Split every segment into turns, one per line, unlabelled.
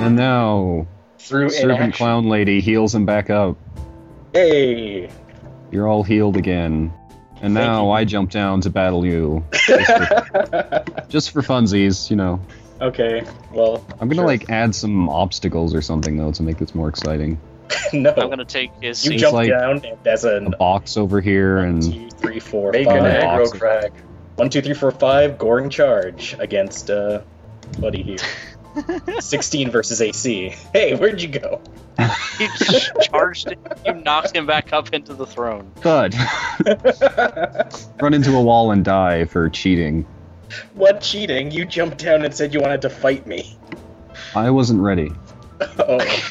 And now,
Through
Serpent
inaction.
Clown Lady heals him back up.
Hey!
You're all healed again. And
Thank
now I jump down to battle you. Just for, just for funsies, you know.
okay, well,
I'm gonna
Sure.
like add some obstacles or something though to make this more exciting.
no.
I'm gonna take his
Oh. you
seat.
jump
like-
down, and there's
A
an
box over here and
two, three, four,
Make an
Fine.
five.
aggro
Awesome.
crack.
One, two, three, four, five, goring charge against uh, Buddy here. 16 versus AC. Hey, where'd you go?
You just charged him. You knocked him back up into the throne.
thud. Run into a wall and die for cheating.
what cheating? You jumped down and said you wanted to fight me.
I wasn't ready.
Oh,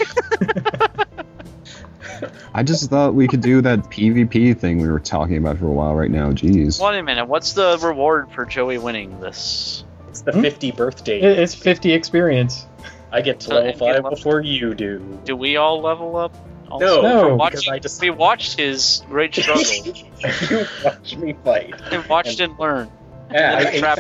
I just thought we could do that PvP thing we were talking about for a while right now. Jeez.
Wait a minute. What's the reward for Joey winning this?
it's the
Hmm?
50 birthday.
It- It's 50 experience.
I get to
So,
level
and you
5
level-
before you do.
Do we all level up?
No,
No.
because
Watching,
I just
we watched his great struggle
you watch me fight.
and watched and learned.
Yeah,
And
I,
then trap-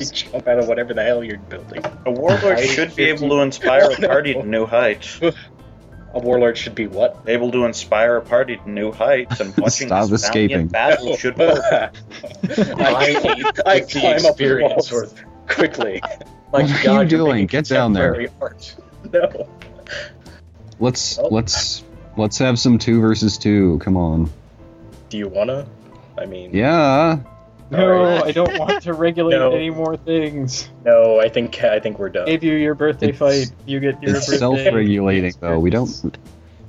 you jump out of whatever the hell you're building.
A warlord should be able to inspire a party to new heights.
A warlord should be what?
Able to inspire a party to new heights and watching
Stop
this
escaping.
valiant battle should work.
I, I
with the experience
walls quickly.
What are you doing?
making
Get down there.
contemporary art. No.
Let's let's let's have some two versus two. Come on.
Do you wanna? I mean,
Yeah.
No, I don't want to regulate
No.
any more things.
no. I think I think we're done.
Gave you your birthday
It's-
fight. You get your
It's
birthday.
self-regulating though. We don't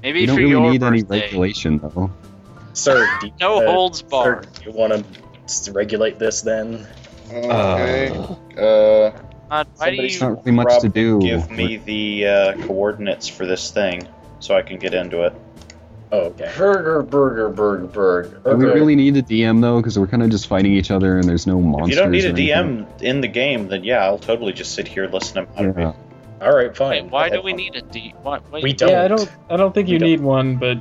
Maybe
we don't
for
really
your
need any
birthday.
regulation though.
Sir, do you,
no
uh,
holds
sir,
barred.
do you wanna s- regulate this then?
Okay. Uh,
God, why do
There's
you?
not really much to
Rob,
do.
Give me the uh, coordinates for this thing so I can get into it.
Oh, okay.
burger, burger, burger, burger.
Do we
Okay.
really need a DM though? Because we're kind of just fighting each other, and there's no
If
monsters.
you don't need
or
a
anything.
DM in the game, then yeah, I'll totally just sit here and listen to him.
Yeah.
All right, fine.
Wait, why
Okay,
do we
fine.
need a D? Why, why-
We don't.
Yeah, I don't. I don't think
We
you
don't.
need one, but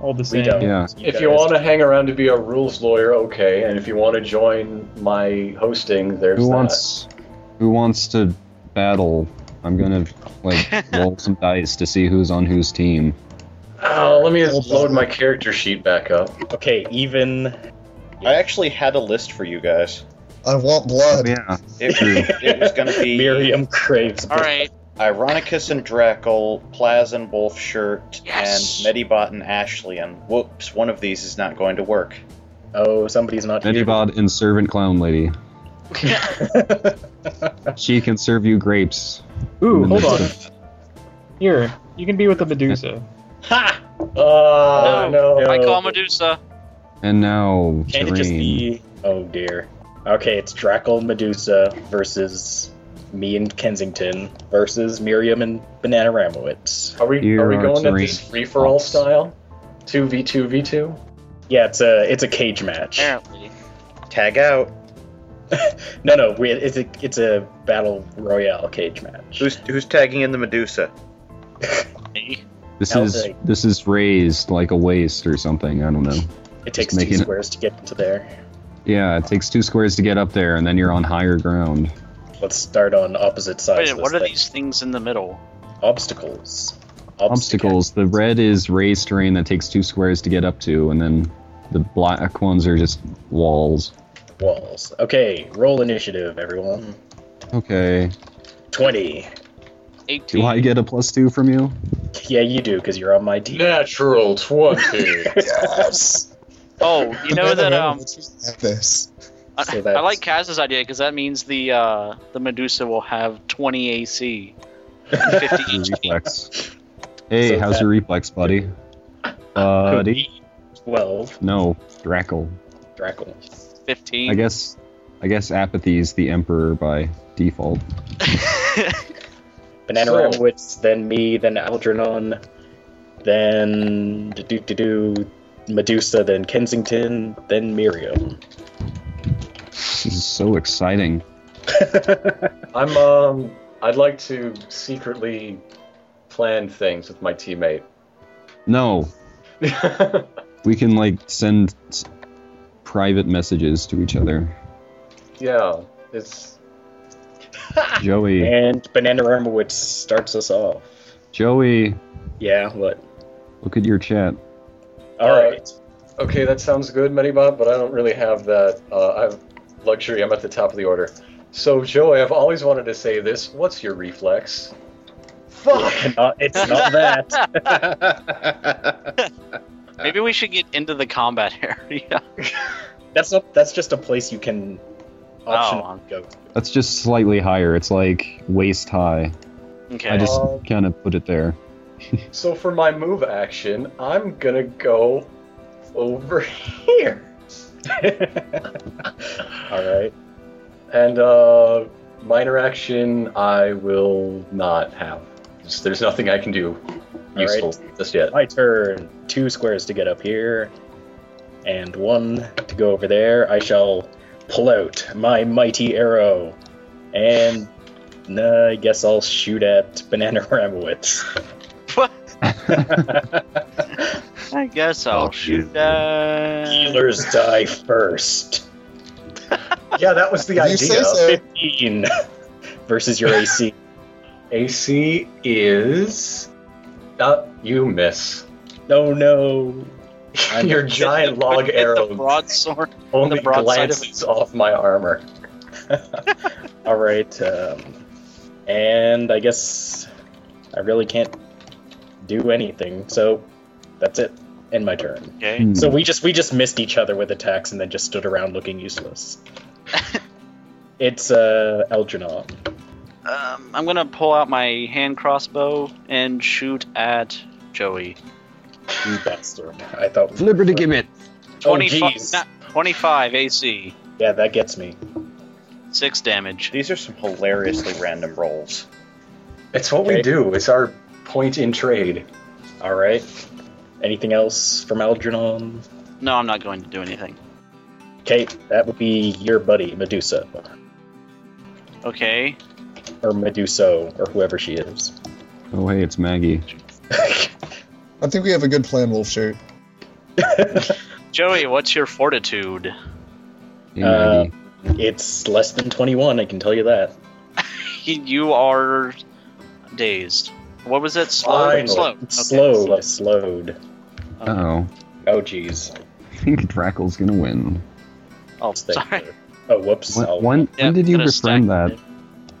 all the
We
same.
don't.
Yeah.
If you
guys-
want to hang around to be a rules lawyer, okay. And if you want to join my hosting, there's
Who
that.
wants? Who wants to battle? I'm gonna like roll some dice to see who's on whose team.
Oh, let me just load my character sheet back up.
Okay, even.
I actually had a list for you guys.
I want blood.
Yeah.
It, it was going to be
Miriam craves.
All right.
Ironicus and Drackle, Plaz and Wolfshirt,
Yes.
and Medibot and Ashlian. Whoops, one of these is not going to work.
Oh, somebody's not here.
Medibot and servant clown lady. She can serve you grapes.
Ooh,
in the
hold on.
midst of-
Here, you can be with the Medusa.
Ha!
Ah,
Oh,
no,
no.
I call Medusa.
And now
Can't it just
terrain.
be? Oh dear. Okay, it's Drackle Medusa versus me and Kensington versus Miriam and Banana Ramowitz.
Are we,
Here
are we
are
going at
three
this free for all
spots.
style? 2v2 v2?
Yeah, it's a it's a cage match.
Apparently,
Tag out.
No, no, we, it's a it's a battle royale cage match.
Who's, who's tagging in the Medusa?
Me.
This
Now
is
they-
this is raised like a waist or something. I don't know.
It takes
making
two
it-
squares to get into there.
Yeah, it takes two squares to get up there, and then you're on higher ground.
Let's start on opposite sides.
Wait, a
of
minute, what
this
are
thing.
these things in the middle?
obstacles?
obstacles. The red is raised terrain that takes two squares to get up to, and then the black ones are just walls.
walls. Okay, roll initiative, everyone.
Okay.
Twenty.
Do
Eighteen.
I get a plus two from you?
Yeah, you do because you're on my team.
Natural 20.
Yes.
Oh, you know that um,
Have this.
I,
So
I
that's-
like Kaz's idea because that means the uh, the Medusa will have 20 AC, and 50
Your
each.
reflex. Hey,
So
how's
that-
your reflex, buddy? Buddy?
Twelve.
No, Drackle.
Drackle.
15.
I guess. I guess apathy is the emperor by default.
Banana
So-
Ramowitz, then me, then Algernon, then do do do Medusa, then Kensington, then Miriam.
This is so exciting.
I'm um I'd like to secretly plan things with my teammate.
No, we can like send s- private messages to each other.
yeah, it's
Joey.
And Banana Ramowitz starts us off.
Joey,
Yeah, what?
look at your chat.
All
Uh,
right.
Okay, that sounds good, Medibot, but I don't really have that uh, I've luxury. I'm at the top of the order. So, Joey, I've always wanted to say this. What's your reflex? Fuck!
Uh, it's not that.
Maybe we should get into the combat area.
That's not. That's just a place you can optionally
Oh.
go. to.
That's just slightly higher. It's like waist high.
Okay.
I just
Um,
kind of put it there.
So for my move action, I'm gonna go over here.
All right.
And uh minor action I will not have. Just- there's nothing I can do useful just yet.
My turn. Two squares to get up here, and one to go over there. I shall pull out my mighty arrow, and nah, I guess I'll shoot at Banana Ramowitz.
I guess I'll
Oh,
shoot
shoot.
that.
Healers die first.
Yeah, that was the
You
idea.
say so.
15 versus your AC.
AC is uh, you miss.
No, no. I'm-
Your giant log
Hit The
arrow
broadsword.
only
the broadside of
glances off my armor.
All right. Um, and I guess I really can't do anything. So that's it. End my turn.
Okay.
Hmm.
So we just we just missed each other with attacks and then just stood around looking useless. it's uh, Eldranon.
Um, I'm gonna pull out my hand crossbow and shoot at Joey.
You bastard. I thought.
Liberty Gimmit.
Oh,
25,
jeez.
not- 25 AC,
Yeah, that gets me.
6 damage.
These are some hilariously random rolls.
It's what
Okay.
we do. It's our point in trade.
All right. Anything else from Algernon?
No, I'm not going to do anything.
Okay, that would be your buddy Medusa,
Okay.
or Meduso, or whoever she is.
Oh hey, it's Maggie.
I think we have a good plan, Wolf Shoot.
Joey, what's your fortitude?
Hey,
Uh,
Maggie.
It's less than 21, I can tell you that.
You are dazed. What was it? Slow?
Finally.
Slow. Okay.
Slowed, slowed.
oh,
Oh, jeez.
I think Drackle's gonna win.
Oh, sorry.
Oh, whoops.
When,
I'll-
when,
Yeah,
when did you
gonna stack
befriend that?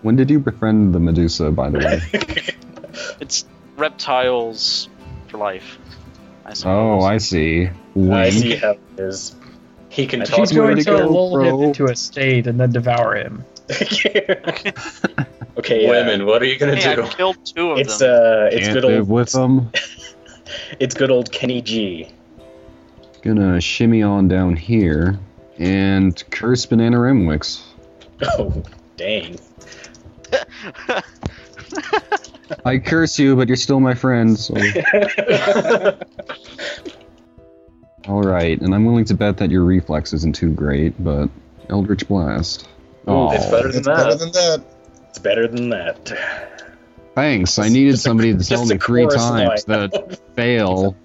When did you befriend the Medusa, by the way?
It's reptiles for life. I
oh,
suppose.
I see.
I
Wink.
see how it is.
He can
She's
talk
She's
She's going
going
ready to
to
to go, lull
lull
him
him
bro.
into
into
a state and then devour him.
okay, uh,
Women, what are you gonna
Hey,
do?
I killed two of
It's
them.
uh, it's
Can't
good
live
old
with them.
it's good old Kenny G.
Gonna shimmy on down here and curse Banana Ramwicks.
Oh, dang.
I curse you, but you're still my friend. So. All right, and I'm willing to bet that your reflex isn't too great, but Eldritch Blast. Oh,
it's better than
It's better
that.
than that.
It's better than that.
thanks. I needed somebody to tell
just a
me three
chorus
times that fail.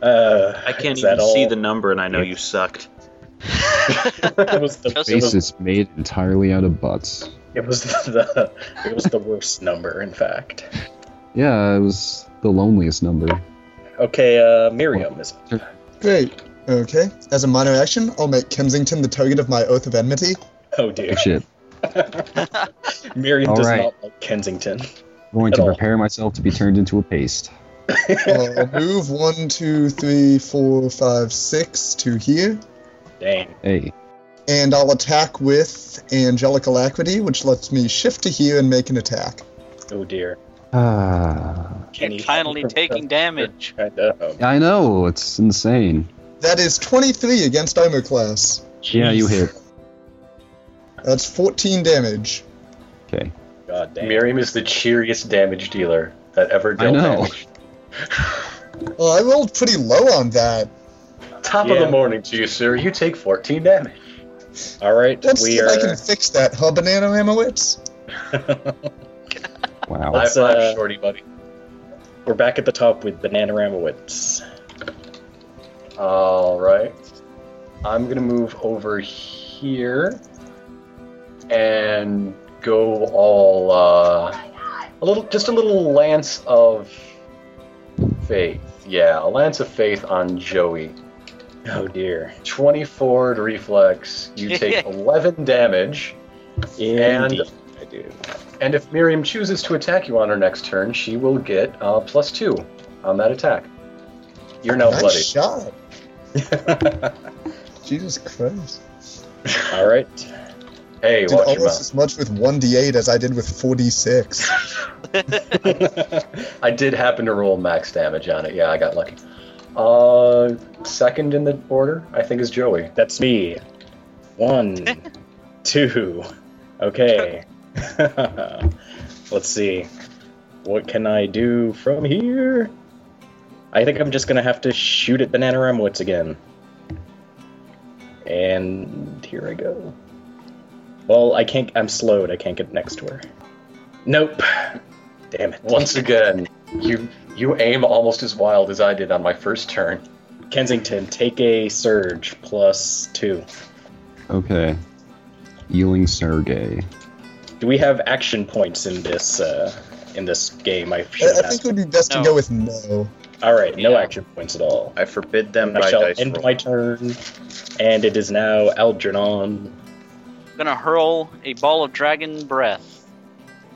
Uh,
I can't
is that
even see
all?
the number, and I know you sucked.
It was the, it
Face
was,
is made entirely out of butts.
it was the, it was the worst number, in fact.
Yeah, it was the loneliest number.
Okay, uh, Miriam is.
Great. Okay. As a minor action, I'll make Kensington the target of my Oath of Enmity.
Oh dear.
Shit.
Miriam
All
does
right.
not like Kensington.
I'm going
At
to
all.
prepare myself to be turned into a paste.
I'll move one, two, three, four, five, six to here.
Dang.
Hey,
And I'll attack with Angelic Alacrity, which lets me shift to here and make an attack.
Oh dear.
ah,
Kenny.
You're finally taking damage.
Kinda, um,
I know it's insane.
That is 23 against armor class.
Yeah, you hit.
That's 14 damage.
Okay.
God damn.
Miriam is the cheeriest damage dealer that ever dealt
I know.
damage.
Well, I rolled pretty low on that.
Top of
Yeah.
the morning to you, sir. You take 14 damage.
All right,
Let's see
we
if
are.
I can fix that, huh, Banana Ramowitz?
Wow.
High
Let's,
five,
uh,
shorty buddy.
We're back at the top with Banana Ramowitz.
All right. I'm going to move over here and go all uh, a little, just a little lance of faith. Yeah, a lance of faith on Joey.
Oh dear.
24 to reflex. You take 11 damage,
Indeed, I do.
and if Miriam chooses to attack you on her next turn, she will get uh, plus two on that attack. You're now
nice
bloody.
shot. Jesus Christ.
All right.
Hey,
Did
watch your
almost
mouth.
as much with 1d8 as I did with 4d6.
I did happen to roll max damage on it. Yeah, I got lucky. Uh, second in the order, I think, is Joey.
That's me. One, two. Okay. Let's see. What can I do from here? I think I'm just gonna have to shoot at banana remwitz again. And here I go. Well, I can't. I'm slowed. I can't get next to her. Nope. Damn it.
Once again, you you aim almost as wild as I did on my first turn.
Kensington, take a surge plus two.
Okay. Ealing Sergey.
Do we have action points in this uh, in this game? I should have
I, I think
asked.
it would be best
No.
to go with no.
All right, no
Yeah.
action points at all.
I forbid them
I
by
shall
dice
end
roll.
my turn, and it is now Algernon.
gonna hurl a ball of dragon breath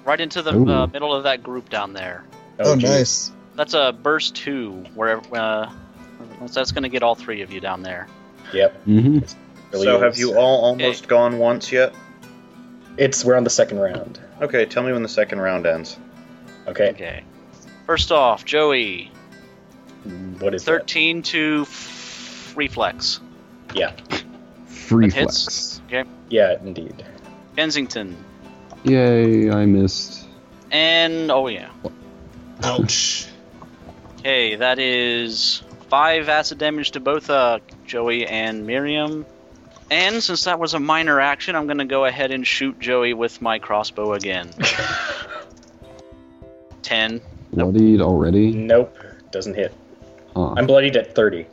right into the
Ooh.
uh, middle of that group down there.
Oh,
geez.
nice.
That's a burst two, where uh, so that's gonna get all three of you down there.
Yep.
Mm-hmm.
really
so
is.
have you all almost gone once yet?
It's we're on the second round.
Okay, tell me when the second round ends.
Okay.
Okay. First off, Joey,
What is that?
thirteen to f- reflex.
Free
That hits.
flex.
Yeah, indeed.
Kensington,
Yay, I missed.
and oh yeah,
Ouch.
Okay, that is five acid damage to both uh, Joey and Miriam. And since that was a minor action, I'm going to go ahead and shoot Joey with my crossbow again. Ten.
Bloodied already?
Nope, doesn't hit.
Huh.
I'm bloodied at thirty.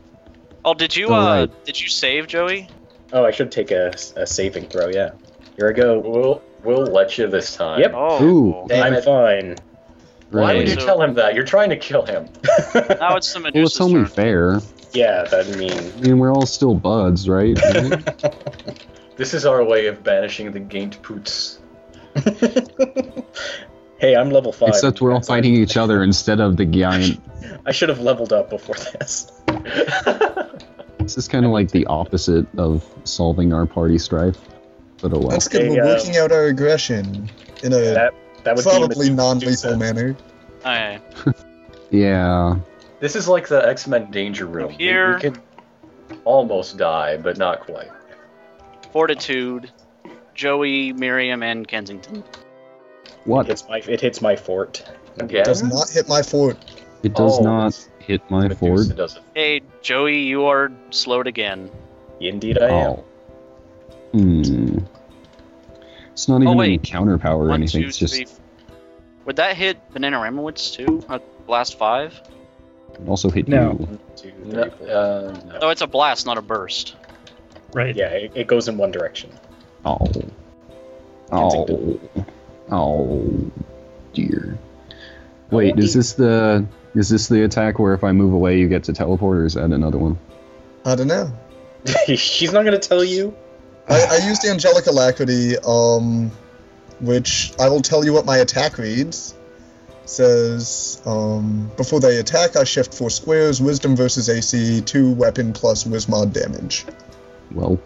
Oh, did you
All
uh,
right.
did you save Joey?
Oh, I should take a, a saving throw. Yeah. Here I go.
We'll we'll let you this time.
Yep.
Oh,
Ooh.
i
Damn
I'm
it.
fine.
Why
Right.
would you tell him that? You're trying to kill him.
now it's the
Well, it's
Medusa's
only
turn.
fair.
yeah, that mean.
I mean, we're all still buds, right? Mhm.
This is our way of banishing the Gaint Poots.
hey, I'm level five.
Except we're all fighting each other instead of the giant.
I should have leveled up before this.
This is kind of like the opposite of solving our party strife. But oh well.
That's good.
Hey,
We're
uh,
working out our aggression in a
That that would
probably
be
non lethal
Medusa.
manner.
Alright.
Yeah.
This is like the X Men Danger Room. We-
Here.
We, can almost die, but not quite.
Fortitude, Joey, Miriam, and Kensington.
It
What?
hits my it hits my fort.
Again,
Does not hit my fort.
It does
Oh.
not hit my
Medusa
fort.
does it.
Hey, Joey, you are slowed again.
Indeed, I am.
Oh. Hmm. It's not even an
wait.
encounter power or
One,
anything.
two,
It's just
three, f- Would that hit Banana Ramowitz too? Uh, blast five?
it also hit
No.
you.
Two, three,
No,
four.
uh, no.
No, Oh, it's a blast, not a burst.
Right.
Yeah, it, it goes in one direction.
Oh. Oh. Oh. Dear. Wait, is this the is this the attack where if I move away you get to teleport, or is that another one?
I don't know.
She's not gonna tell you.
I, I used angelic alacrity, um, which I will tell you what my attack reads. Says um, before they attack, I shift four squares. Wisdom versus AC, two weapon plus whiz mod damage.
Welp.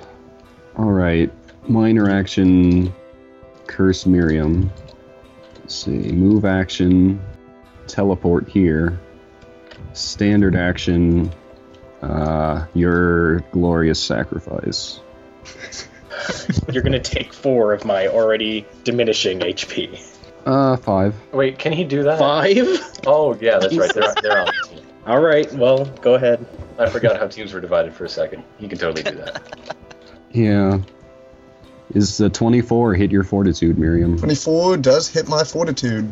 Alright. Minor action curse Miriam. Let's see. Move action teleport here. Standard action uh your glorious sacrifice.
You're gonna take four of my already diminishing HP.
Uh five.
Wait, can he do that?
Five?
Oh yeah, that's right. They're, they're on. the team.
All right. Well, go ahead.
I forgot how teams were divided for a second. He can totally do that.
Yeah. Is the 24 hit your fortitude, Miriam?
Twenty-four does hit my fortitude.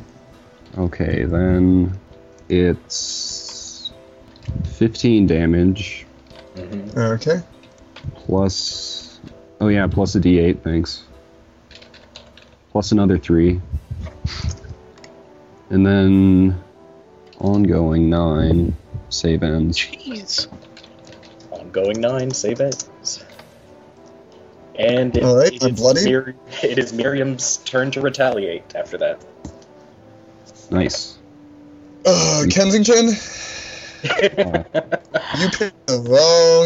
Okay, then it's 15 damage
Okay.
plus. Oh, yeah, plus a d8, thanks. Plus another 3. And then ongoing nine save ends.
Jeez.
Ongoing nine, save it. And it,
All right,
it
I'm
is
bloody.
Mir- it is Miriam's turn to retaliate after that.
Nice.
Uh, Kensington, you picked the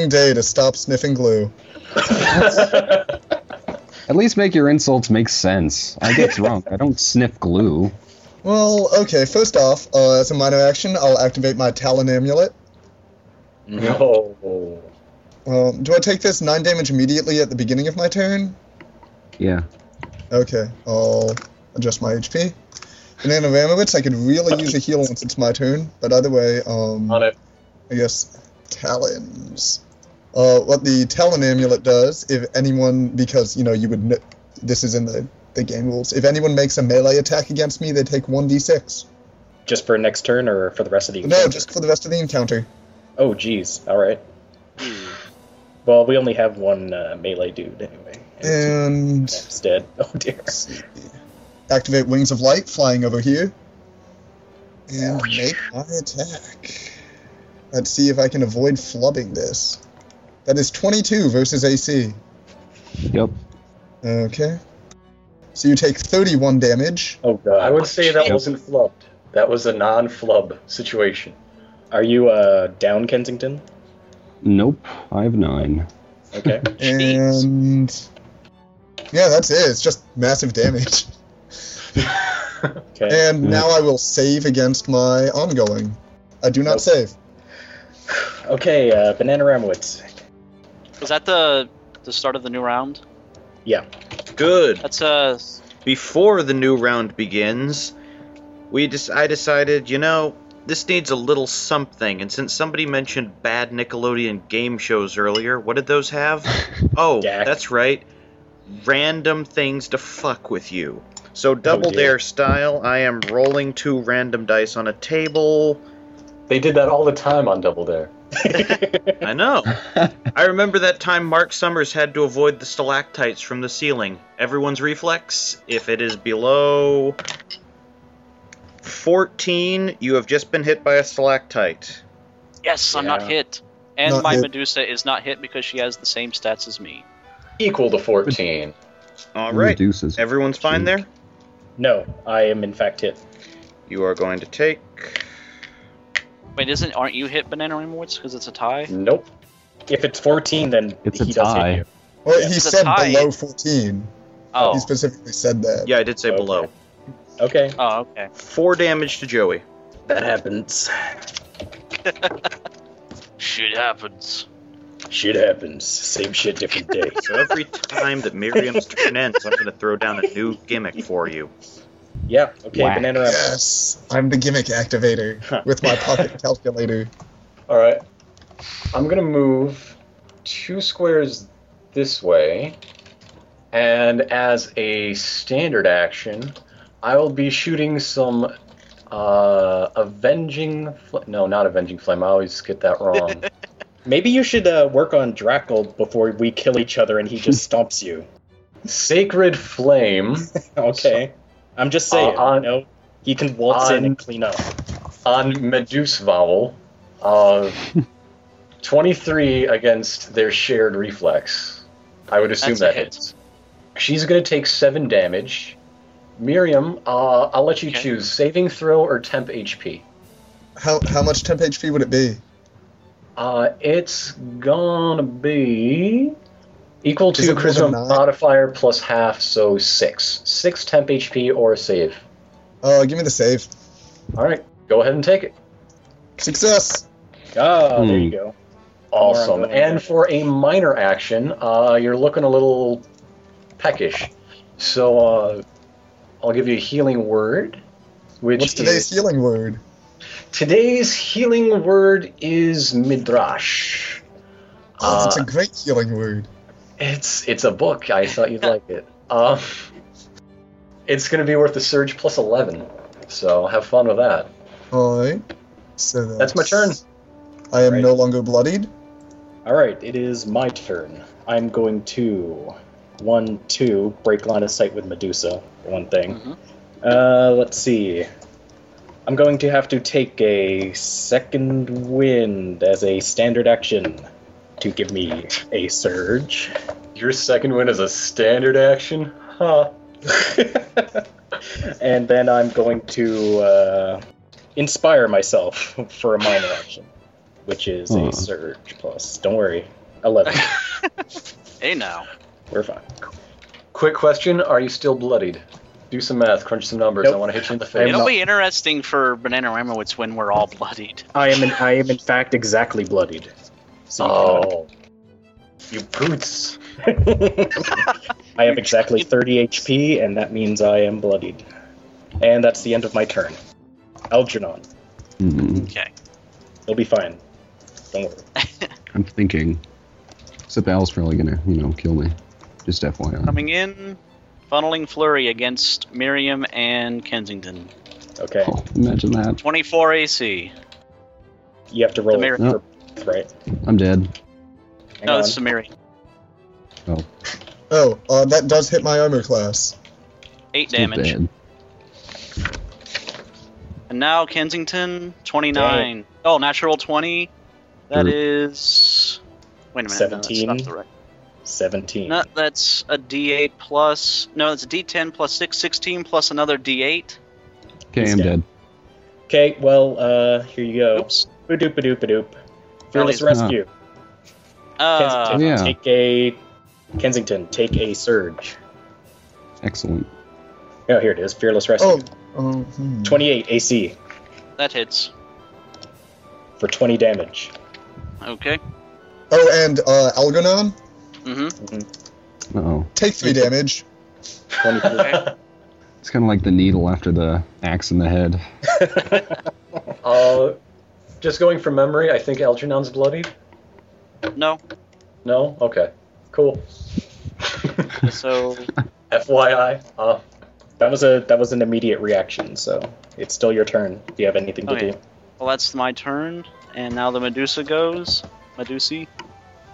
wrong day to stop sniffing glue.
At least make your insults make sense. I get drunk. I don't sniff glue.
Well, okay, first off, uh, as a minor action, I'll activate my Talon Amulet.
No.
Um, do I take this 9 damage immediately at the beginning of my turn?
Yeah.
Okay, I'll adjust my HP. Banana Ramovitz, I could really use a heal once it's my turn, but either way, um,
On it.
I guess talons. Uh, what the talon amulet does, if anyone, because you know you would, kn- this is in the, the game rules. If anyone makes a melee attack against me, they take one d6.
Just for next turn or for the rest of the
No,
encounter?
just for the rest of the encounter.
Oh, jeez. All right. Well, we only have one uh, melee dude anyway. And
And
Snap's dead. Oh dear.
activate wings of light, flying over here, and make my attack. Let's see if I can avoid flubbing this. That is 22 versus AC.
Yep.
Okay. So you take 31 damage.
Oh god.
I would say that wasn't flubbed. That was a non-flub situation.
Are you uh, down Kensington?
Nope. I have nine.
Okay.
Jeez.
And yeah, that's it. It's just massive damage.
Okay.
And now I will save against my ongoing. I do not
Nope.
save.
Okay. Uh, Banana Ramowitz.
Was that the the start of the new round?
Good.
That's uh
Before the new round begins, we just I decided, you know, this needs a little something. And since somebody mentioned bad Nickelodeon game shows earlier, what did those have? Oh,
Dak.
that's right. Random things to fuck with you. So double
dear.
dare style, I am rolling two random dice on a table.
They did that all the time on Double Dare.
I know. I remember that time Mark Summers had to avoid the stalactites from the ceiling. Everyone's reflex, if it is below 14, you have just been hit by a stalactite.
yes, I'm not
Yeah.
hit. And
Not
my
hit.
Medusa is not hit because she has the same stats as me.
Equal to 14.
All right.
Reduces.
Everyone's fine there?
no, I am in fact hit.
You are going to take.
Wait, isn't aren't you hit banana remotes because it's a tie?
Nope. If it's 14, then
It's a
he does
tie.
hit you.
Well,
Yeah.
he
It's a
said
tie.
below 14. He
Oh,
specifically said that.
Yeah, I did say
Okay.
below.
Okay.
oh, okay.
Four damage to Joey.
That happens.
Shit happens.
Shit happens. Same shit, different day.
So every time that Miriam's turn ends, I'm going to throw down a new gimmick for you.
yeah. Okay.
Whack.
Banana Ramowitz.
Yes, I'm the gimmick activator with my pocket calculator.
All right. I'm gonna move two squares this way, and as a standard action, I will be shooting some uh, avenging. Fl- no, not avenging flame. I always get that wrong.
Maybe you should uh, work on Drackle before we kill each other and he just stomps you.
Sacred flame
Okay. I'm just saying.
Uh, on-
you know, he can waltz in
on-
and clean up.
on Medusa vowel. Uh, 23 against their shared reflex. I would assume
That's a
that
hit.
hits. She's going to take seven damage. Miriam, uh, I'll let you
Okay.
choose saving throw or temp HP.
How, how much temp HP would it be?
Uh, it's gonna be equal
Is
to
it more
charisma
than nine?
modifier plus half, so six. Six temp HP or a save.
Uh, give me the save.
All right, go ahead and take it.
Success!
Oh, there
Hmm.
you go.
Awesome.
Or I'm going
And
with it.
for a minor action, uh, you're looking a little peckish. So uh, I'll give you a healing word. Which
What's today's
is,
healing word?
Today's healing word is midrash.
Oh, that's
Uh,
a great healing word.
It's it's a book. I thought you'd like it. Um, it's going to be worth a surge plus eleven. So have fun with that.
Alright. So that's,
That's my turn.
I am
Right.
no longer bloodied.
All right, it is my turn. I'm going to one,
Mm-hmm.
two, break line of sight with Medusa. For one thing.
Mhm.
Uh, let's see. I'm going to have to take a second wind as a standard action to give me a surge.
Your second win is a standard action? Huh.
and then I'm going to uh, inspire myself for a minor action, which is
Hmm.
a surge plus. Don't worry, 11.
Hey now.
We're fine.
Quick question Are you still bloodied? Do some math, crunch some numbers.
Nope.
I want to hit you in the
I'm
face.
It'll
not-
be interesting for Banana Ramowitz when we're all bloodied.
I am in, I am in fact exactly bloodied. So you cannot-
Oh. You boots.
I have exactly 30 HP, and that means I am bloodied. And that's the end of my turn. Algernon,
Hmm,
Okay.
you'll be fine. Don't worry.
I'm thinking. Except Al's probably gonna, you know, kill me. Just FYI.
Coming in, funneling flurry against Miriam and Kensington.
Okay,
Oh, imagine that.
24 AC.
you have to roll
The
it
mirror-
for right.
I'm dead.
Hang
No,
on.
this is a Miriam.
Oh, uh, that does hit my armor class.
Eight
Still
damage.
dead.
And now Kensington, 29. Oh, natural 20. That
Mm.
is. Wait a minute. No, that's,
17.
not the right.
17.
No, that's a d8 plus. No, that's a d10 plus 6, 16 plus another d8.
Okay,
He's
I'm
dead.
dead.
Okay, well, uh, here you go.
Oops.
Badoop, badoop, badoop. Fearless
he's-
Rescue.
Uh,
Kensington.
Kensington,
Yeah.
take a. Kensington, take a surge.
Excellent.
Oh, here it is. Fearless Rescue.
Oh, oh hmm.
28 AC
that hits.
for 20 damage.
Okay.
Oh, and uh, Algernon,
Mm hmm.
Uh oh.
take three damage.
23.
It's kind of like the needle after the axe in the head.
Uh, just going from memory, I think Algernon's bloodied.
No.
No? Okay. Cool.
So.
FYI. Uh,
That was a that was an immediate reaction, so it's still your turn. Do you have anything to
Okay.
do?
Well, that's my turn, and now the Medusa goes. Medusi.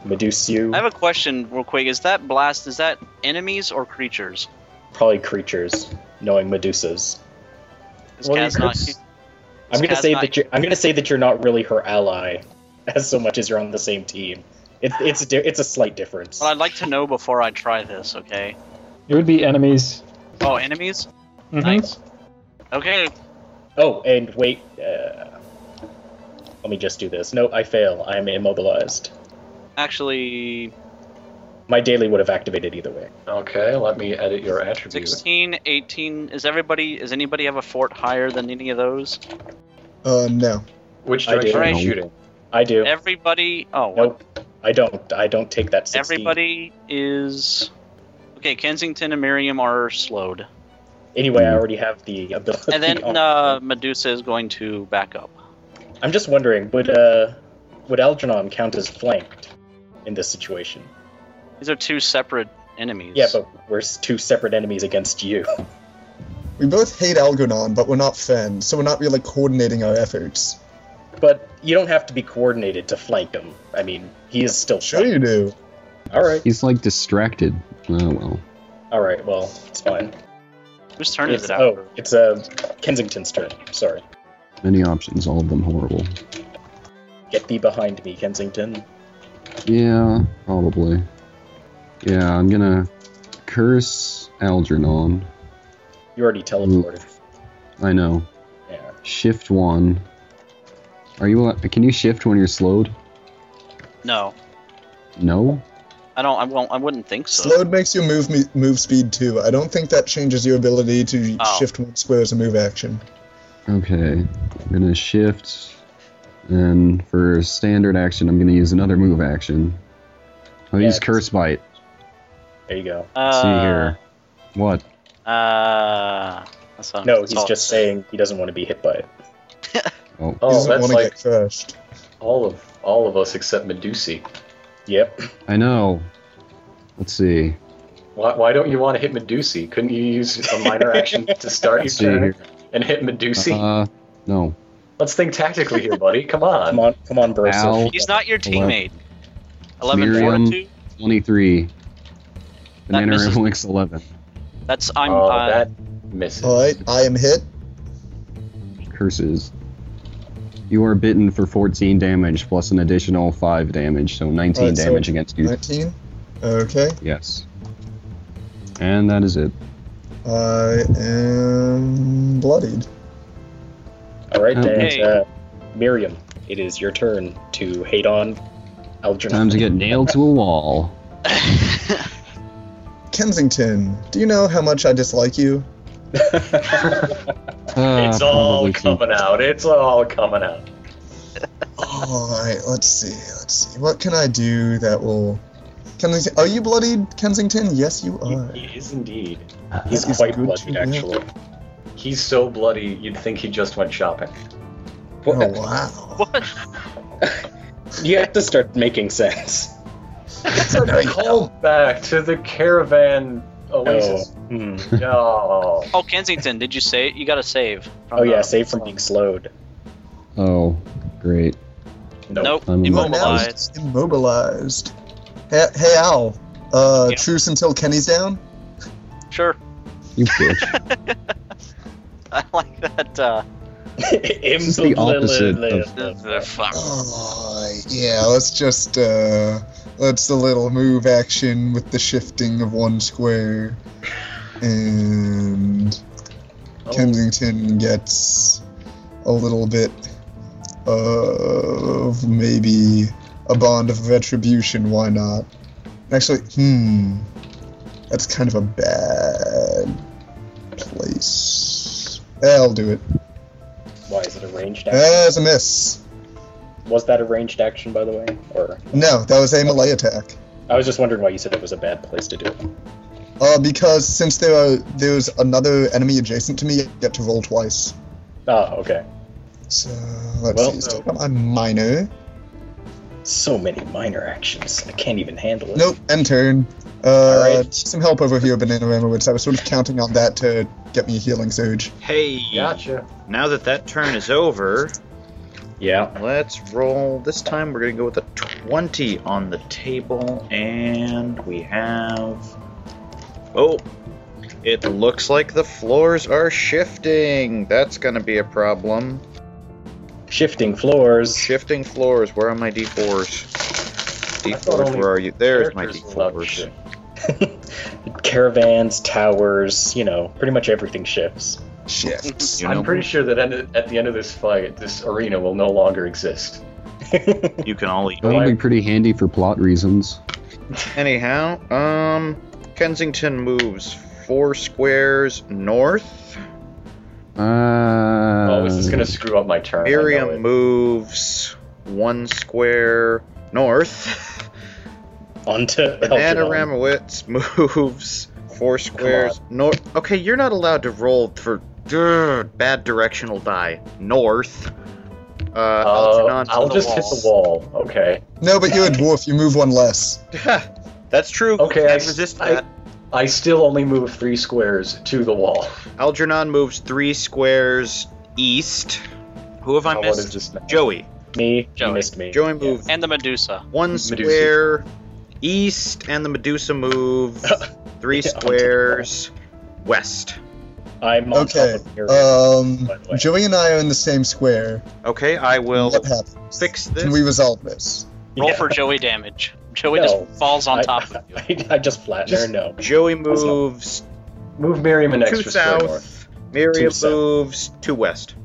Medusa you
I have a question, real quick. Is that blast? Is that enemies or creatures?
probably creatures, knowing Medusa's.
'Cause
Well,
Kaz
you
not-
could-
It's
I'm gonna
Kaz
say
not-
that you're I'm gonna say that you're not really her ally, as so much as you're on the same team. It, it's a di- it's a slight difference.
Well, I'd like to know before I try this. Okay.
It would be enemies.
Oh, enemies.
Mhm.
Nice. Okay.
Oh, and wait. Uh, let me just do this. No, I fail. I'm immobilized.
Actually,
My daily would have activated either way.
okay, let me edit your attribute.
16, 18. Is everybody? Does anybody have a fort higher than any of those?
Uh, no.
Which
I do.
direction are you
Right.
shooting?
I do.
Everybody. Oh, what?
nope. I don't. I don't take that. 16.
everybody is. Okay, Kensington and Miriam are slowed,
Anyway, I already have the ability.
and then
on.
uh, Medusa is going to back up.
I'm just wondering, would uh, would Algernon count as flanked in this situation?
These are two separate enemies.
Yeah, but we're s- two separate enemies against you.
We both hate Algernon, but we're not friends, so we're not really coordinating our efforts.
But you don't have to be coordinated to flank him. I mean, he is still
Sure
flanked.
you do.
All right,
He's like distracted. Oh well.
all right. Well, it's fine.
whose turn is
It's,
it? Out?
oh, it's uh, Kensington's turn. Sorry.
Many options, all of them horrible.
Get thee behind me, Kensington.
Yeah, probably. Yeah, I'm gonna curse Algernon.
You already teleported.
I know.
Yeah.
Shift one. Are you? al- Can you shift when you're slowed?
No,
No.
I don't. I won't. I wouldn't think so.
Slowed makes you move me- move speed too. I don't think that changes your ability to
Oh.
shift one square as a move action.
Okay. I'm gonna shift, and for standard action, I'm gonna use another move action. I'll
Yeah,
use
it's-
curse bite.
There you go.
Uh,
See here. What?
Uh, that's what-
No,
that's
he's
all.
just saying he doesn't want to be hit by it.
Oh,
He
Oh,
doesn't
that's
want to
like
get crushed.
all of all of us except Medusi.
Yep.
I know. Let's see.
Why, why don't you want to hit Medusi? Couldn't you use a minor action to start your
Let's see
turn
here.
and hit Medusi?
Uh, no.
Let's think tactically here, buddy. Come on.
Come on, come on, bro.
Al-
Sophie.
He's not your teammate. Eleven
Miriam.
fortitude.
23. Banana
misses.
Ramblings 11.
That's I'm.
oh,
uh,
that misses.
All right, I am hit.
curses. You are bitten for 14 damage plus an additional 5 damage, so 19
Alright, so-
damage against you.
19. Okay.
Yes. And that is it.
I am bloodied.
All right, then,
Okay.
uh, Miriam, it is your turn to hate on Algernon.
Time to get nailed to a wall.
Kensington, do you know how much I dislike you?
Uh,
it's all
probably too-
coming out. It's all coming out.
Alright, let's see. Let's see. What can I do that will. Kensington, are you bloodied, Kensington? Yes, you
He,
are.
he is indeed. He's
He's
quite
good
bloodied,
to know.
actually. He's so bloody, you'd think he just went shopping.
Oh, wow.
What?
You have to start making sense.
That's a
Call back to the caravan
Oh,
oasis.
hmm.
No.
Oh, Kensington, did you say You got to save.
oh
uh,
yeah, save from being slowed.
Oh, great.
Nope.
Nope.
I'm-
You are now
Immobilized.
Immobilized. Hey, hey Al. Uh,
Yeah.
Truce until Kenny's down?
Sure.
You bitch.
I like that. Uh,
this
is the opposite
the fuck.
Oh, yeah, let's just, uh, let's a little move action with the shifting of one square. And Kensington gets a little bit of maybe a bond of retribution, why not? Actually, hmm, that's kind of a bad place. I'll do it.
Why is it a ranged action?
That's a miss.
Was that a ranged action, by the way? Or
No, that was a melee attack.
I was just wondering why you said it was a bad place to do it.
Uh, because since there are, there's another enemy adjacent to me, I get to roll twice.
Ah, okay.
So let's
Well,
see.
no.
So I'm minor.
So many minor actions. I can't even handle it.
Nope, end turn. Uh,
Alright.
Some help over here, Banana Ramowitz. I was sort of counting on that to get me a healing surge.
Hey,
Gotcha.
now that that turn is over,
Yeah.
let's roll. This time we're going to go with a 20 on the table, and we have. Oh, it looks like the floors are shifting. That's going to be a problem.
Shifting floors.
Shifting floors. Where are my d4s?
I thought
D4s,
only
where are you? There's my
Characters love shit.
d4s.
Caravans, towers, you know, pretty much everything shifts.
Shit.
You know,
I'm pretty sure that end- at the end of this fight, this arena will no longer exist.
you can all eat.
That'll be pretty handy for plot reasons.
Anyhow, um, Kensington moves four squares north.
Uh,
oh, this is gonna screw up my turn. I know it.
Miriam moves one square north.
Onto
Banana
Elgernon.
Ramowitz moves four squares north. Okay, you're not allowed to roll for grr, bad directional die. North. Uh,
Uh,
Algernon to
I'll
the
just hit the wall. Okay.
No, but you're a dwarf. You move one less.
That's true.
Okay,
Can't
I-
resist
I-
that.
I still only move three squares to the wall. Oh,
Algernon moves three squares east. Who have I
Oh, what
missed?
is this now?
Joey.
Me, you
Joey.
missed me.
Joey moves
And the Medusa.
one
Medusa.
square east, and the Medusa moves three
Yeah, onto the
squares west.
I'm on
Okay,
top of Miriam.
Um,
by the way.
Joey and I are in the same square.
Okay, I will
What happens?
fix this.
Can we resolve this?
Roll
Yeah.
for Joey damage. Joey
No.
just falls on
I-
top of you.
I, I just flat there,
Just-
no.
Joey moves
Move Miriam an
to
extra square north.
south. Miriam
To south.
moves to west.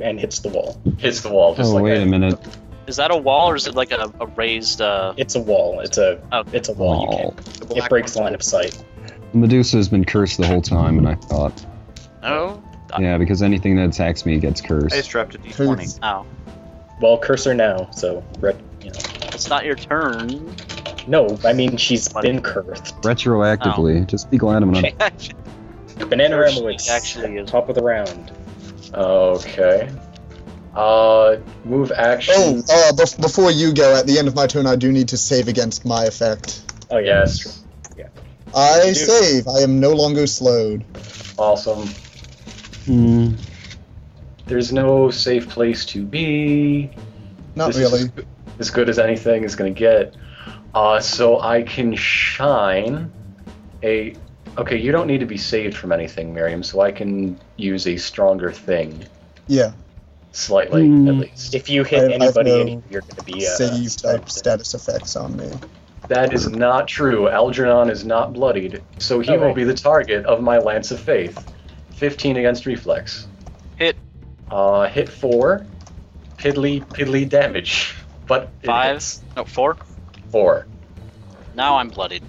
And hits the wall.
Hits the wall. Just
Oh,
like
wait
that.
a minute.
Is that a wall or is it like a, a raised. Uh...
It's a wall. It's a
Oh.
it's a wall. You
Oh,
can't, it breaks line of sight.
Medusa has been cursed the whole time, and I thought,
Oh?
Uh,
yeah, because anything that attacks me gets
I just
cursed.
dropped a d20.
Who's-
Ow.
Well, curse her now. So, re- you know.
It's not your turn.
No, I mean she's
Funny.
been cursed.
Oh.
Retroactively, just be glad I'm not.
Banana
Curse
Ramowitz,
actually is-
top of the round.
Okay. Uh, move action.
Oh, uh, bef- before you go, at the end of my turn, I do need to save against my effect.
Oh yeah, that's true.
yes.
I
You do.
save. I am no longer slowed.
Awesome.
Hmm.
There's no safe place to be.
Not
this
really.
Is as, as good as anything is going to get. Uh, so I can shine a. Okay, you don't need to be saved from anything, Miriam, so I can use a stronger thing
Yeah,
slightly
Hmm.
at least.
If you
I-
hit
I have
anybody,
no
any- you're going to be. Uh,
save type
right.
status effects on me.
That is not true. Algernon is not bloodied, so he
Oh,
will
right.
be the target of my Lance of Faith. 15 against reflex.
Hit.
Uh, hit four. Piddly, piddly damage. But it
Five.
hits.
No, four.
Four.
Now I'm bloodied.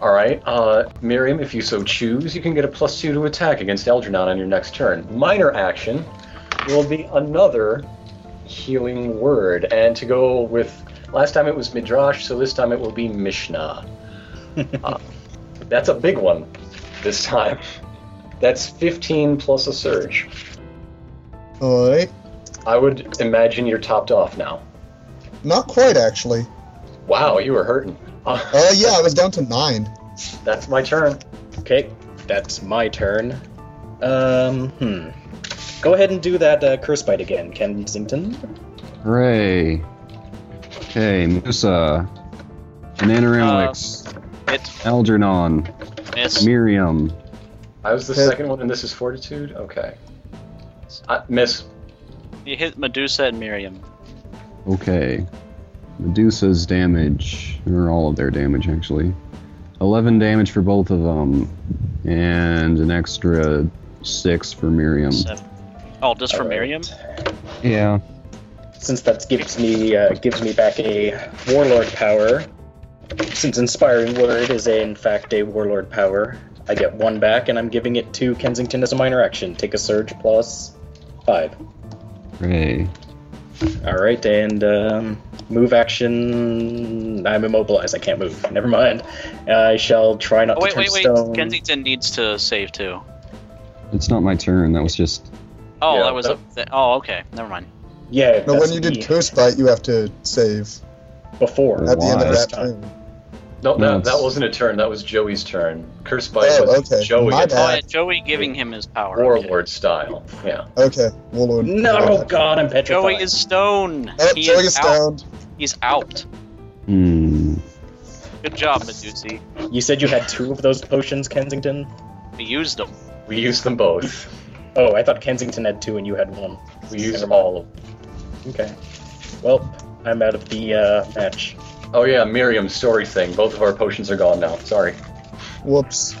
All right. Uh, Miriam, if you so choose, you can get a plus two to attack against Algernon on your next turn. Minor action will be another healing word, and to go with last time it was Midrash, so this time it will be Mishnah. Uh, that's a big one this time. That's 15 plus a surge.
All right,
I would imagine you're topped off now.
not quite actually.
Wow, you were hurting. Uh,
Uh, yeah, I was down to nine.
that's my turn.
Okay, that's my turn. Um, hmm. Go ahead and do that uh, curse bite again, Kensington.
Hooray. Okay, Musa. Nanarelix.
Uh,
It's
Algernon.
miss.
Miriam.
I was the
Okay.
second one, and this is Fortitude? Okay. Uh, miss.
You hit Medusa and Miriam.
Okay. Medusa's damage, or all of their damage actually. 11 damage for both of them, and an extra 6 for Miriam.
Seven. Oh, just for
All right.
Miriam.
Yeah.
Since that gives me uh, gives me back a warlord power. Since inspiring word is in fact a warlord power, I get one back, and I'm giving it to Kensington as a minor action. Take a surge plus five.
Hooray.
All right, and um, move action. I'm immobilized. I can't move. Never mind. I shall try not
Oh,
to
wait,
turn
wait, wait.
stone.
Kensington needs to save too.
It's not my turn, that was just.
Oh,
Yeah,
that was a. Th- oh, okay. Never mind.
Yeah,
But
that's
when you
me.
did curse bite, you have to save
before.
at the end of
Why?
that turn.
No,
No,
that,
it's-
that wasn't a turn. That was Joey's turn. Curse Bite
Oh,
was
okay.
Joey.
My
it's
bad.
Oh,
Uh,
yeah, Joey giving him his power. okay.
Warlord style. Yeah.
Okay, Warlord.
No, God, I'm petrified.
Joey is stoned.
Oh,
he
Joey
is
is
out.
down.
He's out.
Hmm.
Good job, Medusa.
You said you had two of those potions, Kensington.
We used them.
We used them both.
Oh, I thought Kensington had two and you had one.
We used
Never
them all.
Okay. Well, I'm out of the uh, match.
Oh, yeah, Miriam's story thing. Both of our potions are gone now. Sorry.
Whoops.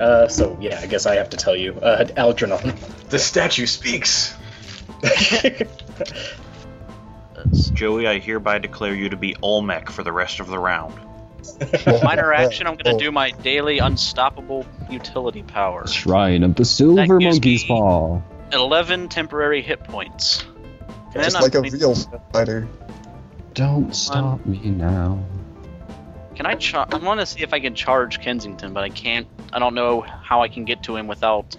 Uh, so yeah, I guess I have to tell you, uh, Algernon.
The statue speaks.
Joey, I hereby declare you to be Olmec for the rest of the round.
Minor action. I'm gonna
Oh.
do my daily unstoppable utility power.
Shrine of the Silver
That gives
Monkey's
me-
Paw.
Eleven temporary hit points. And
Just
I'm
like a
going-
real fighter.
Don't stop me now.
Can I char- I want to see if I can charge Kensington, but I can't. I don't know how I can get to him without.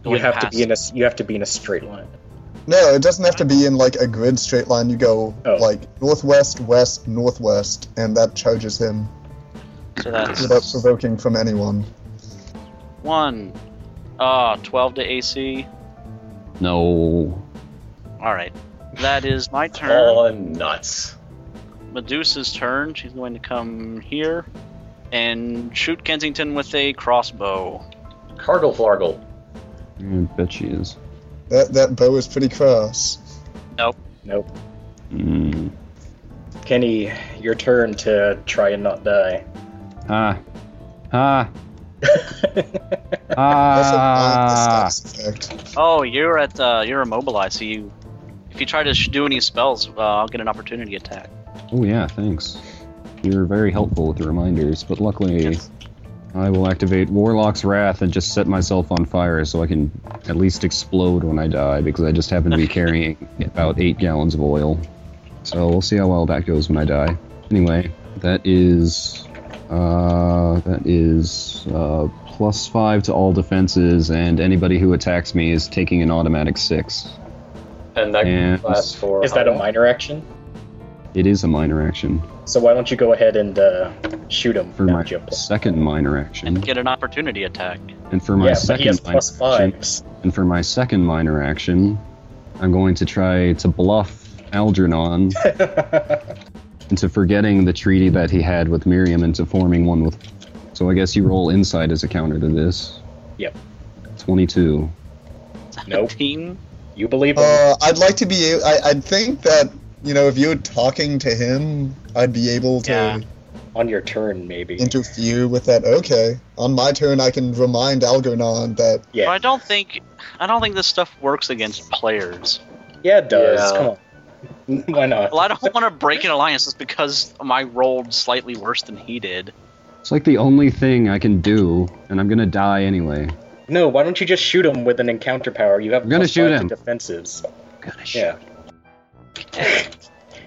you
going
have to
past-
be in a s- you have to be in a straight line.
No, it doesn't have to be in like a grid straight line. You go
Oh.
like northwest, west, northwest, and that charges him
So that's
without provoking from anyone.
one. Ah, 12 to AC.
No.
All right. That is my turn.
All nuts.
Medusa's turn. She's going to come here and shoot Kensington with a crossbow.
Cargle Flargle.
I bet she is.
That that bow is pretty cross.
Nope.
Hmm.
Kenny, your turn to try and not die.
Ah. Ah.
Also,
Ah.
uh, the status effect.
Oh, you're at uh, you're immobilized. So you, if you try to sh- do any spells, uh, I'll get an opportunity attack.
Oh yeah, thanks. You're very helpful with the reminders, but luckily, I will activate Warlock's Wrath and just set myself on fire so I can at least explode when I die because I just happen to be carrying about eight gallons of oil. So we'll see how well that goes when I die. Anyway, that is uh, that is uh, plus five to all defenses, and anybody who attacks me is taking an automatic six.
And that
And-
lasts for.
Is that
Um,
a minor action?
It is a minor action
So why don't you go ahead and uh, shoot him?
for
now,
my
Jim?
second minor action.
And get an opportunity attack.
And for my
yeah, but he has
second minor
plus
action,
fives.
and for my second minor action, I'm going to try to bluff Algernon into forgetting the treaty that he had with Miriam into forming one with. So I guess you roll insight as a counter to this.
Yep.
Twenty-two.
Nope.
17?
You believe him.
Uh, I'd like to be. a- I, I'd think that you know if you were talking to him, I'd be able to
Yeah.
on your turn, maybe.
interfere with that. Okay, on my turn, I can remind Algernon that
Yeah.
But I don't think I don't think this stuff works against players.
Yeah, it does.
Yeah.
Come on. Why not?
Well, I don't want to break an alliance just because I rolled slightly worse than he did.
It's like the only thing I can do, and I'm gonna die anyway.
No, why don't you just shoot him with an encounter power? You have
I'm gonna
plus
shoot
five to
him.
defenses.
Gotta shoot.
Yeah.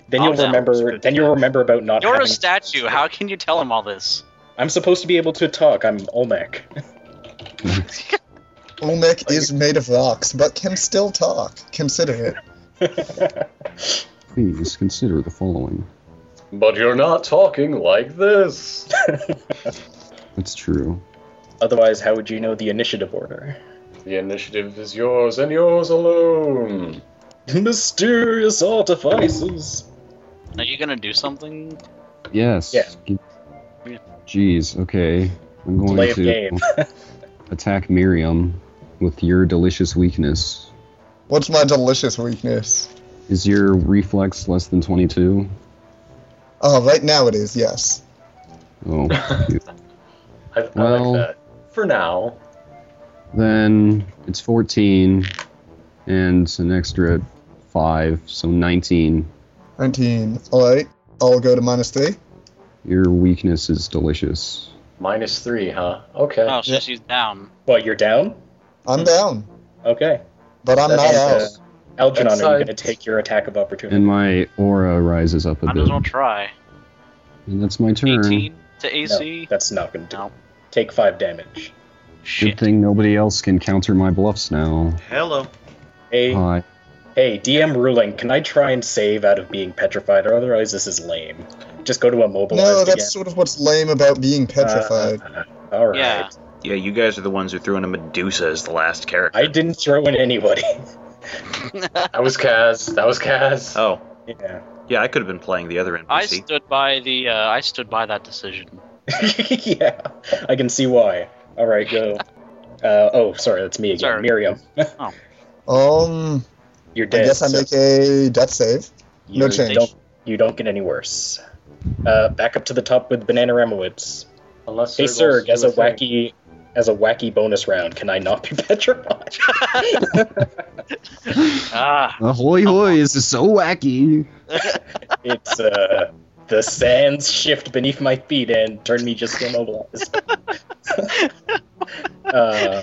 then you'll
Calm down.
remember. Then you'll remember about not.
You're a
having...
statue. How can you tell him all this?
I'm supposed to be able to talk. I'm Olmec.
Olmec is made of rocks, but can still talk. Consider it.
Please consider the following.
But you're not talking like this.
That's true.
Otherwise, how would you know the initiative order?
The initiative is yours and yours alone.
Mysterious artifices.
Are you gonna do something?
Uh, Yes.
Yeah.
Ge- Jeez. Okay. I'm going
Play of
to
game.
attack Miriam with your delicious weakness.
What's my delicious weakness?
Is your reflex less than 22?
Uh, right now it is, yes.
Oh.
I, I
Well-
like that. For now.
then it's 14, and an extra five, so 19.
19. Alright, I'll go to minus 3.
Your weakness is delicious.
Minus three, huh? Okay.
Oh, so she's down.
what? You're down.
I'm down,
Okay.
but I'm
Hmm. That
not
means,
out.
uh, Algernon,
That's
are you
fine.
going to take your attack of opportunity?
And my aura rises up a
I
bit.
just want to try.
And that's my turn.
18 to
No,
AC.
that's not going to do.
No.
Take five damage.
Good
Shit.
thing nobody else can counter my bluffs now.
Hello.
Hey,
Hi.
hey, DM ruling. Can I try and save out of being petrified, or otherwise this is lame? Just go to immobilized
No,
again.
that's sort of what's lame about being petrified.
Uh, all right.
Yeah.
Yeah, you guys are the ones who threw in a Medusa as the last character.
I didn't throw in anybody.
That was Kaz. That was Kaz.
Oh,
yeah.
yeah, I could have been playing the other NPC.
I stood by the. Uh, I stood by that decision.
yeah. I can see why. All right, go. Uh, oh, sorry, that's me again.
Sorry.
Miriam,
um,
you're
I
dead.
guess I
so
make a death save. No
you
change.
Don't, you don't get any worse. Uh, back up to the top with Banana Ramowitz.
Unless
Hey,
Serg wants
Serg,
to
as
do
a
thing.
wacky, as a wacky bonus round, can I not be petrified?
Ah,
Ahoy hoy, this is so wacky.
it's uh, the sands shift beneath my feet and turn me just immobilized. uh,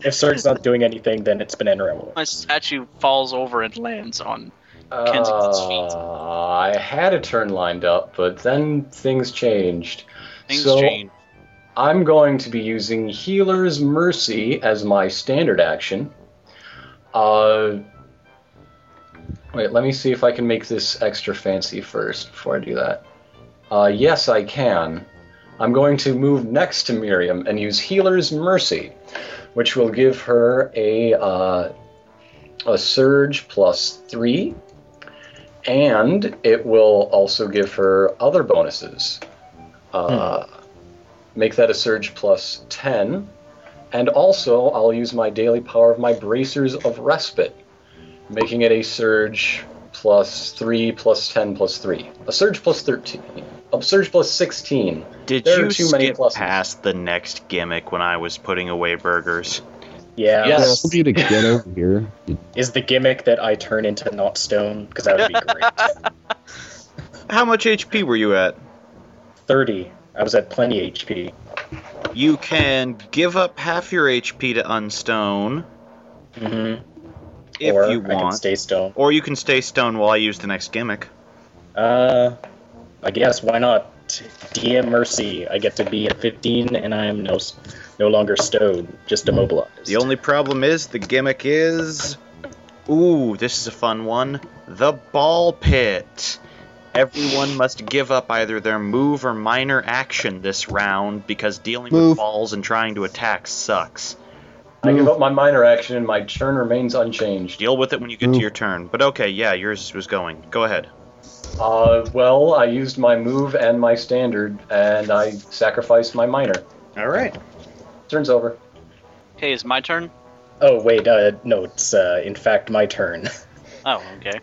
if Serg's not doing anything, then it's Banana Ramowitz.
my statue falls over and lands on. Kensington's feet.
Uh, I had a turn lined up, but then things changed.
Things
So-
change.
I'm going to be using Healer's Mercy as my standard action. Uh, wait, let me see if I can make this extra fancy first before I do that. Uh, yes, I can. I'm going to move next to Miriam and use Healer's Mercy, which will give her a uh, a surge plus three, and it will also give her other bonuses. Uh, Make that a surge plus 10. And also, I'll use my daily power of my bracers of respite, making it a surge plus 3, plus 10, plus 3. A surge plus 13. A surge plus 16.
Did
There are
you
too
skip
many pluses.
past the next gimmick when I was putting away burgers?
Yeah.
Yes.
I told you to get over here.
Is the gimmick that I turn into not stone? Because that would be great.
How much HP were you at?
30. I was at plenty HP.
You can give up half your HP to unstone
Mm-hmm.
if
or
you
I can
want,
stay stone.
or you can stay stone while I use the next gimmick.
Uh, I guess why not? DM Mercy. I get to be at 15, and I am no, s- no longer stone, just immobilized.
The only problem is the gimmick is. Ooh, this is a fun one. The ball pit. Everyone must give up either their move or minor action this round because dealing with
Move.
balls and trying to attack sucks.
I give up my minor action, and my turn remains unchanged.
Deal with it when you get to
Move.
your turn. But okay, yeah, yours was going. Go ahead.
Uh, well, I used my move and my standard, and I sacrificed my minor.
All right.
Turn's over.
Okay, it's my turn.
Oh wait, uh, no, it's uh, in fact my turn
Oh, okay.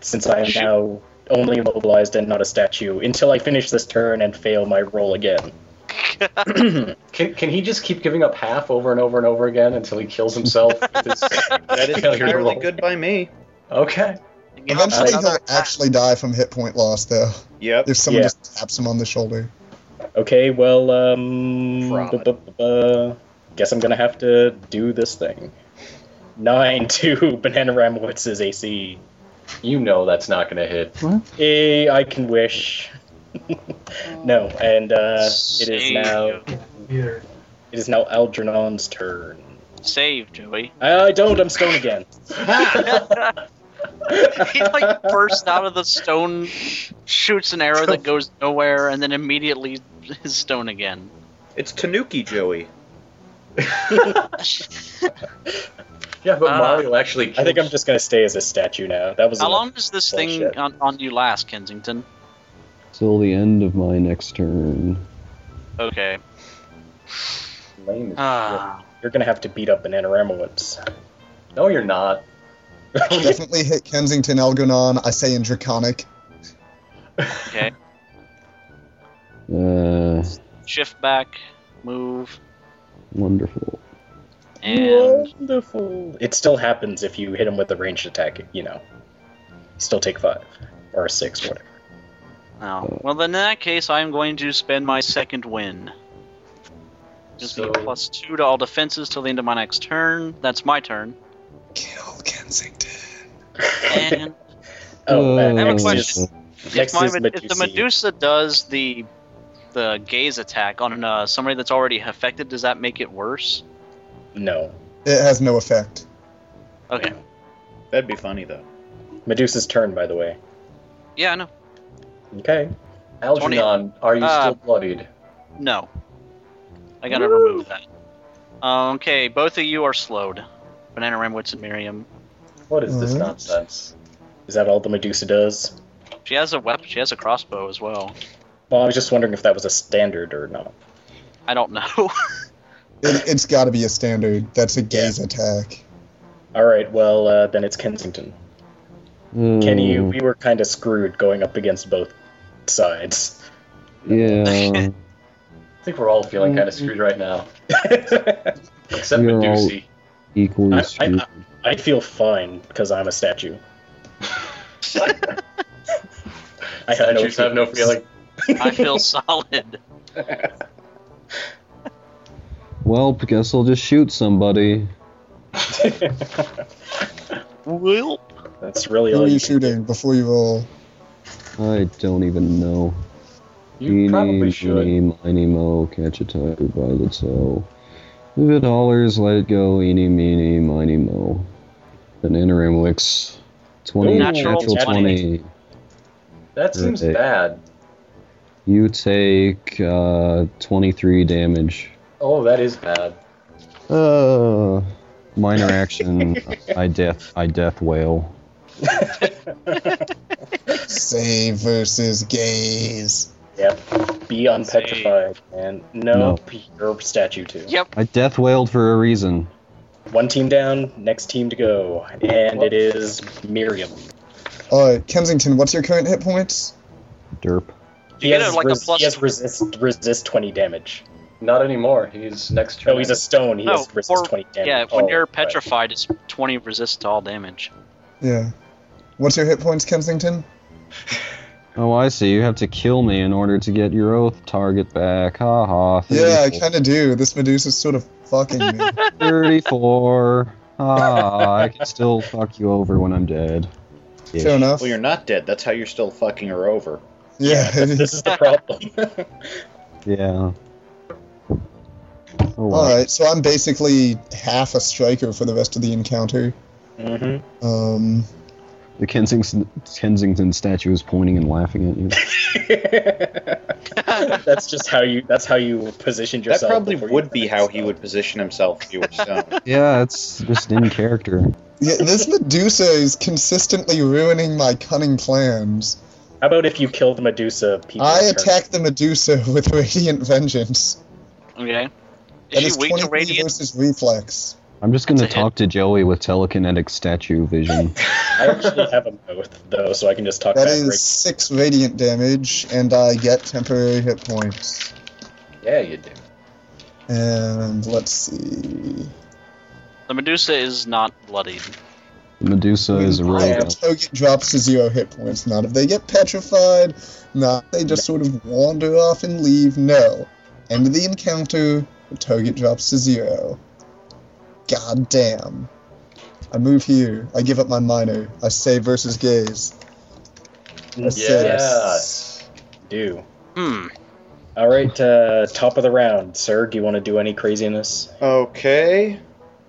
since I am
Shoot.
now only immobilized and not a statue until I finish this turn and fail my roll again.
Can, can he just keep giving up half over and over and over again until he kills himself? with his
That is
failure to
entirely
roll?
good by me.
Okay.
Give up
Eventually,
another
he'll
pass.
actually die from hit point loss, though,
Yep.
if someone
Yeah.
just taps him on the shoulder.
Okay, well, um,
Fraud.
bu- bu- bu- bu- guess I'm gonna have to do this thing. Nine to Banana Ramowitz's AC.
You know that's not going to hit.
Eh, I can wish. no, and uh, it is
Save.
now it
Mm-hmm.
is now Algernon's turn.
Save, Joey.
I don't. I'm stone again.
he like bursts out of the stone, shoots an arrow that goes nowhere, and then immediately is stone again.
It's Tanuki Joey.
Yeah, but
Uh,
Mario actually.
I think I'm
kills-
just gonna stay as a statue now. That was
How
a-
long does this thing
Bullshit.
on, on you last, Kensington?
Till the end of my next turn.
Okay.
lame. as
Ah.
You're gonna have to beat up Banana Ramowitz.
shit. No, you're not.
Definitely hit Kensington Elgonon, I say in Draconic.
Okay.
Uh,
Shift back, move,
wonderful.
and
Wonderful. It still happens if you hit him with a ranged attack. You know, you still take five or a six, whatever.
oh. Well, then in that case, I am going to spend my second win. Just
So-
be plus two to all defenses till the end of my next turn. That's my turn.
Kill Kensington.
And
Oh,
Uh,
uh,
I have a
next
question.
is
if,
next
my,
is
Med- if the
Medusa.
Medusa does the the gaze attack on uh, somebody that's already affected, does that make it worse?
no.
It has no effect.
Okay.
That'd be funny though.
Medusa's turn, by the way.
Yeah, no,
Okay.
Algernon, are you
Uh,
still bloodied?
no. I gotta remove that. Uh, okay, both of you are slowed. Banana Ramwitz and Miriam.
What is this
Mm-hmm.
Mhm.
nonsense?
Is that all the Medusa does?
She has a weapon. She has a crossbow as well.
Well, I was just wondering if that was a standard or not.
I don't know.
It, it's got to be a standard. That's a gaze attack.
All right. Well, uh, then it's Kensington. Kenny,
Hmm,
we were kind of screwed going up against both sides.
Yeah.
I think we're all feeling
Mm.
kind of
Mm-hmm.
screwed right now.
I,
Except
We're all-
Medusi.
equally
I-
screwed.
I feel fine because I'm a statue. I have no,
Statues have no feeling.
I feel solid.
Well, guess I'll just shoot somebody.
Will.
That's really
Who
all
are you
you can-
shooting before you roll?
I don't even know.
You probably should.
Eeny, miny, mo, catch a tiger by the toe. If it hollers, let it go. Eeny, meeny, miny, mo. Banana Ramwicks. 20,
Ooh,
natural,
natural
20.
20.
That seems
Right.
bad.
You take uh, 23 damage.
Oh, that is bad.
Uh, minor action. I death. I death wail.
Save versus gaze.
Yep. Be unpetrified. And nope, you're statue too.
Yep.
I death wailed for a reason.
One team down, next team to go. And it is Miriam.
Uh, Kensington, what's your current hit points?
Derp.
You get a, like a
res-
plus-
he has resist, resist 20 damage.
Not anymore. He's next turn.
No, he's a stone. He
No,
has resist
or-
20 damage.
Yeah. When
Oh,
you're
right.
petrified, it's 20 resist to all damage.
Yeah. What's your hit points, Kensington?
Oh, I see. You have to kill me in order to get your oath target back. Ha ha.
Yeah, I
34.
kind of do. This Medusa's sort of fucking me.
34. Ah, I can still fuck you over when I'm dead. Ish.
Fair enough.
Well, you're not dead. That's how you're still fucking her over.
yeah.
This is the problem.
Yeah. Oh,
All
well.
right, so I'm basically half a striker for the rest of the encounter.
Mm-hmm.
hmm
Um,
The Kensington, Kensington statue is pointing and laughing at you.
that's just how you. That's how you positioned yourself.
that probably
before you
would be
finished,
how he
so.
would position himself if he were stone.
yeah, it's just in character.
yeah, this Medusa is consistently ruining my cunning plans.
How about if you kill the Medusa? People
I
turn?
attack the Medusa with radiant vengeance.
Okay.
That
Is
is
she weak to
23
radiant?
versus reflex.
I'm just gonna
It's a hit.
talk to Joey with telekinetic statue vision.
I actually have them both, though, so I can just talk
That
back.
is six radiant damage, and I get temporary hit points.
Yeah, you do.
And let's see.
The Medusa is not bloodied.
Medusa is a
If
rogue.
Toget drops to zero hit points. Not if they get petrified. Not if they just sort of wander off and leave. No. End of the encounter. The Toget drops to zero. God damn. I move here. I give up my minor. I say versus gaze. I say
Yes. Do.
Hmm.
All right, uh, top of the round, sir. Do you want to do any craziness?
Okay.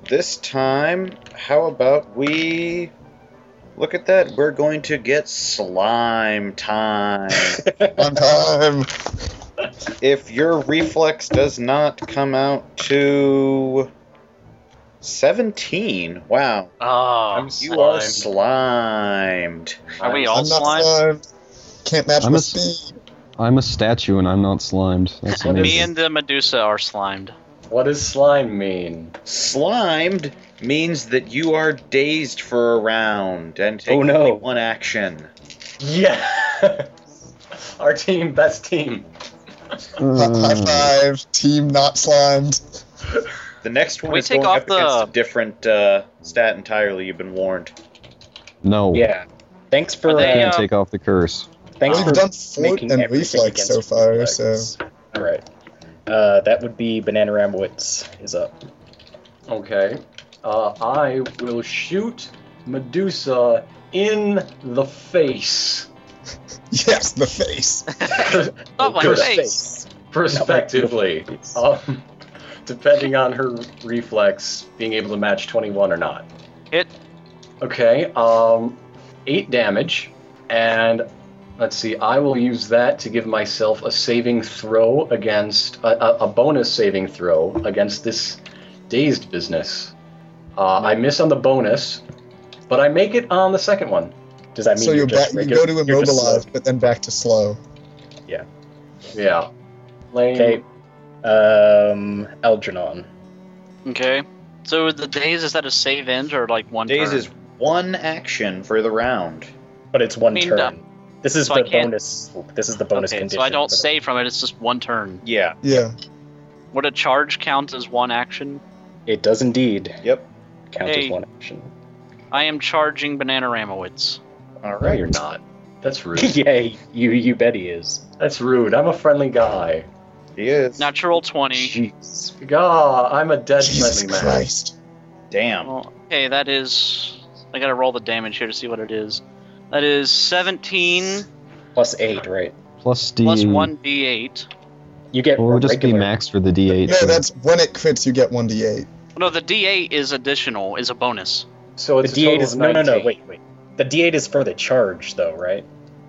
This time, how about we look at that? We're going to get slime time.
on time.
if your reflex does not come out to 17, wow.
Oh,
I'm
You are
Slimed.
slimed.
are we all
I'm not
slime?
slimed. Can't match
I'm
my
a-
speed.
I'm a statue and I'm not slimed. That's
What is-
amazing.
Me and the Medusa are slimed.
What does slime mean?
Slimed means that you are dazed for a round and take
Oh, no.
only one action.
Yeah. Our team, best team.
High
uh,
Mm.
five. Team not slimed.
The next one
we
is
take
going
off
up against
the-
a different uh, stat entirely. You've been warned.
no.
Yeah. Thanks for
Are
I
they,
uh,
can't
uh,
take off the curse.
thanks
We've
for
done fort
making
and
everything
reflex
against
so far, so.
reflex. All right. Uh, that would be Banana Ramwitz is up.
Okay. Uh, I will shoot Medusa in the face.
Yes, the face.
Not my
Good.
face.
Prospectively. Um, depending on her reflex being able to match 21 or not.
Hit.
Okay, um, 8 damage, and let's see, I will use that to give myself a saving throw against, a, a, a bonus saving throw against this dazed business. Uh, I miss on the bonus, but I make it on the second one.
Does that mean
so
you're
you're back.
just
You
regular-
go to
you're just
immobilize, but then back to slow.
Yeah. Lame.
Okay. slow? Um, Algernon.
Okay. So the days is that a save end or like one
Daze
turn?
is one action for the round.
But it's one
I mean,
turn.
uh,
this is
so I
the
can't-
bonus. This is the bonus
okay,
condition.
so I don't
for the-
save from it. It's just one turn.
Yeah.
Yeah.
Would a charge count as one action?
It does indeed
Yep.
count
Hey.
as one action.
I am charging Banana Ramowitz.
All
No,
right.
you're not. That's rude.
Yay! You you bet he is.
That's rude. I'm a friendly guy.
He is.
Natural twenty.
Jeez.
Gah, I'm a dead
Jesus
friendly man.
Christ.
Damn.
Well, okay, that is. I gotta roll the damage here to see what it is. That is seventeen
Plus eight, right?
Plus Steam.
plus one d8.
You get
Or it would just be
regular.
max for the D8.
No, that's when it crits, you get 1d8.
No, the d8 is additional. Is a bonus.
So
the
it's a
D8
total
is
of
no no no
19.
wait wait. The D8 is for the charge though, right?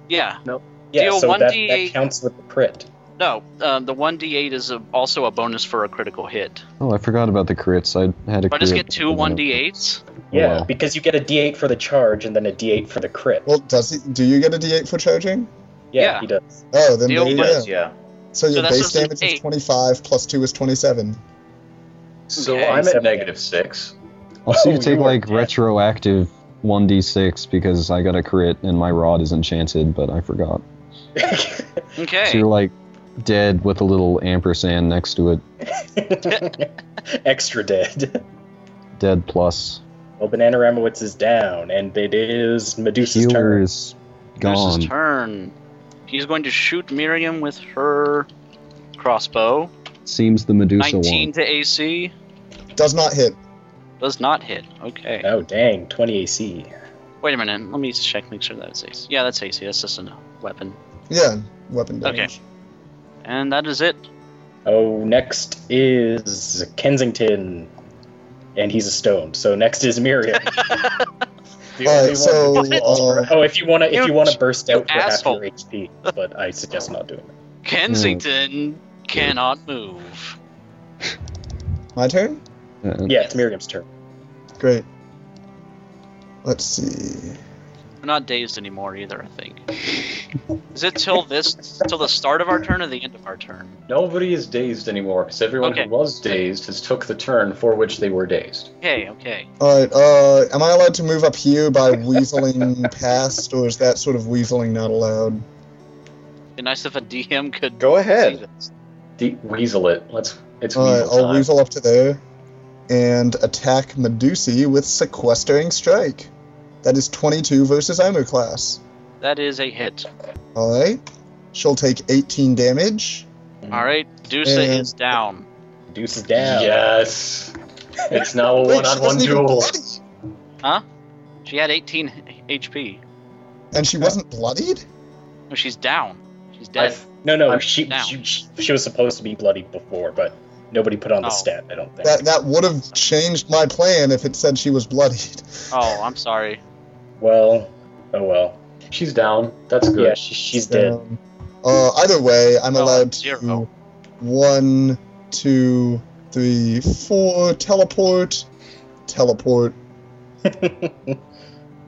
Yeah.
Yeah,
Deal
so
one
that, that
D8.
counts with the crit.
No, um, the one d8 is a, also a bonus for a critical hit.
Oh, I forgot about the crits. I had a
But I
crit.
just get two one d8s.
Yeah,
Wow.
because you get a D8 for the charge and then a D8 for the crit.
Well, does he? Do you get a d8 for charging?
yeah,
yeah.
he does.
Oh, then
Deal
there you
He
go.
is, yeah.
So
So
your
that's
base
just an
damage is
eight.
25 plus 2 is 27.
So
Okay.
I'm at
Seven.
negative six.
Also,
Oh,
you take
you are
like
dead.
retroactive 1d6 because I got a crit and my rod is enchanted, but I forgot. So
Okay.
you're like dead with a little ampersand next to it.
Extra dead.
Dead plus.
Well, Banana Ramowitz is down, and it is Medusa's
Healer
turn.
is
Medusa's
gone.
turn. He's going to shoot Miriam with her crossbow.
Seems the Medusa
19
one.
to AC
Does not hit.
does not hit. Okay.
Oh, dang, 20 AC.
Wait a minute. Let me check. Make sure that's AC. Yeah, that's AC. That's just a weapon.
Yeah, weapon
Okay.
damage.
And that is it.
Oh, next is Kensington, and he's a stone. So next is Miriam.
The
Alright,
only
so,
one that's all
uh,
right.
oh, if you wanna, if
You-
you wanna burst
you
out for
asshole.
half your HP, but I suggest not doing that.
Kensington cannot move.
My turn?
Uh,
Yeah, it's Miriam's turn.
Great. Let's see.
I'm not dazed anymore either. I think. Is it till this, till the start of our turn or the end of our turn?
Nobody is dazed anymore because everyone
Okay.
who was dazed has took the turn for which they were dazed.
Okay, okay.
All right. Uh, am I allowed to move up here by weaseling past, or is that sort of weaseling not allowed?
Be nice if a DM could
Go
see
ahead.
this.
De- weasel it. Let's. It's
All right.
weasel
I'll
time.
weasel up to there, and attack Medusi with sequestering strike. That is 22 versus armor class.
That is a hit.
All right. She'll take 18 damage.
Mm.
All right, Medusa
Yeah.
is down.
Deuce is down.
Yes. It's now a
Wait, she
one-on-one
wasn't even
duel.
bloodied.
She had 18 HP.
And she wasn't bloodied.
No, she's down. She's
I
dead.
th-
No, no,
I'm
she,
down.
she she she was supposed to be bloody before, but nobody put on the
Oh.
stat. I don't think.
That that would have changed my plan if it said she was bloodied.
Oh, I'm sorry.
Well, oh well.
She's down. That's good.
Yeah, she, she's dead.
Um, uh, either way, I'm
Oh,
allowed to
zero.
one, two, three, four, teleport, teleport.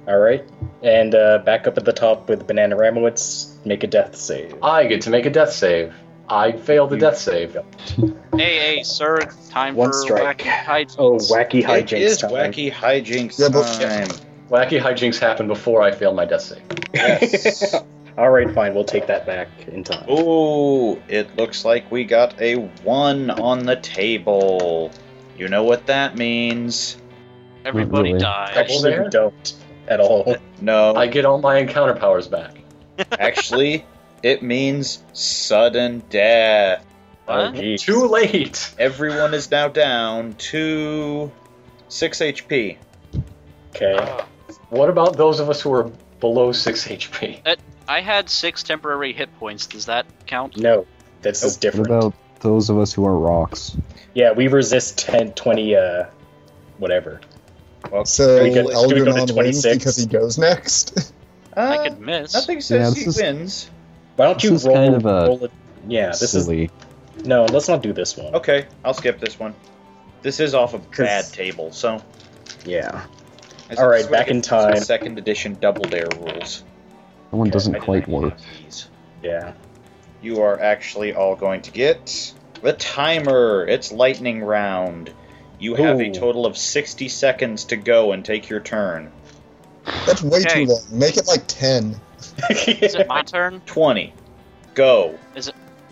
All right, and uh, back up at the top with Banana Ramowitz. Make a death save.
I get to make a death save. I failed the
You-
death save.
Hey, hey, sir. Time
One
for
strike.
wacky hide.
Oh, wacky
It
hijinks!
is
time.
wacky hijinks
Yeah, but-
time.
Wacky hijinks happened before I failed my death save.
Yes.
All right, fine. We'll take that back in time.
Ooh, it looks like we got a one on the table. You know what that means.
Everybody
Really?
dies.
Double
Actually,
there?
don't at all.
No,
I get all my encounter powers back.
actually, it means sudden death.
What?
geez.
Too late.
Everyone is now down to 6 HP.
Okay.
What about those of us who are below six HP?
I had six temporary hit points. Does that count?
No, this is
What
different.
about those of us who are rocks?
Yeah, we resist 10, 20, uh, whatever.
Well,
So
we go- do we go to
Algernon wins
26?
because he goes next.
I
uh,
could miss.
nothing
Yeah,
says
this
he
is-
wins.
Why don't you
This is
roll?
kind of a-
roll it- yeah, this is
Silly.
no. Let's not do this one.
Okay, I'll skip this one. This is off a bad table, so.
Yeah.
I
All right,
swear
back
to
in
God,
time.
Second edition double dare rules.
That one doesn't
I did
quite
not
work.
have these.
Yeah.
You are actually all going to get the timer. It's lightning round. You have a
Ooh.
total of 60 seconds to go and take your turn.
That's way
Okay.
too long. Make it like 10.
Is it my turn?
20. Go.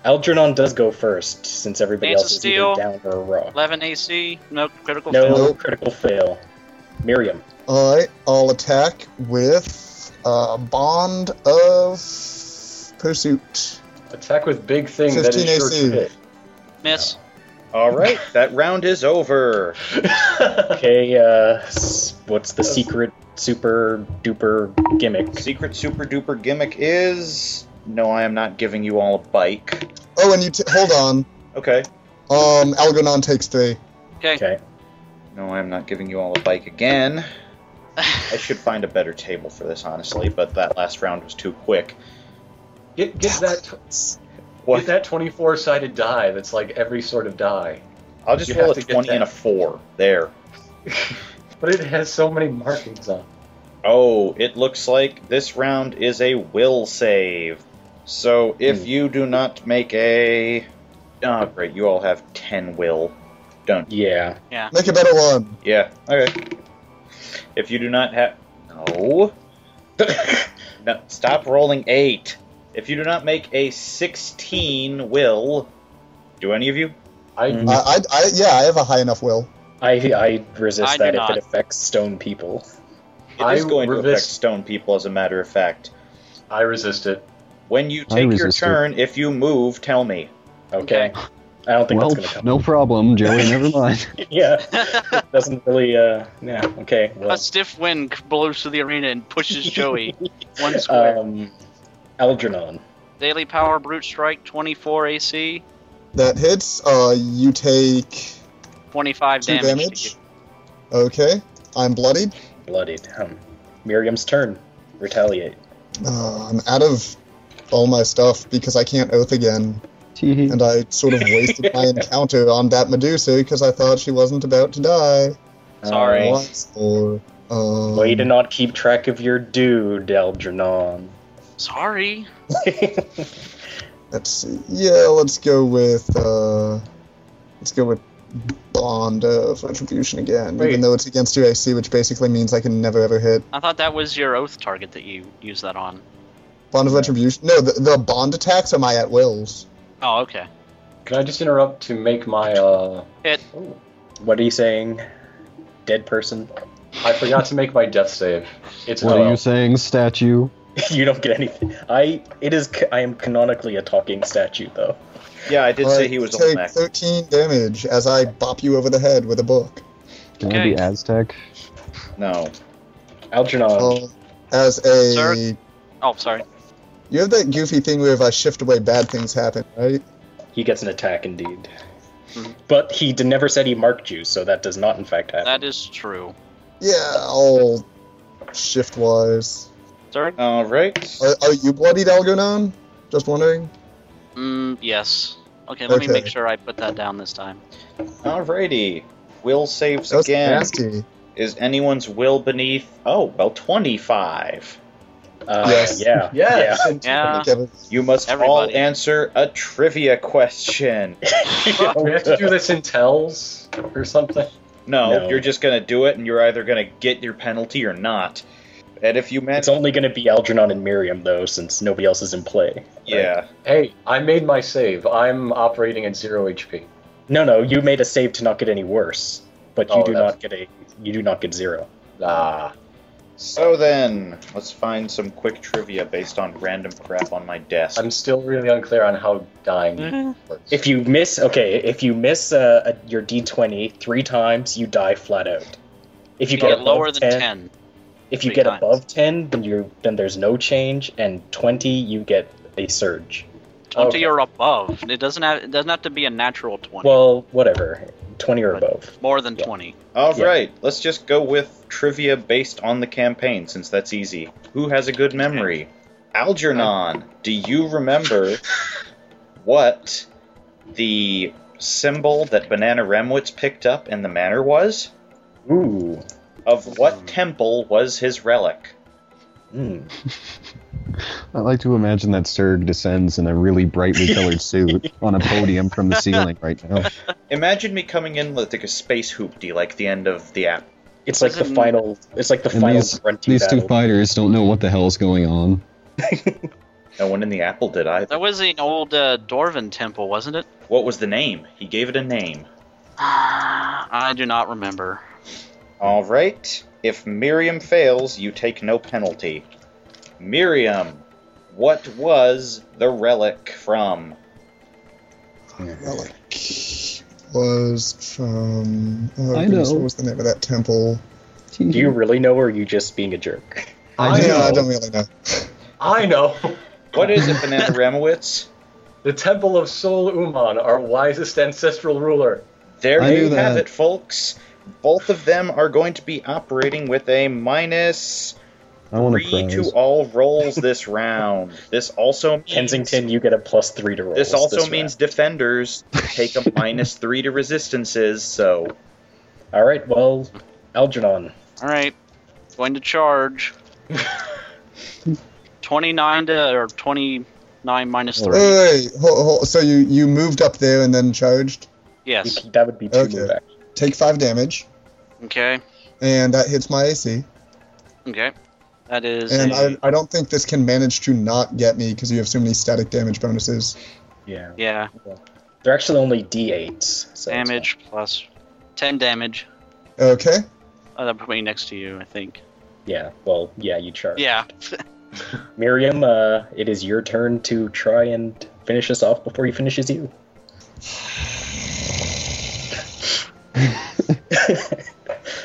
Algernon does go first, since everybody
Dance
else
of
is
Steel.
either down or a rock.
11 AC. No critical
No
fail.
Nope.
critical fail. Miriam.
All right, I'll attack with uh, Bond of Pursuit.
Attack with big thing that is
15
sure
AC.
to hit.
Miss.
All right, that round is over.
Okay. Uh, s- what's the secret super duper gimmick?
Secret super duper gimmick is no, I am not giving you all a bike.
Oh, and you t- hold on.
Okay.
Um, Algernon takes three.
Okay.
No, I am not giving you all a bike again. I should find a better table for this, honestly, but that last round was too quick.
Get, get that
What?
get that twenty four sided die. That's like every sort of die,
I'll just
you
roll a
have to get
20 and a
that.
4. There.
but it has so many markings on. it.
Oh, it looks like this round is a will save. So if you do not make a. Oh, great. You all have 10 will. Don't.
Yeah.
Make a better one.
Yeah. Okay. If you do not have. No. no. Stop rolling 8. If you do not make a 16 will. Do any of you?
I
Mm.
Mhm.
I, I, I, yeah, I have a high enough will.
I I resist
I do
that if
not.
it affects stone people.
It is
I
going to affect
resist-
stone people, as a matter of fact.
I resist it.
When you
I
take your
resist it.
turn, if you move, tell me.
Okay. I don't think
Well,
that's gonna
no problem, Joey. Never mind.
come. Yeah. It doesn't really. Uh. Yeah. Okay. Well.
a stiff wind blows through the arena and pushes Joey one square.
Um. Algernon.
Daily power brute strike 24 AC,
That hits. Uh, you take
25
two
damage. to
damage. Okay, I'm bloodied.
bloodied. Um, Miriam's turn. Retaliate.
Uh, I'm out of all my stuff because I can't oath again,
Tee-hee.
and I sort of wasted my encounter on that Medusa because I thought she wasn't about to die.
Sorry.
Once or Um,
Way to not keep track of your dude, Algernon.
Sorry.
Let's see. Yeah, let's go with uh, let's go with bond of retribution again.
Wait.
Even though it's against your AC, which basically means I can never ever hit
I thought that was your oath target that you used that on.
bond of retribution. No, the, the bond attacks are my at wills.
Oh, okay.
Can I just interrupt to make my uh
What are you saying? Dead person?
I forgot to make my death save. It's
What
an
are
OO.
you saying, statue?
you don't get anything. I it is ca- I am canonically a talking statue though.
Yeah, I did
I
say he was old
take
Mac.
13 damage as I bop you over the head with a book.
Can I
Okay.
be Aztec?
No. Oh.
Algernon.
Um, as a
Sir? Oh, sorry.
you have that goofy thing where if I shift away, bad things happen, right?
He gets an attack indeed.
Hmm.
Mhm.
But he d- never said he marked you, so that does not in fact happen.
That is true.
Yeah, I'll shift wise.
Sir?
All right.
Are, are you bloodied, Algernon? Just wondering.
Mm, yes. Okay, let me
Okay.
make sure I put that down this time.
Alrighty. Will saves
That's
again.
nasty.
Is anyone's will beneath? Oh, well, 25.
uh,
Yes.
Yeah.
Yes. and-
Yeah.
Kevin.
You must all
Everybody.
answer a trivia question.
Yeah.
Oh, we have to do this in tells or something.
No,
No.
you're just going to do it, and you're either going to get your penalty or not. And if you manage.
It's only going to be Algernon and Miriam though, since nobody else is in play.
yeah.
Hey, I made my save. I'm operating at zero HP.
No, no, you made a save to not get any worse, but you
Oh,
do
that's-
not get a you do not get zero.
Ah.
So then, let's find some quick trivia based on random crap on my desk.
I'm still really unclear on how dying works.
If you miss, okay, if you miss uh, a, your d20 three times, you die flat out. If you,
You
get,
get
above
lower than 10.
if you
three
get
times.
above 10, then you then there's no change, and 20 you get a surge. Oh,
20
Okay.
or above. It doesn't have it doesn't have to be a natural 20.
Well, whatever, 20 or above.
More than
yeah.
20.
All
Yeah.
right, let's just go with trivia based on the campaign since that's easy. Who has a good memory? Algernon, do you remember what the symbol that Banana Remwitz picked up in the manor was?
Ooh,
Of what temple was his relic?
Hmm.
I like to imagine that Serg descends in a really brightly colored suit on a podium from the ceiling right now.
Imagine me coming in with like a space hoopty like the end of the app.
it's like the
Doesn't-
final. It's like the
And
final
these-
grunty
These two
battle.
fighters don't know what the hell is going on.
No one in the apple did either.
That was an old uh, Dwarven temple, wasn't it?
What was the name? He gave it a name.
I do not remember.
All right. If Miriam fails, you take no penalty. Miriam, what was the relic from?
Relic was from. Oh,
I
goodness,
know.
What was the name of that temple?
Do you really know, or are you just being a jerk?
I,
I
know.
know.
I don't really know.
I know.
What is it, Banana Ramowitz?
The Temple of Sol Uman, our wisest ancestral ruler.
There
I knew
you have
that.
it, folks. Both of them are going to be operating with a minus
I want to
three
prize.
to all rolls this round. This also means
Kensington, you get a plus three to roll.
This also means defenders take a minus three to resistances. So
All right, well, Algernon.
All right, going to charge. 29 to or 29 minus
Wait,
3.
wait, wait, hold- hold- So you you moved up there and then charged.
Yes.
That would be two
Okay.
move actions.
Take five damage,
Okay.
and that hits my AC.
Okay. That is
And
a-
I, I don't think this can manage to not get me because you have so many static damage bonuses.
Yeah,
yeah,
they're actually only d8s. So it's
damage plus 10 damage.
Okay.
Oh, that put me next to you, I think.
fine. Yeah, well, yeah, you charge.
Yeah.
Miriam, uh, it is your turn to try and finish us off before he finishes you.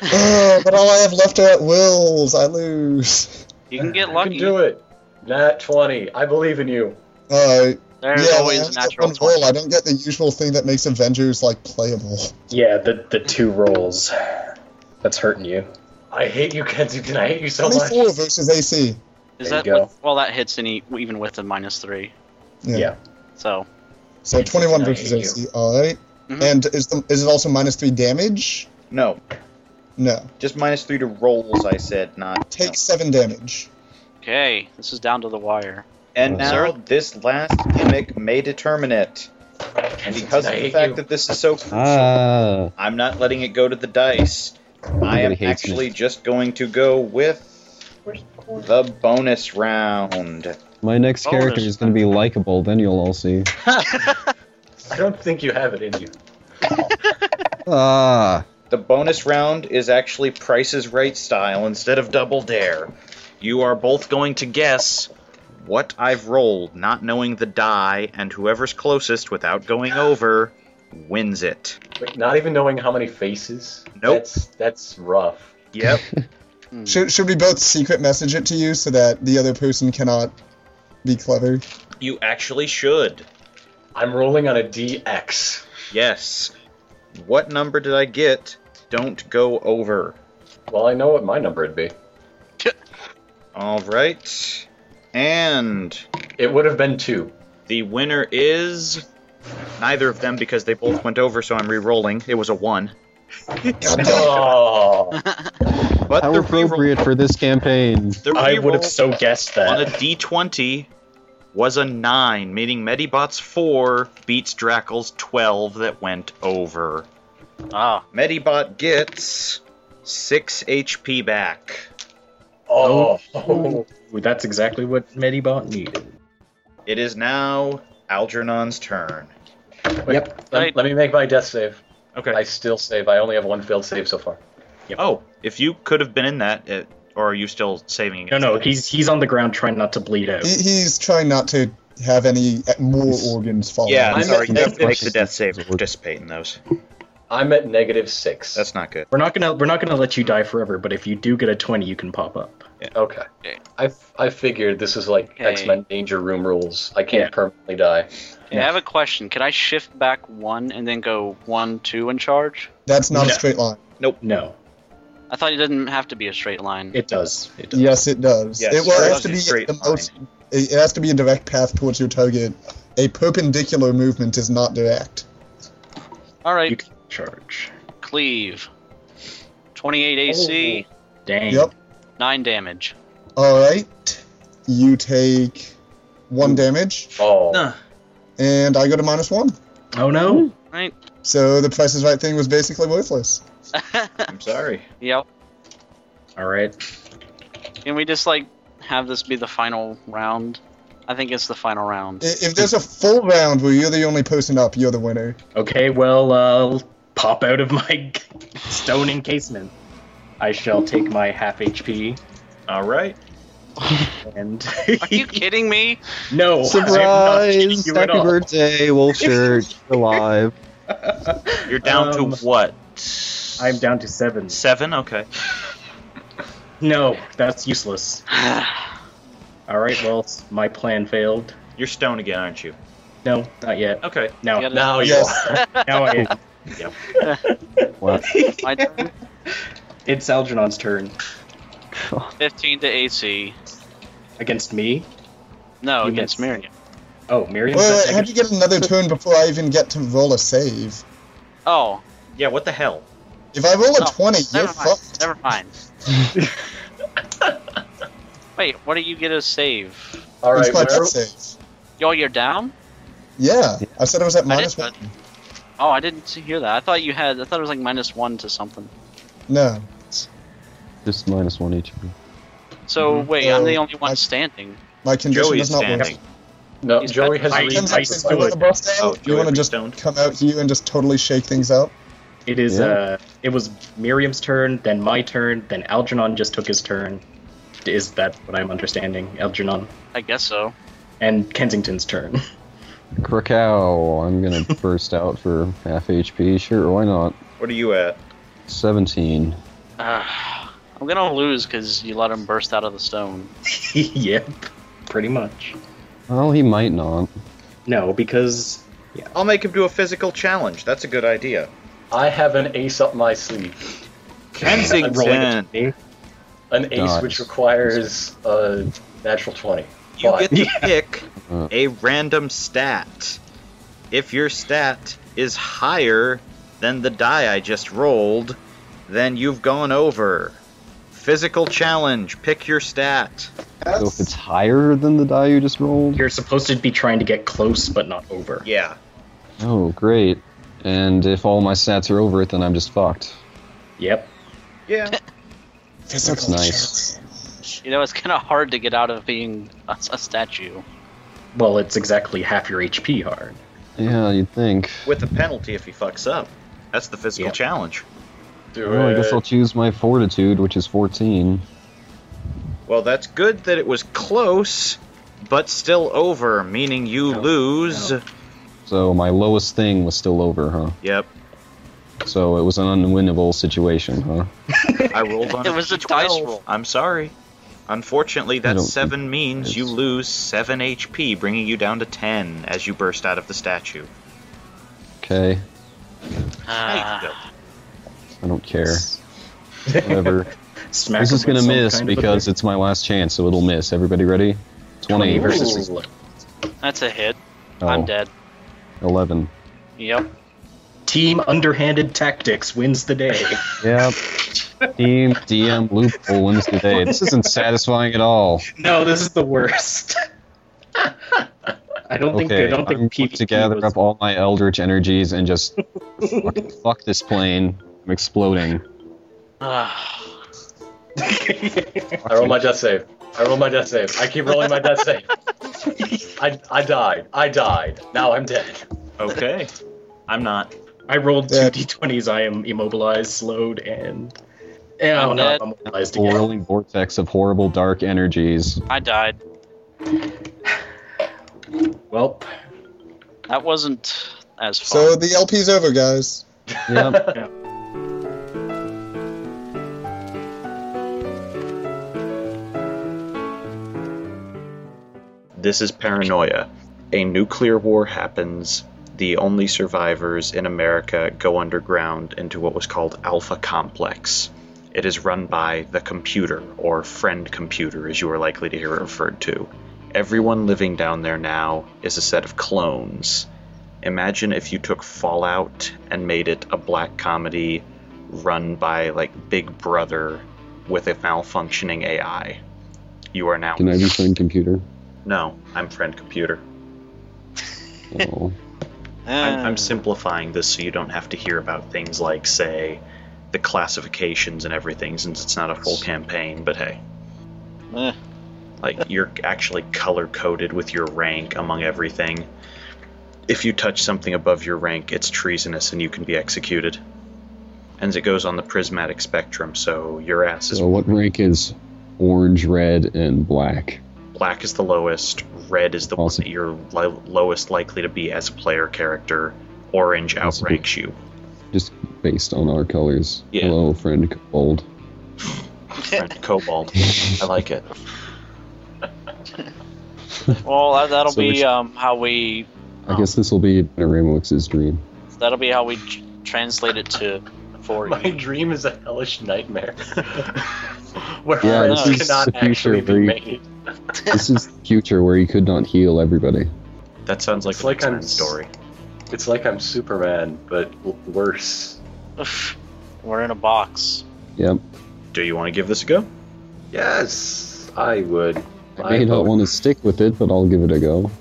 Oh, but all I have left are at wills. I lose.
You can get
You
lucky.
can do it. Nat 20. I believe in you.
All right.
There's
Uh, yeah,
always
I
a
only get
natural
one roll.
20.
I don't get the usual thing that makes Avengers like playable.
Yeah, the the two rolls. That's hurting you.
I hate you, Kensington. I hate you so much.
24 versus AC.
There
Is that
you go.
with, well? That hits any even with a minus three.
Yeah.
Yeah.
So
So 21
I hate
versus
you.
AC. All right.
Mhm.
And is the is it also minus three damage?
no,
No.
Just minus three to rolls, I said, not.
Take seven damage.
Okay, this is down to the wire.
And now
Sir?
this last gimmick may determine it. And because of the fact that this is so crucial,
Ah.
I'm not letting it go to the dice. I am
Everybody hates me.
actually just going to go with the bonus round.
My next
Bonus.
character is going to be likable, then you'll all see.
I don't think you have it in you.
Ah.
The bonus round is actually Price's Right style instead of Double Dare. You are both going to guess what I've rolled, not knowing the die, and whoever's closest without going over wins it.
Wait, not even knowing how many faces.
Nope.
That's that's rough.
Yep.
Should, should we both secret message it to you so that the other person cannot be clever?
you actually should.
I'm rolling on a DX.
Yes. What number did I get? Don't go over.
Well, I know what my number would be.
All right. And
It would have been two.
the winner is neither of them because they both went over, so I'm re-rolling. It was a one.
God damn.
Oh,
But
How
the
appropriate for this campaign.
re-roll, the
I would have
re-roll
so guessed
on a
that.
d20 was a nine, meaning Medibot's four beats Drackel's twelve that went over.
Ah,
Medibot gets six HP back.
oh.
That's exactly what Medibot needed.
It is now Algernon's turn.
Yep. Let, let me make my death save.
Okay.
I still save. I only have one failed save so far.
Oh, if you could have been in that, it, or are you still saving?
No,
it?
no, he's he's on the ground trying not to bleed out.
He, he's trying not to have any more organs fall.
Yeah,
out.
I'm
I'm
sorry.
at
You have to
negative
make the death
six.
save to participate in those.
I'm at negative six.
That's not good.
We're not gonna we're not gonna let you die forever, but if you do get a twenty, you can pop up.
okay.
Okay.
I, f- I figured this is like
Okay.
X Men Danger Room rules. I can't
Yeah.
permanently die.
okay, I have a question. Can I shift back one and then go one, two, and charge?
That's not
No.
a straight line.
No,
I thought it didn't have to be a straight line.
it does. It does.
Yes, it does.
Yes,
it, well,
it
it
does.
has to be
It's straight
the most. It it has to be a direct path towards your target. A perpendicular movement is not direct.
All
You
right,
can charge.
cleave. 28 AC,
Oh.
Dang.
Yep.
9 damage.
All right, you take one damage,
Oh.
and I go to minus one.
Oh no.
Right?
So the Price is Right thing was basically worthless.
I'm sorry.
yep.
All right.
Can we just, like, have this be the final round? I think it's the final round.
I- If there's a full round where you're the only person up, you're the winner.
Okay. Well, I'll pop out of my stone encasement. I shall take my half HP
All right.
and.
Are you kidding me?
no. I'm not kidding
Surprise!
you at
Happy
all.
birthday, Wolf Shirt. alive.
You're down
Um,
to what?
I'm down to seven.
Seven. Okay.
No, that's useless. All right. Well, my plan failed.
You're stone again, aren't you?
No, not yet.
Okay.
Now,
You gotta-
Now you
Yes.
are.
now I am.
Wow.
My turn.
It's Algernon's turn.
15 to AC.
Against me?
No,
You missed.
against Miriam.
Oh,
Wait,
Miriam's
wait,
not
how'd you
against-
get another turn before I even get to roll a save?
Oh,
Yeah. What the hell?
If I roll a
Oh,
twenty, you're
never mind.
fucked.
Never mind. Wait, what do you get as save?
All right.
It's my
Where,
death save.
Yo, you're down?
Yeah, I said I was at minus
didn't-
one.
Oh, I didn't see- hear that. I thought you had. I thought it was like minus one to something.
No.
Just minus one HP.
So wait, I'm the
Oh,
only one
I-
standing.
My condition
Joey's
does not
standing.
work.
no,
He's
Joey has
I-
reached
Tim's
I
like,
his
"Do
stood.
you want to bust out?
Oh,
Do you want
Joey
to just
stoned.
come out here and just totally shake things up?
It is,
Yeah.
uh, it was Miriam's turn, then my turn, then Algernon just took his turn. Is that what I'm understanding? Algernon.
I guess so.
And Kensington's turn.
Krakow. I'm gonna burst out for half HP. Sure, why not?
What are you at?
Seventeen.
Uh, I'm gonna lose because you let him burst out of the stone.
yep, pretty much.
Well, he might not.
No, because
I'll make him do a physical challenge. That's a good idea.
I have an ace up my sleeve.
I'm rolling a
Kensington,
20.
An ace
Nice.
which requires a natural 20.
you get to
Yeah.
pick
Uh.
a random stat. If your stat is higher than the die I just rolled, then you've gone over. Physical challenge. Pick your stat.
So if it's higher than the die you just rolled,
You're supposed to be trying to get close, but not over.
Yeah.
oh great. And if all my stats are over it, then I'm just fucked.
Yep.
Yeah.
Physical
nice.
challenge.
You know, it's kind of hard to get out of being a, a statue.
Well, it's exactly half your HP hard.
Yeah, you'd think.
With a penalty if he fucks up. That's the physical
Yeah.
challenge.
Do
Well, I guess
it.
I'll choose my fortitude, which is 14.
Well, that's good that it was close, but still over, meaning you lose.
So my lowest thing was still over, huh?
Yep.
So it was an unwinnable situation, huh?
I rolled on
It was a
D12.
dice roll.
I'm sorry. Unfortunately, that
don't
seven means you
it's-
lose seven HP, bringing you down to ten as you burst out of the statue.
Okay,
Ah.
Hey,
I don't care. Whatever.
Smack
this
him
is
with
gonna
some
miss
kind of a
because it's my last chance, so it'll miss. Everybody ready? 20,
20 versus
Ooh.
his low.
That's a hit.
Oh,
I'm dead.
11.
Yep.
Team underhanded tactics wins the day.
Yep. Team DM loophole wins today. This isn't satisfying at all.
no, this is the worst. I don't think
Okay,
I don't think
am
PvP
to gather
was-
up all my eldritch energies and just fuck, fuck this plane. I'm exploding.
Ah.
I roll my death save. I roll my death save. I keep rolling my death save. I, I died. I died. Now I'm dead.
Okay. I'm not.
I rolled two
Yeah.
d20s. I am immobilized, slowed, and and I'm
I'm
not
dead.
immobilized again.
Whirling vortex of horrible dark energies.
I died.
Well,
That wasn't as fun.
So the LP's over, guys.
Yep.
This is paranoia. A nuclear war happens. The only survivors in America go underground into what was called Alpha Complex. It is run by the computer, or friend computer, as you are likely to hear it referred to. Everyone living down there now is a set of clones. Imagine if you took Fallout and made it a black comedy run by, like, Big Brother with a malfunctioning AI. You are now.
Can I be friend computer?
No, I'm friend computer.
Oh.
I'm,
Ah.
I'm simplifying this so you don't have to hear about things like, say, the classifications and everything, since it's not a full campaign. But hey,
Eh.
like you're actually color coded with your rank among everything. If you touch something above your rank, it's treasonous and you can be executed. And it goes on the prismatic spectrum, so your ass is
So what rank is orange, red, and black?
black is the lowest, red is the
Awesome.
one that you're li- lowest likely to be as a player character, orange
Awesome.
outranks you.
Just based on our colors.
Yeah.
Hello, friend gold.
Friend Cobalt. I like it.
Well, that, that'll
So
be
which-
um, how we.
I guess this will be Ramelix's dream.
That'll be how we tr- translate it to for
My
you.
dream is a hellish nightmare. Where
Uh, Yeah,
friends
this
is
cannot
the future
actually
where
be
you-
made.
This is the future where you could not heal everybody.
That sounds like
It's
an
like I'm
X-Men story.
It's like I'm Superman, but w- worse.
Oof. We're in a box.
Yep.
Do you want to give this a go?
Yes, I would.
I may not want to stick with it, but I'll give it a go.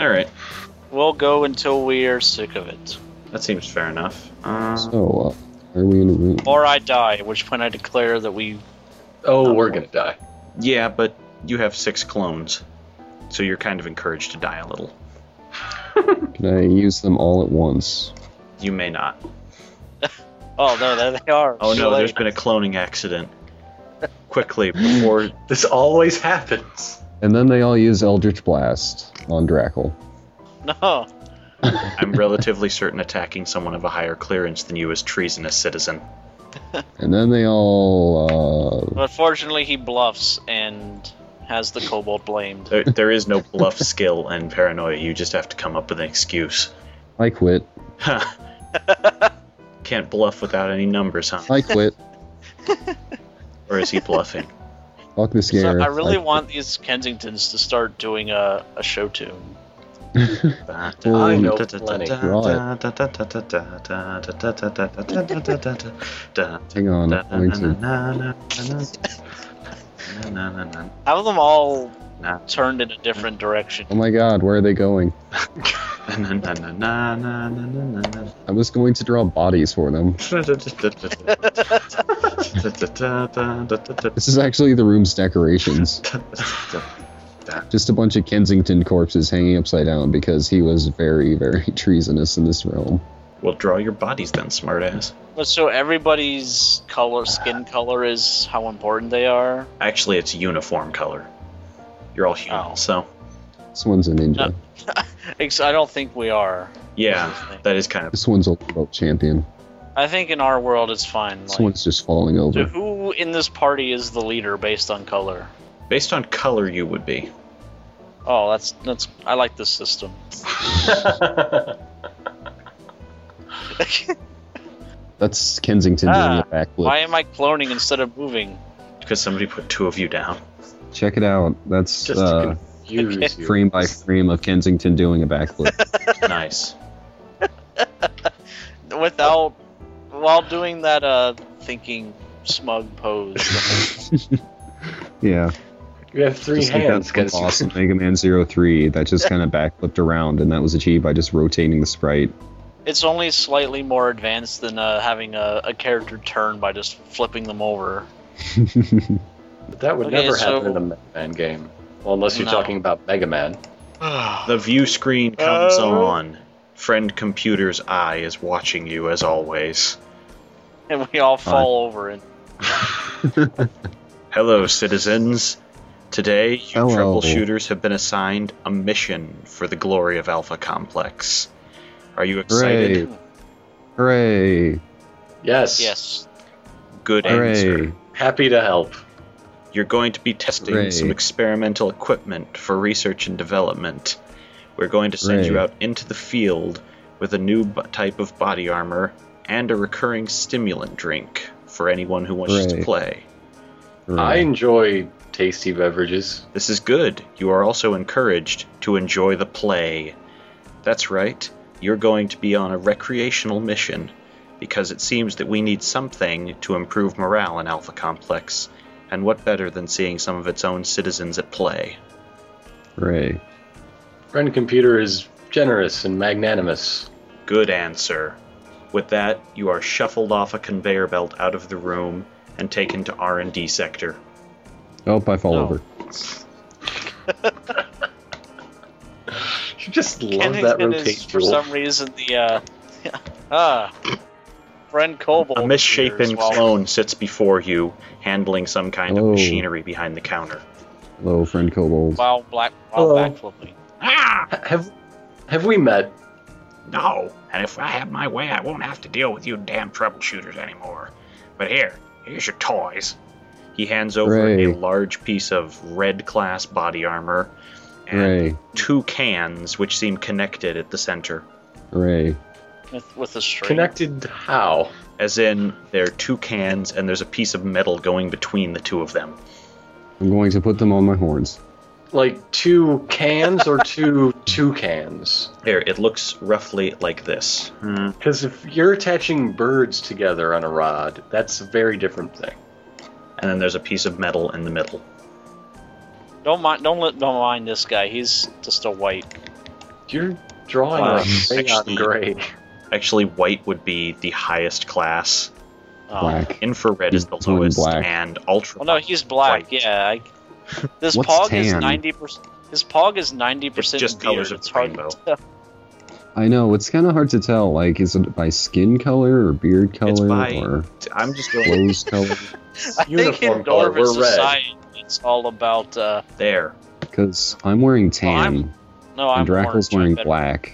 All right,
We'll go until we're sick of it,
that seems fair enough. Uh,
So, uh, are we in a room?
or I die. At which point I declare that we.
oh, we're gonna die.
yeah, but you have six clones, so you're kind of encouraged to die a little.
Can I use them all at once?
You may not.
Oh no, there they are.
Oh no,
Slay.
there's been a cloning accident. Quickly before
This always happens.
And then they all use Eldritch Blast on Drackle.
no.
I'm relatively certain attacking someone of a higher clearance than you is treasonous citizen.
And then they all,
But fortunately, he bluffs and has the kobold blamed.
There, there is no bluff skill and paranoia. You just have to come up with an excuse.
uh, I quit.
Huh. Can't bluff without any numbers, huh?
I quit.
Or is he bluffing?
Fuck this
So
game.
I really want these Kensingtons to start doing a, a show tune.
I know plenty.
Hang
Hang on. I'm going to-
Have them all
Nah.
turned in a different direction.
Oh my god, where are they going? I was going to draw bodies for them. This is actually the room's decorations. Just a bunch of Kensington corpses hanging upside down because he was very, very treasonous in this realm.
Well, draw your bodies then, smartass.
But so everybody's color, skin color, is how important they are.
Actually, it's uniform color. You're all human,
Oh.
so
This one's a ninja.
Ex- I don't think we are.
yeah, that is kind of
This one's a world champion.
I think in our world it's fine.
This
Like,
one's just falling
so
over.
who in this party is the leader based on color?
based on color. You would be.
Oh, that's that's. I like this system.
That's Kensington doing
Ah,
a backflip.
Why am I cloning instead of moving?
Because somebody put two of you down.
Check it out. That's
Just to
uh,
Use you.
frame by frame of Kensington doing a backflip.
nice.
without while doing that uh thinking smug pose
yeah.
You have three
just like
hands
that
because
flip off in Mega Man Zero Three that just kind of backflipped around, and that was achieved by just rotating the sprite.
it's only slightly more advanced than uh, having a, a character turn by just flipping them over
that would
Okay,
never
so-
happen in a Mega Man game. Well, unless you're
No.
talking about Mega Man.
The view screen comes
Uh.
on. Friend computer's eye is watching you as always.
and we all fall over and
Hello, citizens. Today, you
Hello.
troubleshooters have been assigned a mission for the glory of Alpha Complex. Are you excited?
Hooray! Hooray!
Yes.
yes
Good
Hooray!
answer.
Happy to help.
You're going to be testing
Hooray.
some experimental equipment for research and development. We're going to send you
Hooray.
out into the field with a new b- type of body armor and a recurring stimulant drink for anyone who wants to
Hooray.
play.
I
Hooray.
enjoy tasty beverages.
This is good. You are also encouraged to enjoy the play. That's right. You're going to be on a recreational mission because it seems that we need something to improve morale in Alpha Complex. And what better than seeing some of its own citizens at play?
Hooray!
Friend computer is generous and magnanimous.
Good answer. With that, you are shuffled off a conveyor belt out of the room and taken to R&D sector.
Oh, I fall
No.
over.
You just love that
Kennington is for
rotational.
some reason the uh ah friend kobold
A misshapen
appears while-
clone sits before you, handling some kind of
Oh.
machinery behind the counter.
Hello, friend Kobold.
while black while
Hello.
backflipping
Ah!
Have have we met?
No, and if I have my way, I won't have to deal with you damn troubleshooters anymore. But here, here's your toys.
He hands over
Hooray.
a large piece of red class body armor and
Hooray!
two cans which seem connected at the center.
Hooray!
with, with a string
Connected how?
As in, there are two cans and there's a piece of metal going between the two of them.
I'm going to put them on my horns.
Like two cans or two two cans?
Here, it looks roughly like this. Hmm.
Because if you're attaching birds together on a rod, that's a very different thing.
And then there's a piece of metal in the middle.
don't mind don't let don't mind this guy he's just a white
You're drawing
Wow.
like way out
Actually-
of gray.
Actually, white would be the highest class.
oh.
Black.
Infrared is the
Blue and
lowest,
black.
and ultra.
Well, no, he's black.
White.
Yeah. I, this
What's
pog is
tan?
ninety percent. His pog is ninety
It's
percent.
just colors of
it's
the
hard
rainbow.
to tell.
I know it's kind of hard to tell. Like, is it by skin color or beard color
by-
or
I'm just going
clothes color?
I think in
Uniform color,
Dorvin
we're red.
society, it's all about. Uh,
there.
Because I'm wearing
Well, I'm-
tan,
no, I'm
and Dracula's
orange. I'm
wearing
better-
black.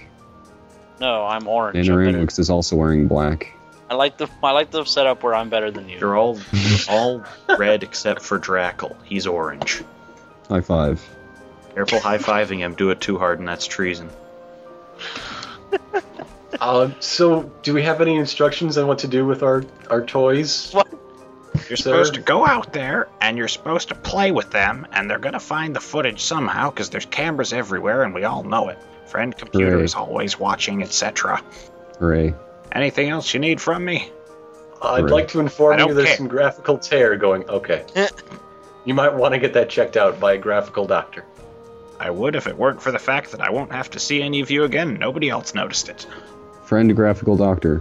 No, I'm orange. I'm better.
Nanorix is also wearing black.
I like the I like the setup where I'm better than you.
They're all they're all red except for Drackle. He's orange.
High five.
Careful high fiving him. Do it too hard, and that's treason.
Uh, so, do we have any instructions on what to do with our our toys?
What?
You're
Sir?
supposed to go out there and you're supposed to play with them, and they're gonna find the footage somehow because there's cameras everywhere and we all know it. Friend computer
Great.
is always watching, etc.
Hooray.
Anything else you need from me?
Uh, I'd
Right.
like to
I
inform
don't
you there's
care.
some graphical tear going. Okay. you might want to get that checked out by a graphical doctor.
I would if it weren't for the fact that I won't have to see any of you again. Nobody else noticed it.
Friend graphical doctor.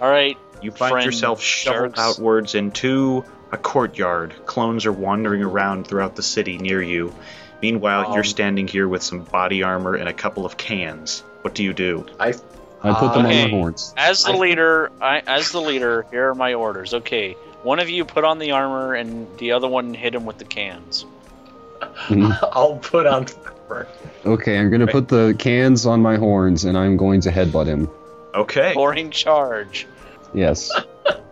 All right.
You find
Friend
yourself shovelled
shovels.
outwards into a courtyard. Clones are wandering around throughout the city near you. Meanwhile, you're
Um,
standing here with some body armor and a couple of cans. What do you do?
I put them on
Okay.
the horns.
As the
I-
leader, I, as the leader, here are my orders. Okay, one of you put on the armor, and the other one hit him with the cans.
Mhm.
I'll put on. armor.
Okay, I'm gonna put the cans on my horns and I'm going to headbutt him.
Okay.
Boring charge.
Yes.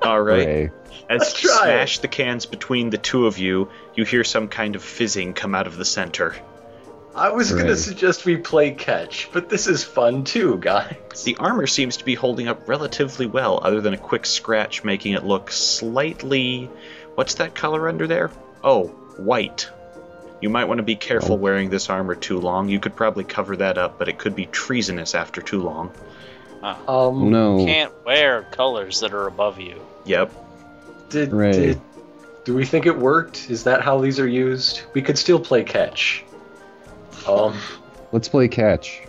All right.
Hooray.
As
Let's
you
try it.
smash the cans between the two of you, you hear some kind of fizzing come out of the center.
I was going
Right.
to suggest we play catch, but this is fun too, guys.
The armor seems to be holding up relatively well, other than a quick scratch making it look slightly. What's that color under there? Oh, white. You might want to be careful
Oh.
wearing this armor too long. You could probably cover that up, but it could be treasonous after too long.
Oh
Um,
no.
Can't wear colors that are above you.
Yep.
did,
Right.
did, do we think it worked? Is that how these are used? We could still play catch. Um,
Let's play catch.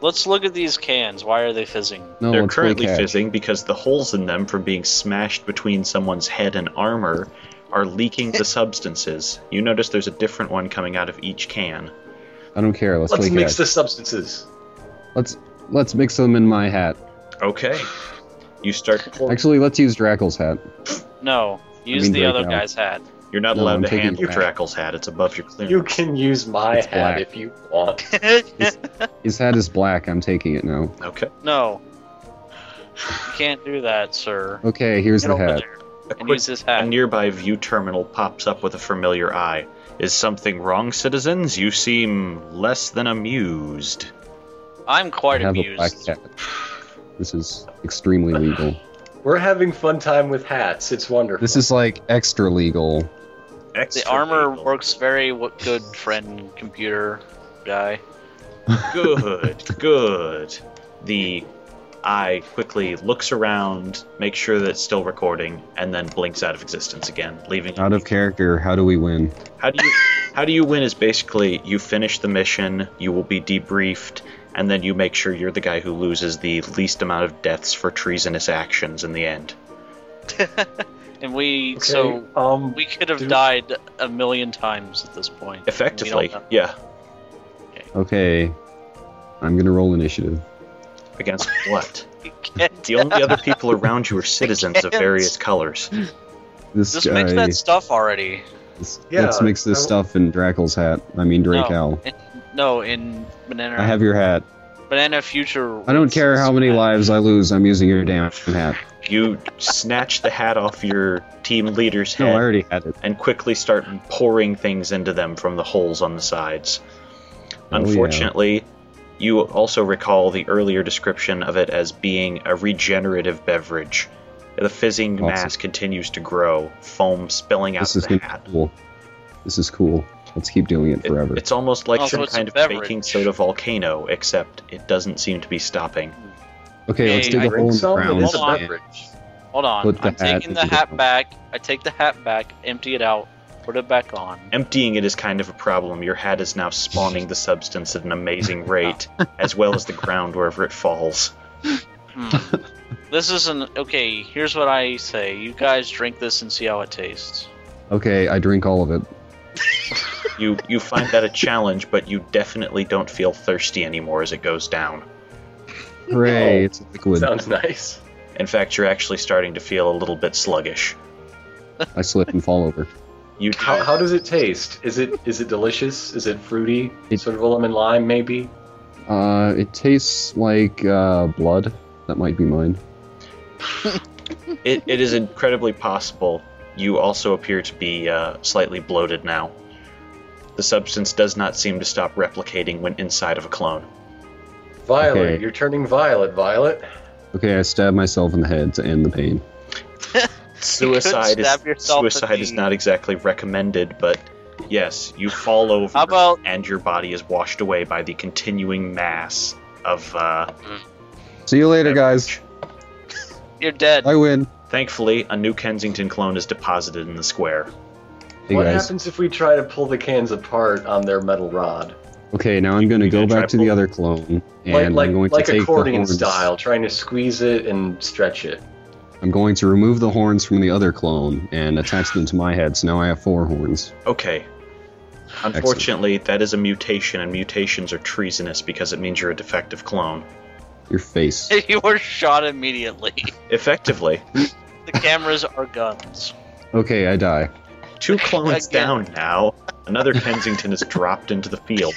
Let's look at these cans. Why are they fizzing?
No,
They're
let's
currently
play catch.
fizzing because the holes in them from being smashed between someone's head and armor are leaking the substances. You notice there's a different one coming out of each can.
I don't care. Let's,
let's
play
mix
catch.
the substances.
Let's let's mix them in my hat.
Okay. You start pouring.
Actually, let's use Drackle's hat.
No, use
mean
the other
breakout.
guy's hat.
You're not
No,
allowed
I'm
to
taking
handle
it back.
Drackle's hat. It's above your clearance.
You can use my
It's
hat
black.
if you want.
His hat is black. I'm taking it now.
Okay.
no, you can't do that, sir.
Okay, here's
Get
the
over
hat.
there
A,
and
quick-
use this
a
hat.
nearby view terminal pops up with a familiar eye. Is something wrong, citizens? You seem less than amused.
I'm quite
have a black
amused.
cat. This is extremely legal.
We're having fun time with hats. It's wonderful.
This is like extra legal.
Extra
The armor
legal.
works very w- good, friend computer guy.
Good, good. The eye quickly looks around, makes sure that it's still recording, and then blinks out of existence again, leaving.
Out of character, how do we win?
How do you how do you win is basically you finish the mission, you will be debriefed, and then you make sure you're the guy who loses the least amount of deaths for treasonous actions in the end.
And we
Okay,
so
um,
we could have
do-
died a million times at this point. We
Effectively,
don't know.
yeah.
Okay. I'm gonna roll initiative.
Against what?
We can't-
The only other people around you are citizens of
Yes.
various colors.
This
Just
guy.
mix that stuff already.
let's,
Yeah,
let's mix this
I-
stuff in Drackle's hat. I mean, Drake Owl.
No, in banana.
I have your hat.
banana future.
I don't care how many lives I lose. I'm using your damn hat.
You snatch the hat off your team leader's
No, I
head
already had it.
and quickly start pouring things into them from the holes on the sides.
Oh, yeah.
Unfortunately, you also recall the earlier description of it as being a regenerative beverage. The fizzing
Awesome.
mass continues to grow, foam spilling out
This
of
is
the
gonna
hat.
be cool. This is cool. Let's keep doing it
It-
forever.
it's almost like
Oh, so
some
it's a
kind of
beverage.
baking soda volcano, except it doesn't seem to be stopping.
okay, let's
Hey,
dig
I
a hole in
drink
the
some. It
ground.
is a
Hold on.
beverage.
Hold on.
Put the
I'm
hat
taking
into
the
the
hat
phone.
back. I take the hat back, empty it out, put it back on.
Emptying it is kind of a problem. Your hat is now spawning the substance at an amazing rate, as well as the ground wherever it falls.
Hmm. this isn't okay. Here's what I say: you guys drink this and see how it tastes.
Okay, I drink all of it.
You you find that a challenge, but you definitely don't feel thirsty anymore as it goes down.
Hooray, it's liquid.
Sounds nice.
In fact, you're actually starting to feel a little bit sluggish.
I slip and fall over.
You
How, how does it taste? Is it is it delicious? Is it fruity?
It-
sort of a lemon lime, maybe.
Uh, it tastes like uh, blood. That might be mine.
it, it is incredibly possible you also appear to be uh, slightly bloated now. The substance does not seem to stop replicating when inside of a clone.
Violet,
Okay.
you're turning violet. Violet.
Okay, I stab myself in the head to end the pain.
Suicide
stab
is
yourself in
suicide is
the-
not exactly recommended, but Yes, you fall over,
How about-
and your body is washed away by the continuing mass of. Uh,
See you later, guys.
You're dead.
I win.
thankfully, a new Kensington clone is deposited in the square.
Hey
what
guys.
happens if we try to pull the cans apart on their metal rod?
Okay, now I'm going to
You
go
gonna try
back to the
pull-
other clone, and
Like like,
I'm going
like
to take the
accordion
horns.
style, trying to squeeze it and stretch it.
I'm going to remove the horns from the other clone and attach them to my head. So now I have four horns.
Okay. Unfortunately, that is a mutation, and mutations are treasonous because it means you're a defective clone.
Your face.
you were shot immediately.
Effectively,
The cameras are guns.
Okay, I die.
two clones
Again.
down now. Another Kensington is dropped into the field.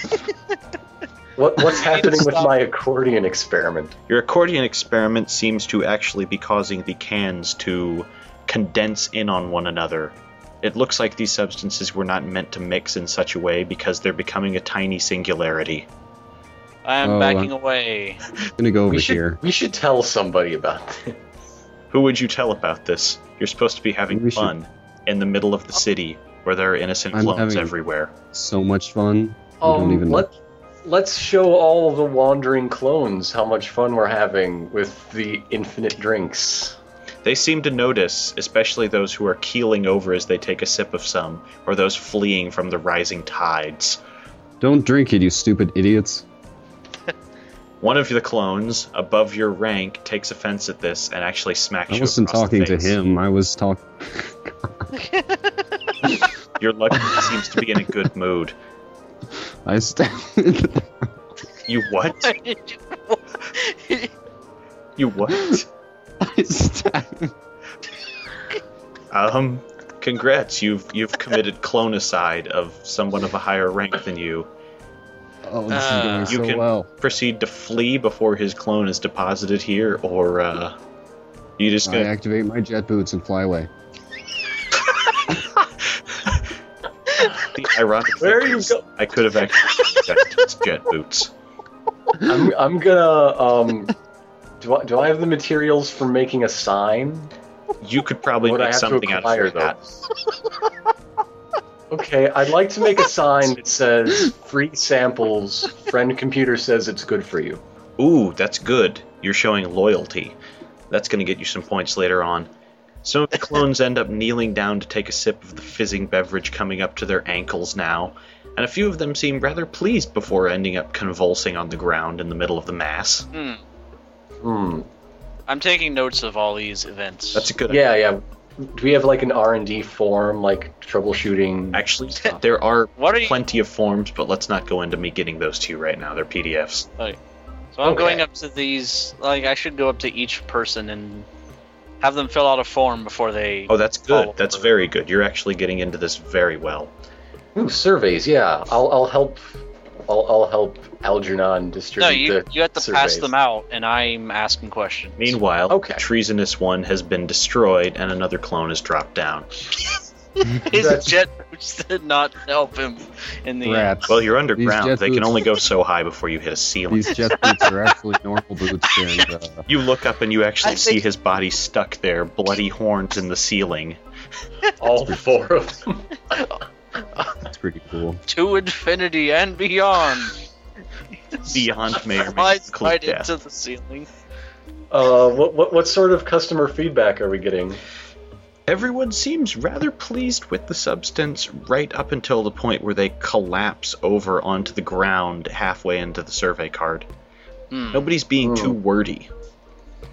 What, what's happening with
stop.
my accordion experiment?
Your accordion experiment seems to actually be causing the cans to condense in on one another. It looks like these substances were not meant to mix in such a way because they're becoming a tiny singularity.
I'm
Oh,
backing
uh,
away.
I'm going to go over
we should
here.
we should tell somebody about this.
Who would you tell about this? You're supposed to be having
We should-
fun in the middle of the city where there are innocent
I'm
clones
having-
everywhere.
So much fun. You don't
Um,
even know.
let, let's show all the wandering clones how much fun we're having with the infinite drinks.
They seem to notice, especially those who are keeling over as they take a sip of some, or those fleeing from the rising tides.
Don't drink it, you stupid idiots.
One of the clones, above your rank, takes offense at this and actually smacks
I
you.
wasn't
across the
talking to
face.
him. I was talking.
Your luck seems to be in a good mood.
I st-
You what? You what?
I st-
Um, congrats. You've you've committed clonicide of someone of a higher rank than you.
Oh, this
Uh,
is
you
going so
can-
well.
Proceed to flee before his clone is deposited here, or uh, you just
I
gonna
activate my jet boots and fly away.
the ironic.
Where
thing
are you
is,
go-
I could have actually checked his jet boots.
I'm, I'm gonna um, do I, do I have the materials for making a sign?
You could probably
Would I
make
have to
something out
acquire
of that.
those? okay, I'd like to make a sign that says "free samples." Friend computer says it's good for you.
Ooh, that's good. You're showing loyalty. That's going to get you some points later on. Some of the clones end up kneeling down to take a sip of the fizzing beverage coming up to their ankles now, and a few of them seem rather pleased before ending up convulsing on the ground in the middle of the mass.
Hmm.
Hmm.
I'm taking notes of all these events.
That's a good
Yeah, yeah. Do we have like an R and D form, like troubleshooting?
Actually, there are
what are you?
plenty of forms, but let's not go into me getting those to you right now. They're PDFs.
So I'm
Okay.
going up to these. Like I should go up to each person and have them fill out a form before they.
Oh, that's good.
Oh.
That's very good. You're actually getting into this very well.
Ooh, surveys. Yeah, I'll, I'll help. I'll, I'll help Algernon distribute
no, you
the.
you have to pass
surveys.
them out, and I'm asking questions.
Meanwhile,
Okay.
the treasonous one has been destroyed, and another clone is dropped down.
his
That's-
jet boots did not help him in the end.
Rats.
Well, you're underground.
jet
They can
boots-
only go so high before you hit a ceiling.
These jet boots are actually normal boots, and uh,
You look up and you actually
I
see
think-
his body stuck there, bloody horns in the ceiling.
All four of them.
it's pretty cool.
to infinity and beyond.
Beyond may or may not
Flies
include
right
death.
into the ceiling.
Uh, what, what what sort of customer feedback are we getting?
Everyone seems rather pleased with the substance right up until the point where they collapse over onto the ground halfway into the survey card.
Hmm.
Nobody's being
Hmm.
too wordy.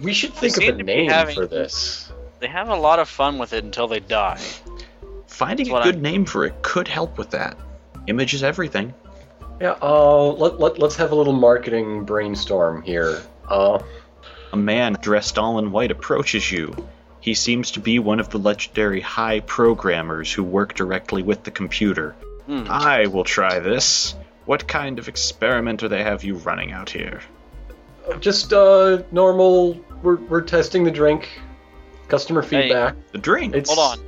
We should think
seem
of a
to be
name
having-
for this.
They have a lot of fun with it until they die.
Finding
That's
a
what
good
I-
name for it could help with that. Image is everything.
Yeah. Uh, let, let let's have a little marketing brainstorm here. Uh,
A man dressed all in white approaches you. He seems to be one of the legendary high programmers who work directly with the computer.
Hmm.
Ah,
I will try this. What kind of experimenter they have you running out here?
just uh, normal. We're we're testing the drink. Customer feedback.
The drink.
It's
Hold on.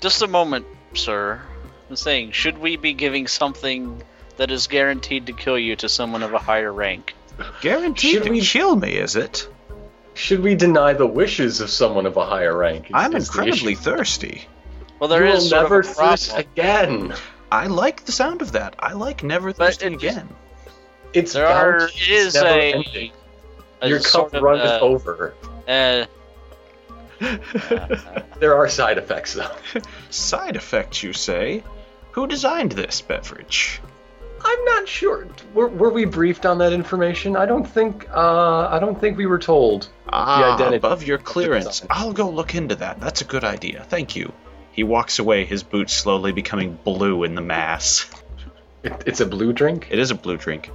Just a moment, sir. I'm saying, should we be giving something that is guaranteed to kill you to someone of a higher rank?
Guaranteed
Should
to
we-
kill me, is it?
Should we deny the wishes of someone of a higher rank? is-
I'm
is the issue.
incredibly thirsty.
Well, there
you
is
will
sort
never
of a problem.
thirst again.
I like the sound of that. I like Never
But
Thirsty
it-
Again.
It's
There
bound
are-
to
it is
never
a-
ending.
a
Your
sort
cup
of,
runneth
uh,
over.
Uh, eh,
There are side effects though.
Side effects, you say? Who designed this beverage?
I'm not sure. Were, were we briefed on that information? I don't think. Uh, I don't think we were told.
Ah,
identity
above your clearance.
design.
I'll go look into that. That's a good idea. Thank you. He walks away, his boots slowly becoming blue in the mass.
It, it's a blue drink.
It is a blue drink.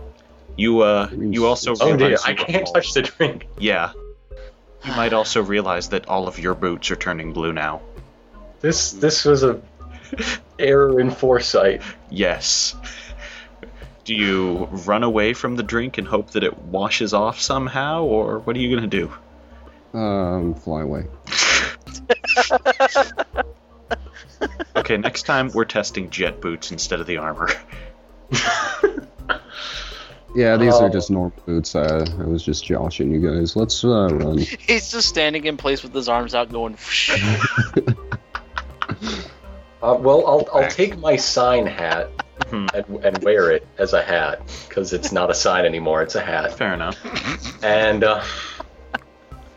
You uh, you also
Oh dear,
realize
I
you were
can't
bald.
touch the drink.
Yeah. You might also realize that all of your boots are turning blue now.
This this was a error in foresight.
Yes. Do you run away from the drink and hope that it washes off somehow, or what are you gonna do?
Um, fly away.
Okay, next time we're testing jet boots instead of the armor.
Yeah, these
Oh.
are just normal boots. Uh, I was just joshing you guys. Let's uh, run.
he's just standing in place with his arms out, going.
Uh, well, I'll I'll
Back.
take my sign hat
Hmm.
and, and wear it as a hat because it's not a sign anymore. It's a hat.
Fair enough.
And uh,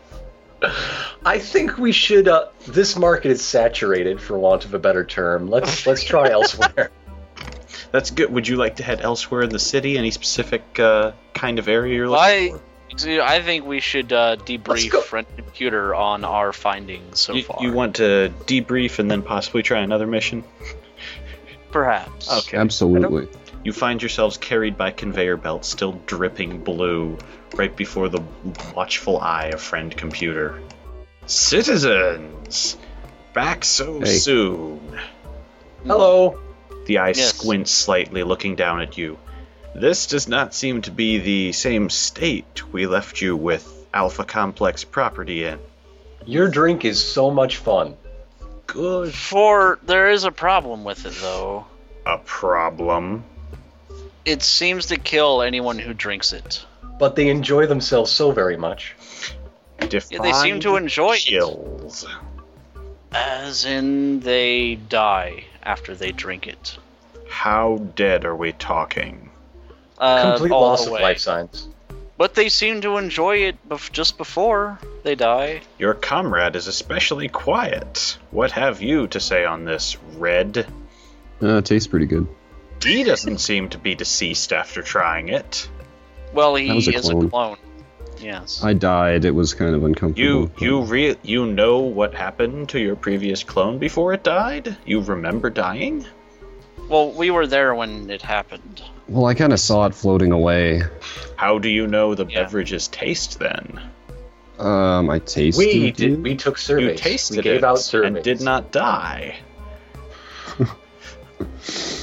I think we should. Uh, this market is saturated, for want of a better term. Let's let's try elsewhere.
That's good. Would you like to head elsewhere in the city? Any specific uh, kind of area you're looking
I,
for?
I think we should uh, debrief
go.
friend computer on our findings so
you,
far.
you want to debrief and then possibly try another mission?
Perhaps.
Okay.
Absolutely.
You find yourselves carried by conveyor belts, still dripping blue, right before the watchful eye of friend computer. Citizens! Back so
Hey.
soon!
Hello.
The eye
Yes.
squints slightly, looking down at you. This does not seem to be the same state we left you with Alpha Complex property in.
Your drink is so much fun.
Good.
For there is a problem with it though.
A problem.
It seems to kill anyone who drinks it.
but they enjoy themselves so very much.
Yeah, they seem to
Defined
enjoy it.
chills.
As in, they die after they drink it.
How dead are we talking? Um,
Uh,
Complete
all
loss
the
of
way.
life signs.
But they seem to enjoy it bef- just before they die.
Your comrade is especially quiet. What have you to say on this, Red?
Uh, it tastes pretty good.
He doesn't seem to be deceased after trying it.
Well, he
That was a
is a
clone.
clone. Yes.
I died. It was kind of uncomfortable.
You you re- you know what happened to your previous clone before it died? You remember dying?
well, we were there when it happened.
Well, I kind of saw it floating away.
How do you know the
Yeah.
beverage's taste then?
Um, I tasted.
We did.
it.
We took surveys.
You tasted
we gave
it
out surveys.
and did not die.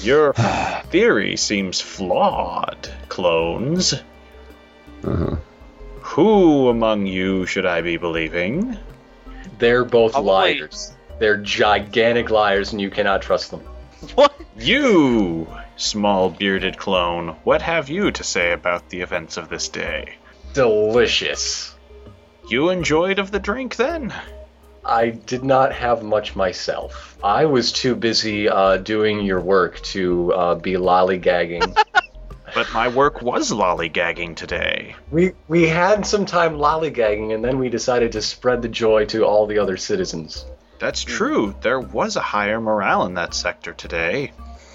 your theory seems flawed, clones.
Uh-huh.
Who among you should I be believing?
They're both
Probably-
liars. They're gigantic liars, and you cannot trust them.
What?
You, small bearded clone, what have you to say about the events of this day?
Delicious.
You enjoyed of the drink then?
I did not have much myself. I was too busy uh, doing your work to uh, be lollygagging.
But my work was lollygagging today.
we we had some time lollygagging, and then we decided to spread the joy to all the other citizens.
That's true, there was a higher morale in that sector today.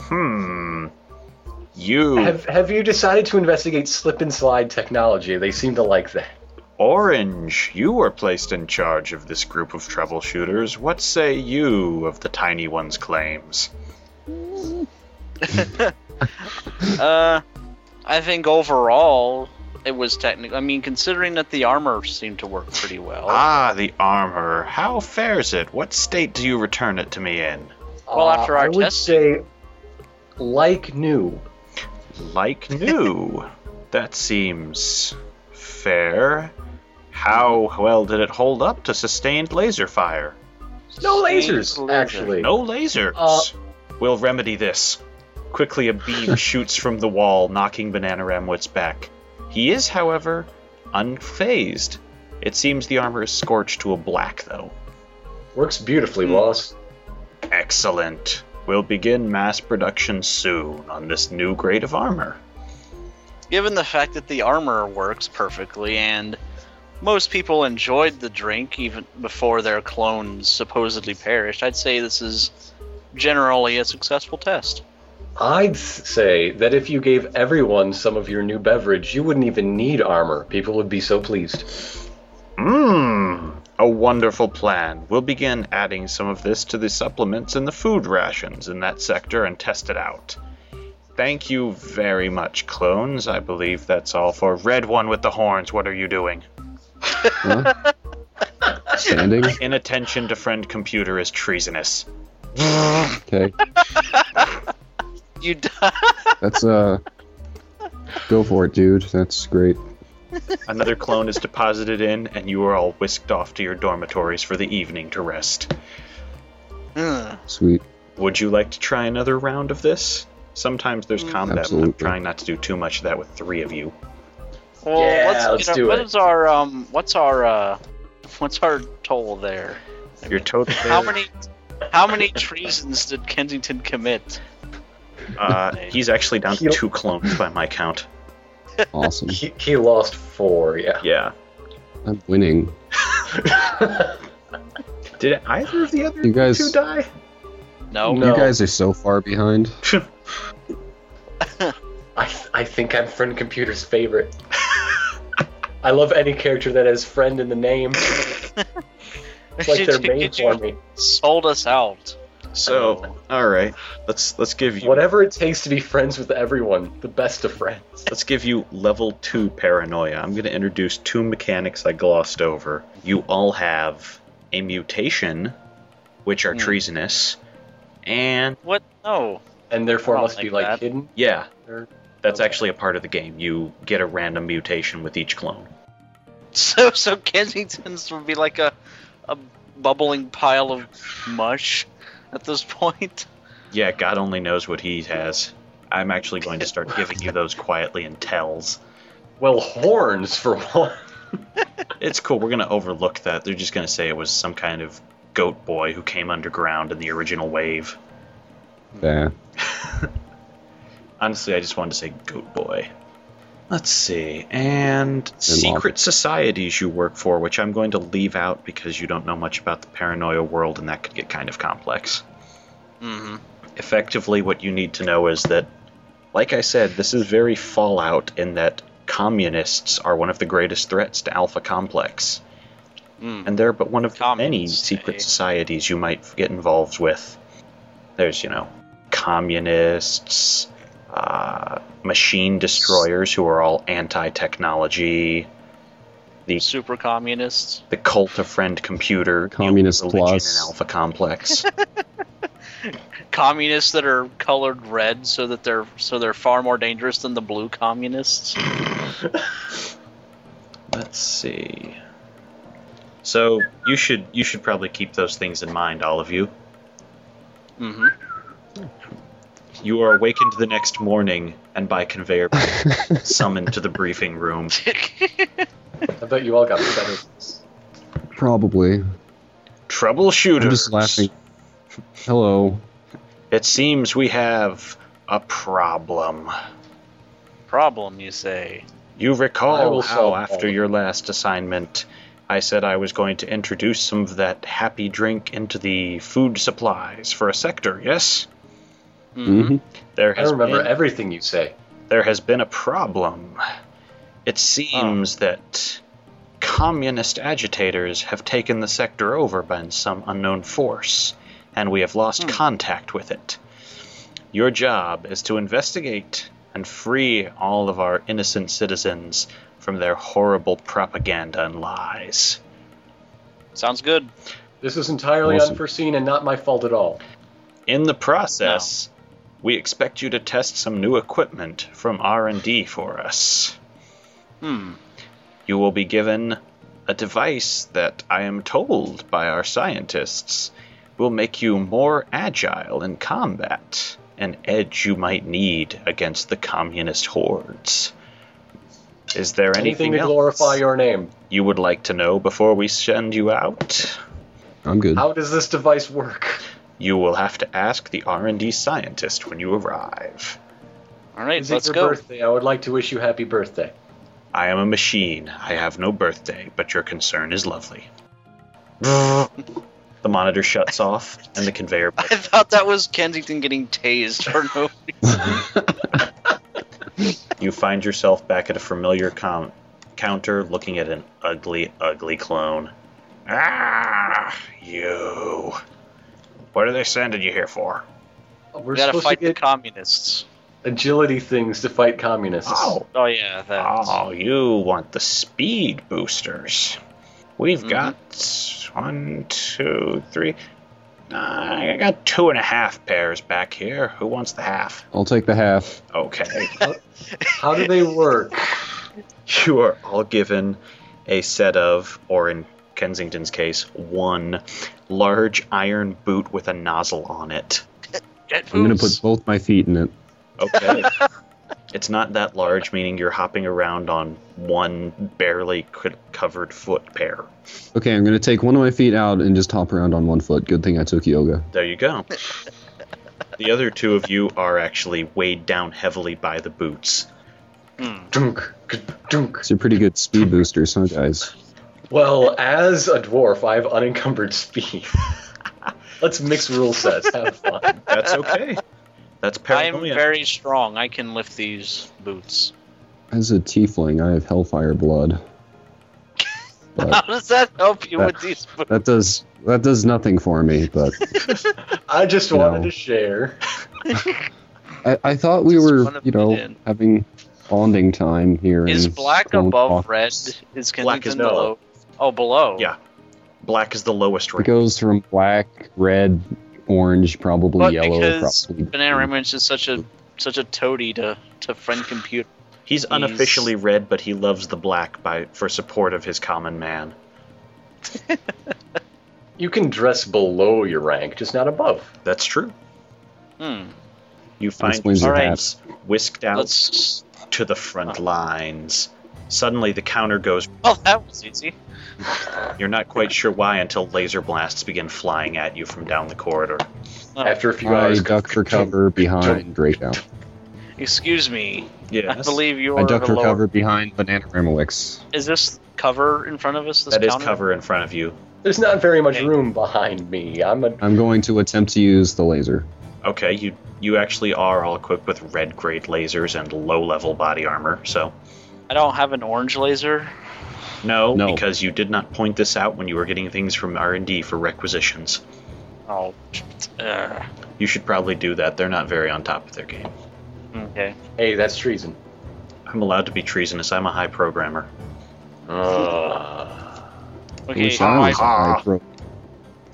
Hmm. You,
Have Have you decided to investigate slip and slide technology? They seem to like that.
Orange, you were placed in charge of this group of troubleshooters. What say you of the Tiny One's claims?
Uh, I think overall it was technical. I mean, considering that the armor seemed to work pretty well.
Ah, the armor. How fares it? What state do you return it to me in?
Well, after our
Uh, I would
test-
say, like new.
Like new. that seems fair. How well did it hold up to sustained laser fire?
No
Sustained
lasers,
laser.
actually.
No lasers.
Uh,
we'll remedy this. Quickly, a beam shoots from the wall, knocking Banana Ramwitz back. He is, however, unfazed. It seems the armor is scorched to a black, though.
Hmm.
Works beautifully, Wallace.
Excellent. We'll begin mass production soon on this new grade of armor.
Given the fact that the armor works perfectly and most people enjoyed the drink even before their clones supposedly perished, I'd say this is generally a successful test.
I'd s- say that if you gave everyone some of your new beverage, you wouldn't even need armor. People would be so pleased.
Mmm, a wonderful plan. We'll begin adding some of this to the supplements and the food rations in that sector and test it out. Thank you very much, clones. I believe that's all for Red One with the horns. What are you doing?
Huh? Standing?
Inattention to friend computer is treasonous.
Okay.
You d-
That's, uh. Go for it, dude. That's great.
Another clone is deposited in, and you are all whisked off to your dormitories for the evening to rest.
Ugh.
Sweet.
Would you like to try another round of this? Sometimes there's combat, but I'm
Absolutely.
trying not to do too much of that with three of you.
Well,
Yeah,
let's,
let's
you know,
do
what
it.
is our um? What's our uh? What's our toll there?
Your total
How many? How many treasons did Kensington commit?
Uh, he's actually down to two clones by my count.
Awesome.
He, he lost four, yeah.
Yeah.
I'm winning.
Did either of the other
You guys-
two die?
No.
No.
You guys are so far behind.
I, th- I think I'm Friend Computer's favorite. I love any character that has friend in the name. It's like their
You-
main
you
for me.
Sold us out.
So, all right. Let's let's give you
Whatever it takes to be friends with everyone, the best of friends.
let's give you level two paranoia. I'm going to introduce two mechanics I glossed over. You all have a mutation, which are
Hmm.
treasonous, and
What? No.
And therefore
Not
must be
like
like
that.
hidden.
yeah,
Or-
that's
Okay.
actually a part of the game. You get a random mutation with each clone.
So so Kensington's would be like a a bubbling pile of mush at this point.
Yeah, God only knows what he has. I'm actually going to start giving you those quietly in tells.
Well, horns for one.
It's cool. We're going to overlook that. They're just going to say it was some kind of goat boy who came underground in the original wave.
Yeah.
Honestly, I just wanted to say goat boy. Let's see. And secret societies you work for, which I'm going to leave out because you don't know much about the paranoia world and that could get kind of complex.
Mm-hmm.
effectively what you need to know is that like i said this is very fallout in that communists are one of the greatest threats to alpha complex
Mm.
and they're but one of the many
Communists, eh?
secret societies you might get involved with there's you know communists uh, machine destroyers who are all anti-technology
Mm.
Super communists.
the cult of friend computer
Communist
religion
plus.
and alpha complex
Communists that are colored red, so that they're so they're far more dangerous than the blue communists.
Let's see. So you should you should probably keep those things in mind, all of you.
Mm-hmm.
You are awakened the next morning and by conveyor belt summoned to the briefing room.
I bet you all got better.
Probably.
Troubleshooter.
I'm just laughing. Hello.
It seems we have a problem.
Problem, you say?
You
I
recall
will
how
solve
after
all.
your last assignment I said I was going to introduce some of that happy drink into the food supplies for a sector, yes?
Mm-hmm.
Mhm.
hmm
There
I
has
remember
been
everything you say.
there has been a problem. It seems that communist agitators have taken the sector over by some unknown force, and we have lost contact with it. Your job is to investigate and free all of our innocent citizens from their horrible propaganda and lies.
Sounds good.
This is entirely
Awesome.
unforeseen and not my fault at all.
In the process, we expect you to test some new equipment from R&D for us.
Hmm.
You will be given a device that I am told by our scientists will make you more agile in combat, an edge you might need against the communist hordes. Is there anything,
Anything to
else
glorify your name.
you would like to know before we send you out?
Mm-hmm. I'm good.
How does this device work?
You will have to ask the R&D scientist when you arrive.
All right,
Is it
let's
your
go.
birthday? I would like to wish you happy birthday.
I am a machine. I have no birthday, but your concern is lovely. the monitor shuts off, and the conveyor.
I thought that was Kensington getting tased for no
You find yourself back at a familiar com- counter looking at an ugly, ugly clone. Ah, you. What are they sending you here for?
We're
We gotta
supposed
fight
to
the
get
communists.
agility things to fight communists.
Oh,
Oh yeah, that.
Ah.
oh, you want the speed boosters. We've
Mhm.
got one, two, three. I got two and a half pairs back here. Who wants the half?
I'll take the half.
Okay.
How do they work?
you are all given a set of, or in Kensington's case, one large iron boot with a nozzle on it.
Jet
I'm gonna
boots.
put both my feet in it.
Okay. it's not that large, meaning you're hopping around on one barely c- covered foot pair.
Okay, I'm gonna take one of my feet out and just hop around on one foot. Good thing I took yoga.
There you go. the other two of you are actually weighed down heavily by the boots.
Hmm.
Dunk, dunk.
It's a pretty good speed booster, huh, guys?
Well, as a dwarf, I have unencumbered speed. Let's mix rule sets. Have fun.
That's okay. That's
I am
paranoia.
very strong. I can lift these boots.
As a tiefling, I have hellfire blood.
How
But
does that help you with these boots?
that does that does nothing for me. But
I just
No.
wanted to share.
I, I thought we
Just
were,
wanna
you
fit
know,
in.
having bonding time here.
Is
in
black
Stone
above
Hawk.
red? Is Kensington
Black is below.
below? Oh, below.
Yeah. Black is the lowest
It
rank.
goes from black, red, orange, probably
But
yellow.
because
probably
Banana
green.
Remnants is such a such a toady to to friend computer.
He's unofficially red, but he loves the black by for support of his common man.
You can dress below your rank, just not above.
That's true.
Hmm.
You find
explains your
yourselves whisked out
Let's.
to the front lines. Suddenly, the counter goes.
Well, oh, that was easy.
You're not quite sure why until laser blasts begin flying at you from down the corridor.
After a few
I
hours,
duck for cover behind Draco.
Excuse me.
Yes,
I believe you're.
I duck for
below-
cover behind Banana Ramowicz.
Is this cover in front of us? This
that is
counter?
cover in front of you.
there's not very much
Okay.
room behind me. I'm a
I'm going to attempt to use the laser.
Okay, you you actually are all equipped with red grade lasers and low level body armor. So
I don't have an orange laser.
no,
No.
because you did not point this out when you were getting things from R and D for requisitions.
Oh. Uh,
You should probably do that. They're not very on top of their game.
okay.
hey. That's treason.
I'm allowed to be treasonous. I'm a high programmer.
Uh,
Okay.
Wish I was a
Ah.
high pro-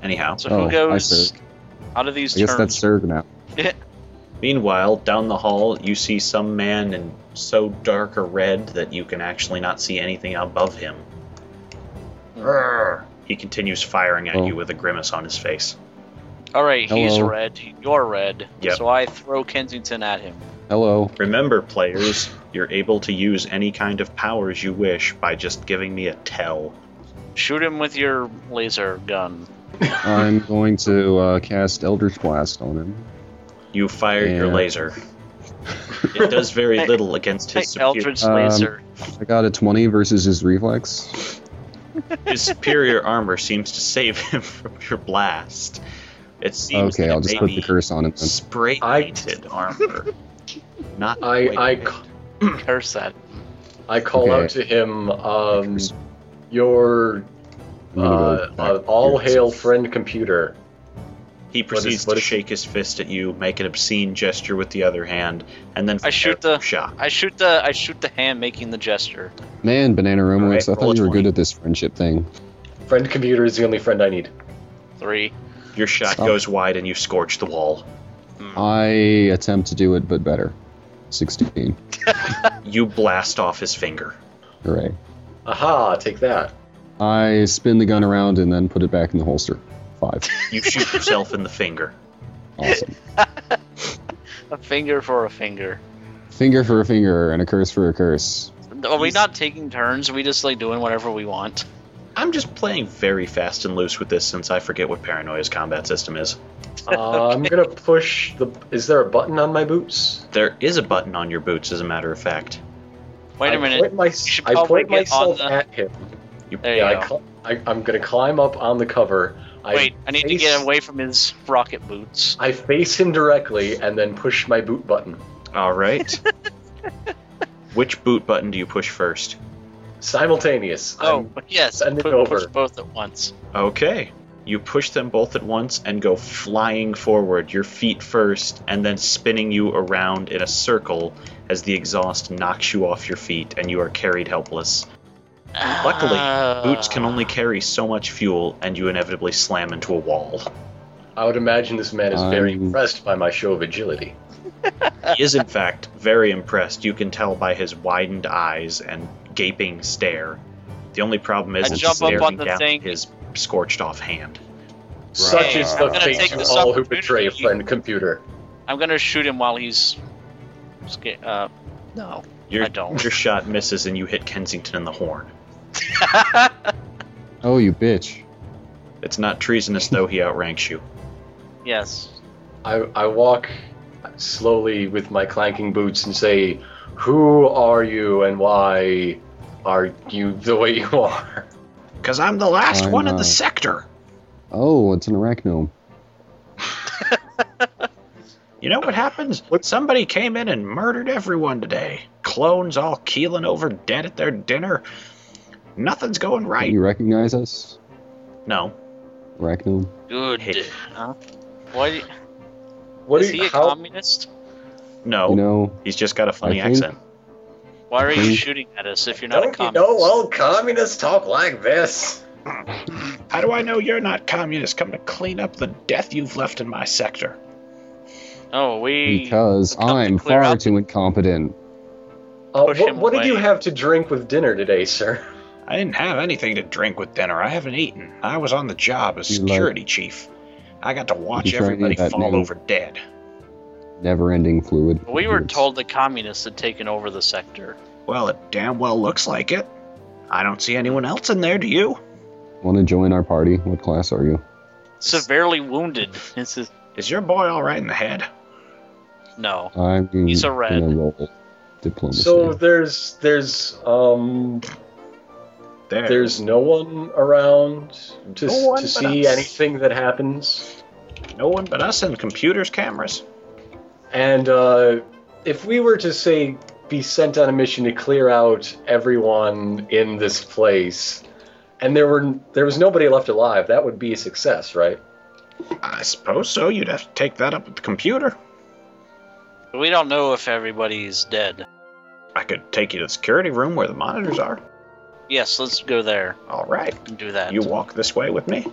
Anyhow,
So
Oh,
who
I
goes
see.
out of these
I guess
terms?
that's Serg now.
Meanwhile, down the hall, you see some man in so dark a red that you can actually not see anything above him. Grr. He continues firing at
Oh.
you with a grimace on his face.
All right, he's
Hello.
red. You're red.
Yep.
So I throw Kensington at him.
Hello.
Remember, players, you're able to use any kind of powers you wish by just giving me a tell.
Shoot him with your laser gun.
I'm going to uh, cast Eldritch Blast on him.
You fire your
Yeah.
laser. It does very little against his
Hey,
superior.
Eldritch
Um,
laser.
I got a 20 versus his reflex.
His superior armor seems to save him from your blast. It seems
Okay,
that
I'll
it
just
may
put the
be
curse on him. Then.
spray painted armor. Not
I I
white.
ca-
Curse that.
I call
Okay.
out to him. Um, your
I'm
uh,
gonna go back
uh, all
here.
hail friend computer.
he proceeds
what
to
is-
shake his fist at you, make an obscene gesture with the other hand, and then
I shoot
fire
the-
shot.
I shoot the I shoot the hand making the gesture.
Man, Banana Romance,
Alright,
I
roll a
thought you were
20.
good at this friendship thing.
Friend computer is the only friend I need.
Three.
Your shot
Stop.
goes wide, and you scorch the wall.
I attempt to do it, but better. 16.
You blast off his finger.
Alright.
Aha! Take that.
I spin the gun around and then put it back in the holster. Five.
You shoot yourself in the finger.
Awesome.
A finger for a finger.
Finger for a finger and a curse for a curse.
Are we
He's-
not taking turns? Are we just like doing whatever we want?
I'm just playing very fast and loose with this since I forget what Paranoia's combat system is.
Uh, I'm gonna push the. Is there a button on my boots?
There is a button on your boots, as a matter of fact.
Wait a
I
minute.
Point my,
should
I
probably
point
get on
myself
the-
at him.
There you
Yeah, I
go.
cl- I, I'm gonna climb up on the cover. I
Wait, I need to get
face-
away from his rocket boots.
I face him directly and then push my boot button.
All right. Which boot button do you push first?
Simultaneous.
Oh,
I'm-
yes,
send it
put,
over.
push both at once.
Okay. You push them both at once and go flying forward, your feet first, and then spinning you around in a circle as the exhaust knocks you off your feet and you are carried helpless. Luckily,
Uh,
Boots can
Ah.
only carry so much fuel and you inevitably slam into a wall.
I would imagine this man is very
I'm-
impressed by my show of agility.
He is, in fact, very impressed. You can tell by his widened eyes and gaping stare. The only problem is
I
it's
jump up
staring
on the
down
thing.
his scorched off hand.
Such
Hey,
is
I'm
the
gonna
fate
take
to
this
all who
opportunity.
betray a friend computer.
I'm gonna shoot him while he's. sca- Uh, no.
Your,
I don't.
Your shot misses and you hit Kensington in the horn.
Oh, you bitch.
It's not treasonous, though he outranks you.
yes.
I, I walk slowly with my clanking boots and say, Who are you and why are you the way you are?
Because I'm the last
Why
one in the
not?
sector.
Oh, it's an arachnome.
You know what happens? Somebody came in and murdered everyone today. Clones all keeling over dead at their dinner. Nothing's going
Do
right.
you recognize us?
No.
Arachnome?
Good.
Hey.
Huh? What? Is
What
he a communist?
No.
You
Oh.
know,
He's just got a funny
I think-
accent.
Why are you
Please.
shooting at us if you're not a communist?
all communists talk like this?
How do I know you're not communist? Come to clean up the death you've left in my sector.
Oh, we.
because
come to
I'm
clear
far
out-
too incompetent.
Uh,
Push
what
him
what did you
away.
have to drink with dinner today, sir?
I didn't have anything to drink with dinner. I haven't eaten. I was on the job as
You like-
security chief. I got to watch
You try to eat
everybody
that
fall
new-
over dead.
Never ending fluid.
We were
It's-
told the communists had taken over the sector.
Well, it damn well looks like it. I don't see anyone else in there, do you?
Want to join our party? What class are you?
Severely wounded. This is
Is your boy all right in the head?
no.
I'm
He's a red.
gonna roll diplomacy.
So there's there's um
There.
there's no one around to,
No one
to
but
see
us.
anything that happens.
no one but us and computers, cameras.
And uh, if we were to say be sent on a mission to clear out everyone in this place, and there were there was nobody left alive, that would be a success, right?
I suppose so. You'd have to take that up with the computer.
We don't know if everybody's dead.
I could take you to the security room where the monitors are.
Yes, let's go there
All right.
and do that.
You walk this way with me.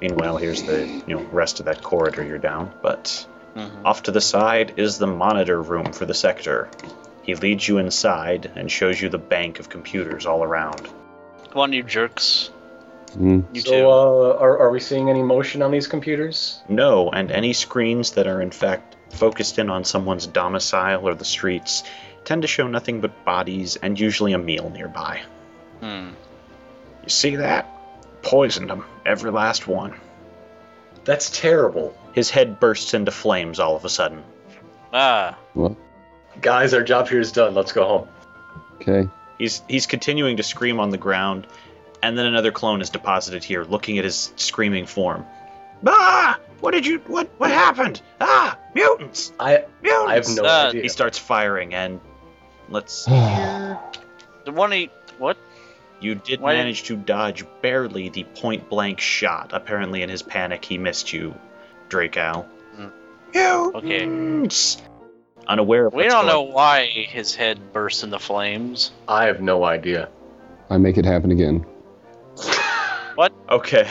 Meanwhile, here's the you know rest of that corridor you're down, but
Mhm.
off to the side is the monitor room for the sector. He leads you inside and shows you the bank of computers all around.
Come on, you jerks.
Mm,
You
so, uh, are are we seeing any motion on these computers?
No, and any screens that are in fact focused in on someone's domicile or the streets tend to show nothing but bodies and usually a meal nearby.
too. Hmm.
You see that? Poisoned them, every last one.
That's terrible.
His head bursts into flames all of a sudden.
Ah,
well,
Guys, our job here is done. Let's go home.
okay.
He's he's continuing to scream on the ground, and then another clone is deposited here, looking at his screaming form. Ah! What did you? What? What happened? Ah! Mutants!
I
Mutants!
I have no
Uh,
idea.
He starts firing, and let's.
the one he what?
You did
Why did-
manage to dodge barely the point blank shot. Apparently, in his panic, he missed you, Drake Al.
Hmm. Okay.
Mutants! Unaware of
We
what's
don't know
going-
why his head burst into flames.
I have no idea.
I make it happen again.
Okay.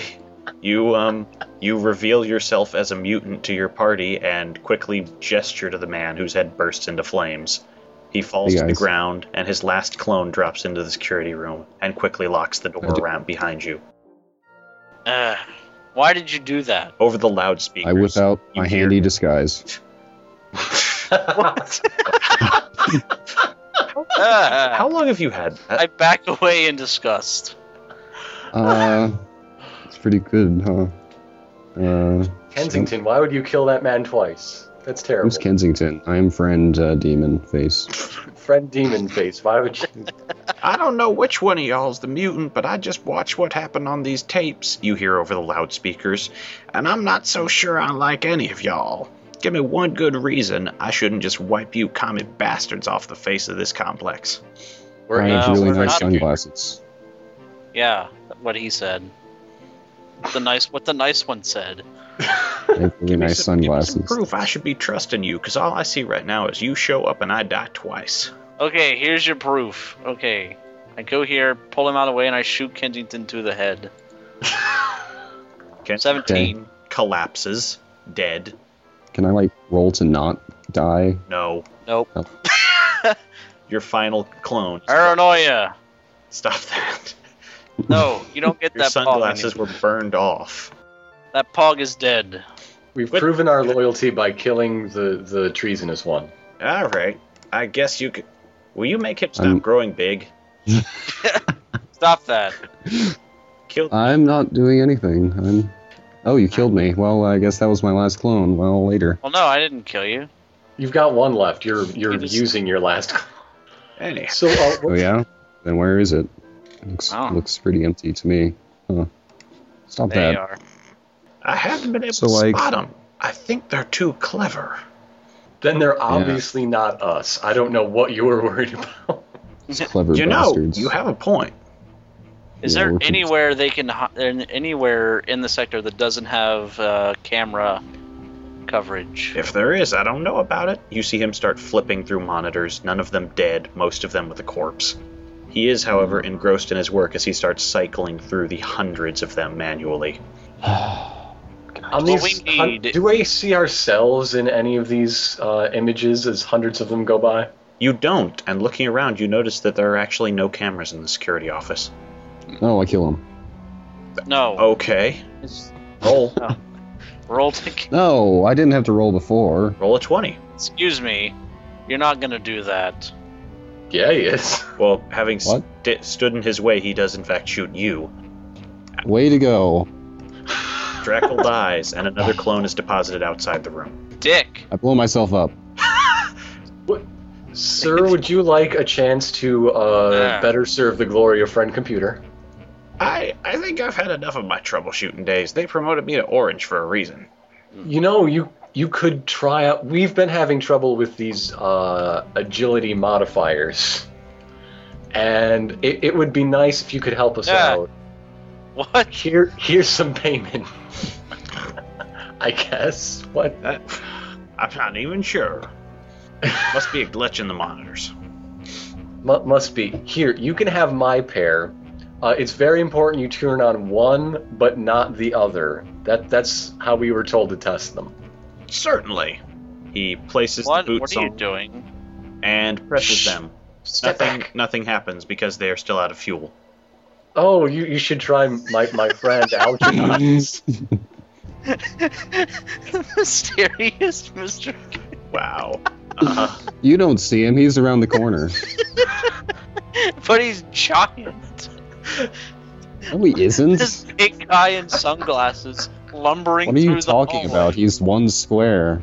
You um you reveal yourself as a mutant to your party and quickly gesture to the man whose head bursts into flames. He falls
Hey,
to the
guys.
ground and his last clone drops into the security room and quickly locks the door
I do-
around behind you.
Uh, why did you do that?
Over the loudspeakers.
I whip out
you
my
hear-
handy disguise.
Ah,
How long have you had that?
I back away in disgust.
Uh, it's pretty good, huh? Uh,
Kensington, why would you kill that man twice? That's terrible.
who's Kensington? I am friend uh, Demon Face.
Friend Demon Face, why would you?
I don't know which one of y'all's the mutant, but I just watched what happened on these tapes you hear over the loudspeakers, and I'm not so sure I like any of y'all. Give me one good reason I shouldn't just wipe you comic bastards off the face of this complex.
I
no,
have really
we're
nice
not-
sunglasses.
Yeah, what he said. The nice, what the nice one said.
I have really
me
nice
some- give me some
sunglasses.
proof I should be trusting you, because all I see right now is you show up and I die twice.
Okay, here's your proof. Okay, I go here, pull him out of the way, and I shoot Kensington to the head.
Okay.
Seventeen.
Collapses. Dead.
Can I like roll to not die?
No.
Nope.
Nope.
Your final clone.
Paranoia.
Stop that.
No, you don't get
Your
that
sunglasses
pog.
were burned off.
anymore. That pog is dead.
We've
What-
proven our loyalty by killing the the treasonous one.
All right. I guess you could. Will you make him stop
I'm-
growing big?
Stop that.
Kill.
I'm not doing anything. I'm. Oh, you killed me. Well, I guess that was my last clone. Well, later.
Well, no, I didn't kill you.
You've got one left. You're you're
You just-
using your last.
Any.
So uh,
Oh yeah. Then where is it? Looks
Oh.
looks pretty empty to me. Huh. Stop
There you
that.
are.
I haven't been able
So,
to
like-
spot them. I think they're too clever.
then they're obviously not us. I don't know what you were worried about.
Clever
you know,
bastards.
you have a point.
Is
Yeah,
there
we're pretty-
anywhere they can, hi- there- anywhere in the sector that doesn't have uh, camera coverage?
If there is, I don't know about it. You see him start flipping through monitors, none of them dead, most of them with a corpse. He is, however, engrossed in his work as he starts cycling through the hundreds of them manually.
On
What
these,
we
hun-
need-
do we see ourselves in any of these uh, images as hundreds of them go by?
You don't, and looking around, you notice that there are actually no cameras in the security office.
Oh, I kill him.
No.
Oh. Okay,
It's- Oh.
roll.
Roll to.
No, I didn't have to roll before.
roll a 20.
Excuse me. You're not gonna do that.
Yeah, he is.
Well, having
What?
st- stood in his way, he does in fact shoot you.
Way to go.
Drackle dies, and another clone is deposited outside the room.
Dick.
I blow myself up.
Sir, would you like a chance to uh,
Yeah.
better serve the glory of friend computer?
I, I think I've had enough of my troubleshooting days. They promoted me to orange for a reason.
You know, you you could try out. We've been having trouble with these uh, agility modifiers, and it, it would be nice if you could help us
Yeah.
out.
What?
Here, here's some payment. I guess. What?
That, I'm not even sure. Must be a glitch in the monitors.
Mu- must be here. You can have my pair. Uh, it's very important you turn on one, but not the other. That that's how we were told to test them.
Certainly. He places
What?
the boots
What are you
on
doing?
and presses
Shh.
them.
Step
Nothing,
back.
nothing happens because they are still out of fuel.
Oh, you, you should try my, my friend Algernon.
Mysterious Mr.
Wow. Uh,
you don't see him. He's around the corner.
But he's giant.
No, he
This
isn't.
big guy in sunglasses lumbering
What are
through
you
the
talking
hallway.
about? He's one square.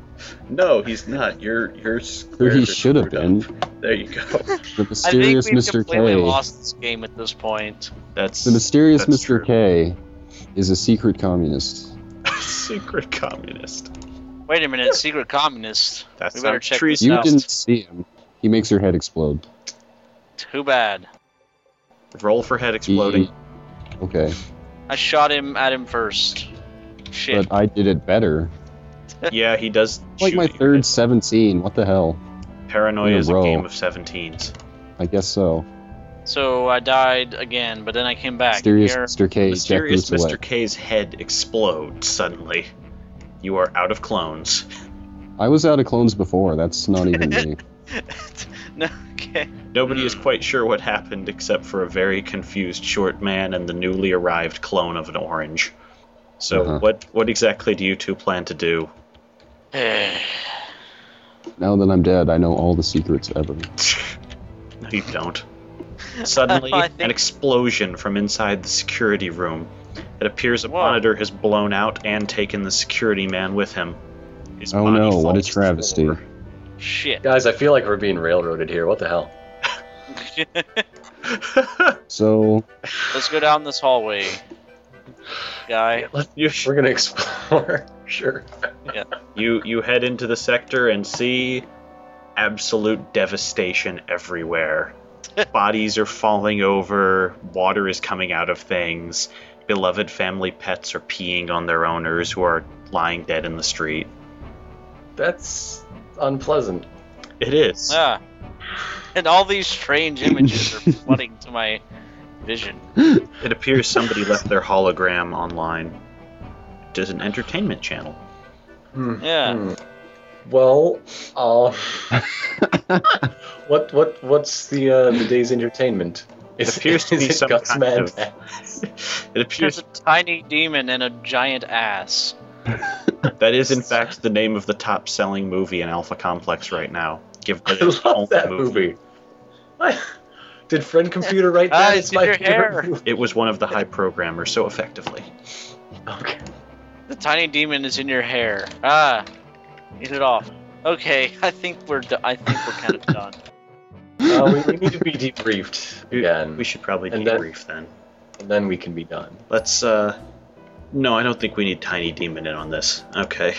no, he's not. You're you're
Who
squared
he
or
should have
screwed
been.
up. There you go.
The
I think
mysterious
we've
Mr.
completely
K.
lost this game at this point.
That's
The mysterious
That's
Mr. K
true.
is a secret communist.
secret communist.
Wait a minute, secret communist.
That's
We better
not
check
treason.
You
Now-
didn't see him. He makes your head explode.
Too bad.
Roll for head
He-
exploding.
okay,
I shot him at him first. Shit.
but I did it better.
yeah, he does.
Like
shoot
my
you.
third 17. What the hell?
Paranoia
in a
is a
row.
game of 17s.
I guess so.
So I died again, but then I came back.
Mysterious
Here-
Mr. K. is Jack
Mysterious
Bruce away.
Mr. K's head explodes suddenly. You are out of clones.
I was out of clones before. That's not even me.
no, okay.
Nobody is
Hmm.
quite sure what happened except for a very confused short man and the newly arrived clone of an orange. So
Uh-huh.
what what exactly do you two plan to do?
Now that I'm dead, I know all the secrets ever.
no, you don't. Suddenly,
Oh, I think-
an explosion from inside the security room. It appears a
Whoa.
monitor has blown out and taken the security man with him. His
Oh
body
no, what a
falls to the
travesty.
floor.
Shit.
Guys, I feel like we're being railroaded here. What the hell?
So,
Let's go down this hallway. Guy.
You,
We're gonna explore. sure.
you you head into the sector and see absolute devastation everywhere. Bodies are falling over, water is coming out of things. Beloved family pets are peeing on their owners who are lying dead in the street.
That's unpleasant.
It is.
Yeah. Ah. And all these strange images are flooding to my vision.
It appears somebody left their hologram online. It is an entertainment channel.
Hmm.
Yeah.
Hmm. Well, uh, what what what's the uh, the day's entertainment?
It appears to
is
be
it
some
Gus
kind
Mad
of-
Max?
It
There's
appears
a tiny demon and a giant ass.
that is in fact the name of the top selling movie in Alpha Complex right now. Give
I love that movie. I- Did friend computer write that?
Ah,
it's
it's
my
your
favorite
hair.
movie.
It was one of the high programmers so effectively.
Okay.
The tiny demon is in your hair. Ah, get it off. Okay, I think we're do- I think we're kind of done.
Uh, we, we need to be debriefed again,
We should probably
And then-
debrief then.
and then we can be done.
Let's uh no, I don't think we need Tiny Demon in on this. Okay.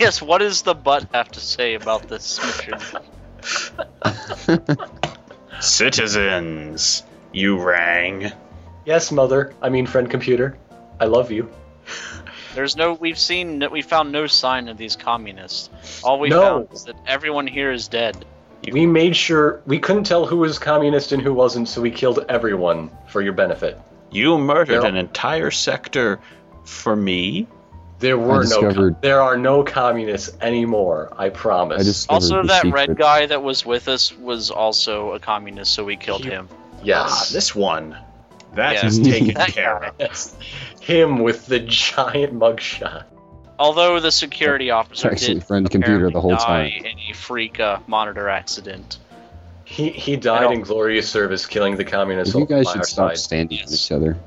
Yes, what does the butt have to say about this mission?
Citizens, you rang.
Yes, mother. I mean, friend computer. I love you.
There's no. We've seen. We found no sign of these communists. All we
No.
found is that everyone here is dead.
We made sure we couldn't tell who was communist and who wasn't, so we killed everyone for your benefit.
You murdered
No.
an entire sector for me?
There were no.
discovered-
Com- there are no communists anymore. I promise.
I discovered
Also,
the
that
secret.
red guy that was with us was also a communist, so we killed him.
Ah,
yes.
this one. That
Yeah.
is taken
That
care
guy.
of.
Yes. Him with the giant mugshot.
Although the security officer
actually
did
friend computer the
apparently
whole
die
time.
in a freak uh, monitor accident.
He he
I
died
don't-
in glorious service, killing the
If
communists.
you guys
by
should
our
stop
side.
standing on
Yes.
each other.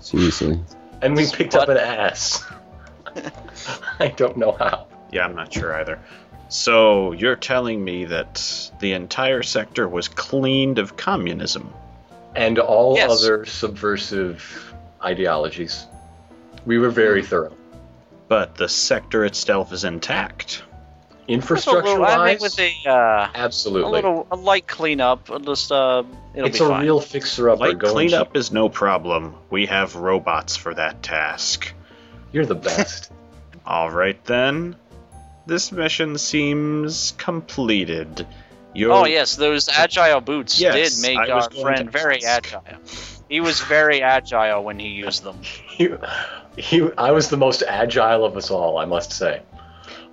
Seriously.
And we picked up an ass. I don't know how.
Yeah, I'm not sure either. So you're telling me that the entire sector was cleaned of communism.
And all
Yes.
other subversive ideologies. We were very
Hmm.
thorough.
But the sector itself is intact.
Just a little, I think
Infrastructure-wise,
with a, uh, a
absolutely.
little a light cleanup, uh, just uh, it'll
it's
be
a
fine.
real fixer-upper.
Light
Go and
cleanup is no problem. We have robots for that task.
sh- You're the best.
Alright then. This mission seems completed. You're,
Oh yes, those agile boots
Yes,
did make
I was
our
going
friend
to
very
ask.
agile. He was very agile when he used them.
you, you, I was the most agile of us all, I must say.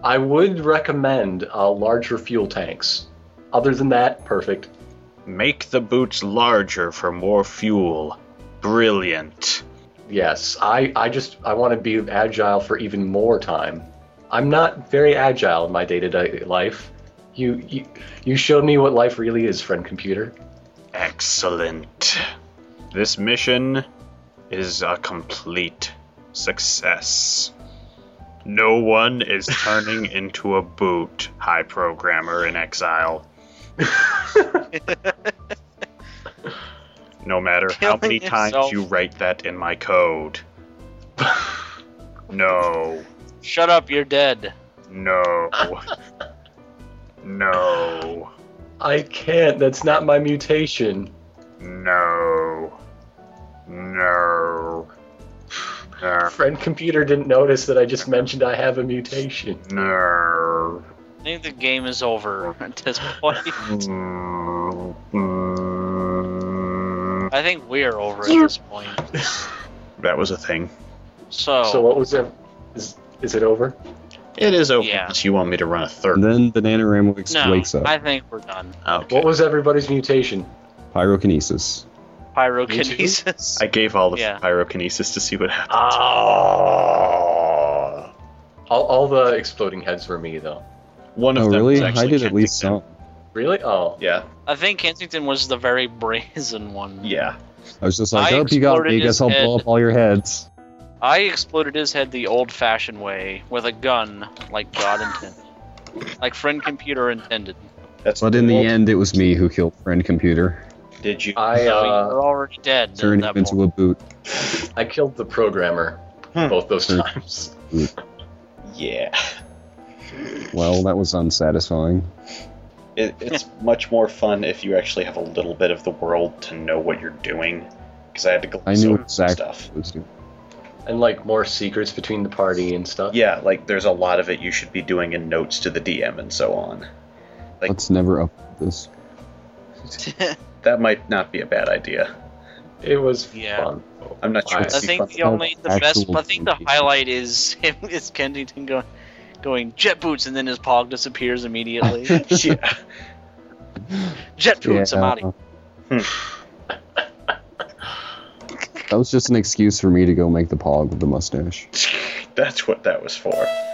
I would recommend uh, larger fuel tanks. Other than that, perfect.
Make the boots larger for more fuel. Brilliant.
Yes, I, I just I want to be agile for even more time. I'm not very agile in my day-to-day life. You you, you showed me what life really is, friend computer.
Excellent. This mission is a complete success. No one is turning into a boot, high programmer in exile. no matter how many
Killing
times
yourself.
you write that in my code. no.
Shut up, you're dead.
No. No.
I can't. That's not my mutation.
No. No. No.
Friend computer didn't notice that I just mentioned I have a mutation.
No.
I think the game is over at this point.
That
I think we're over at this point.
was a thing.
So,
So uh, what was it? Is is it over?
It is over
Yeah.
unless you want me to run a
And
third.
then the NaNoWriMo wakes,
no,
wakes up.
I think we're done.
Okay.
What was everybody's mutation?
Pyrokinesis.
Pyrokinesis.
I gave all the
Yeah.
pyrokinesis to see what happened.
Ah.
Oh. All, all the exploding heads were me though.
One of
Oh,
them
really?
was
I
actually
did at
Kensington.
least some.
Really? Oh.
Yeah,
I think Kensington was the very brazen one.
yeah.
I was just like,
I
oh, you got me.
exploded his
Guess I'll blow
head.
up all your heads.
I exploded his head the old-fashioned way with a gun, like God intended, like friend computer intended.
That's
But in the end, it was me who killed friend computer.
Did you?
I
so you
uh,
were already dead. at
Turned
that
him into
point.
a boot.
I killed the programmer
Hmm.
both those
Hmm.
times.
Yeah.
Well, that was unsatisfying.
It, it's much more fun if you actually have a little bit of the world to know what you're doing. Because I had to glimpse
I knew
over some
exactly
stuff.
what I was doing.
And like more secrets between the party and stuff.
Yeah, like there's a lot of it you should be doing in notes to the DM and so on. Like-
Let's never up this.
That might not be a bad idea.
It was
Yeah.
fun.
I'm not sure.
I-
it's
I
be
think
fun.
the only the best.
Actual
I think the
computer.
highlight is him is Kensington going, going jet boots, and then his pog disappears immediately.
yeah.
jet boots, I'm
Yeah.
out of
That was just an excuse for me to go make the pog with the mustache.
That's what that was for.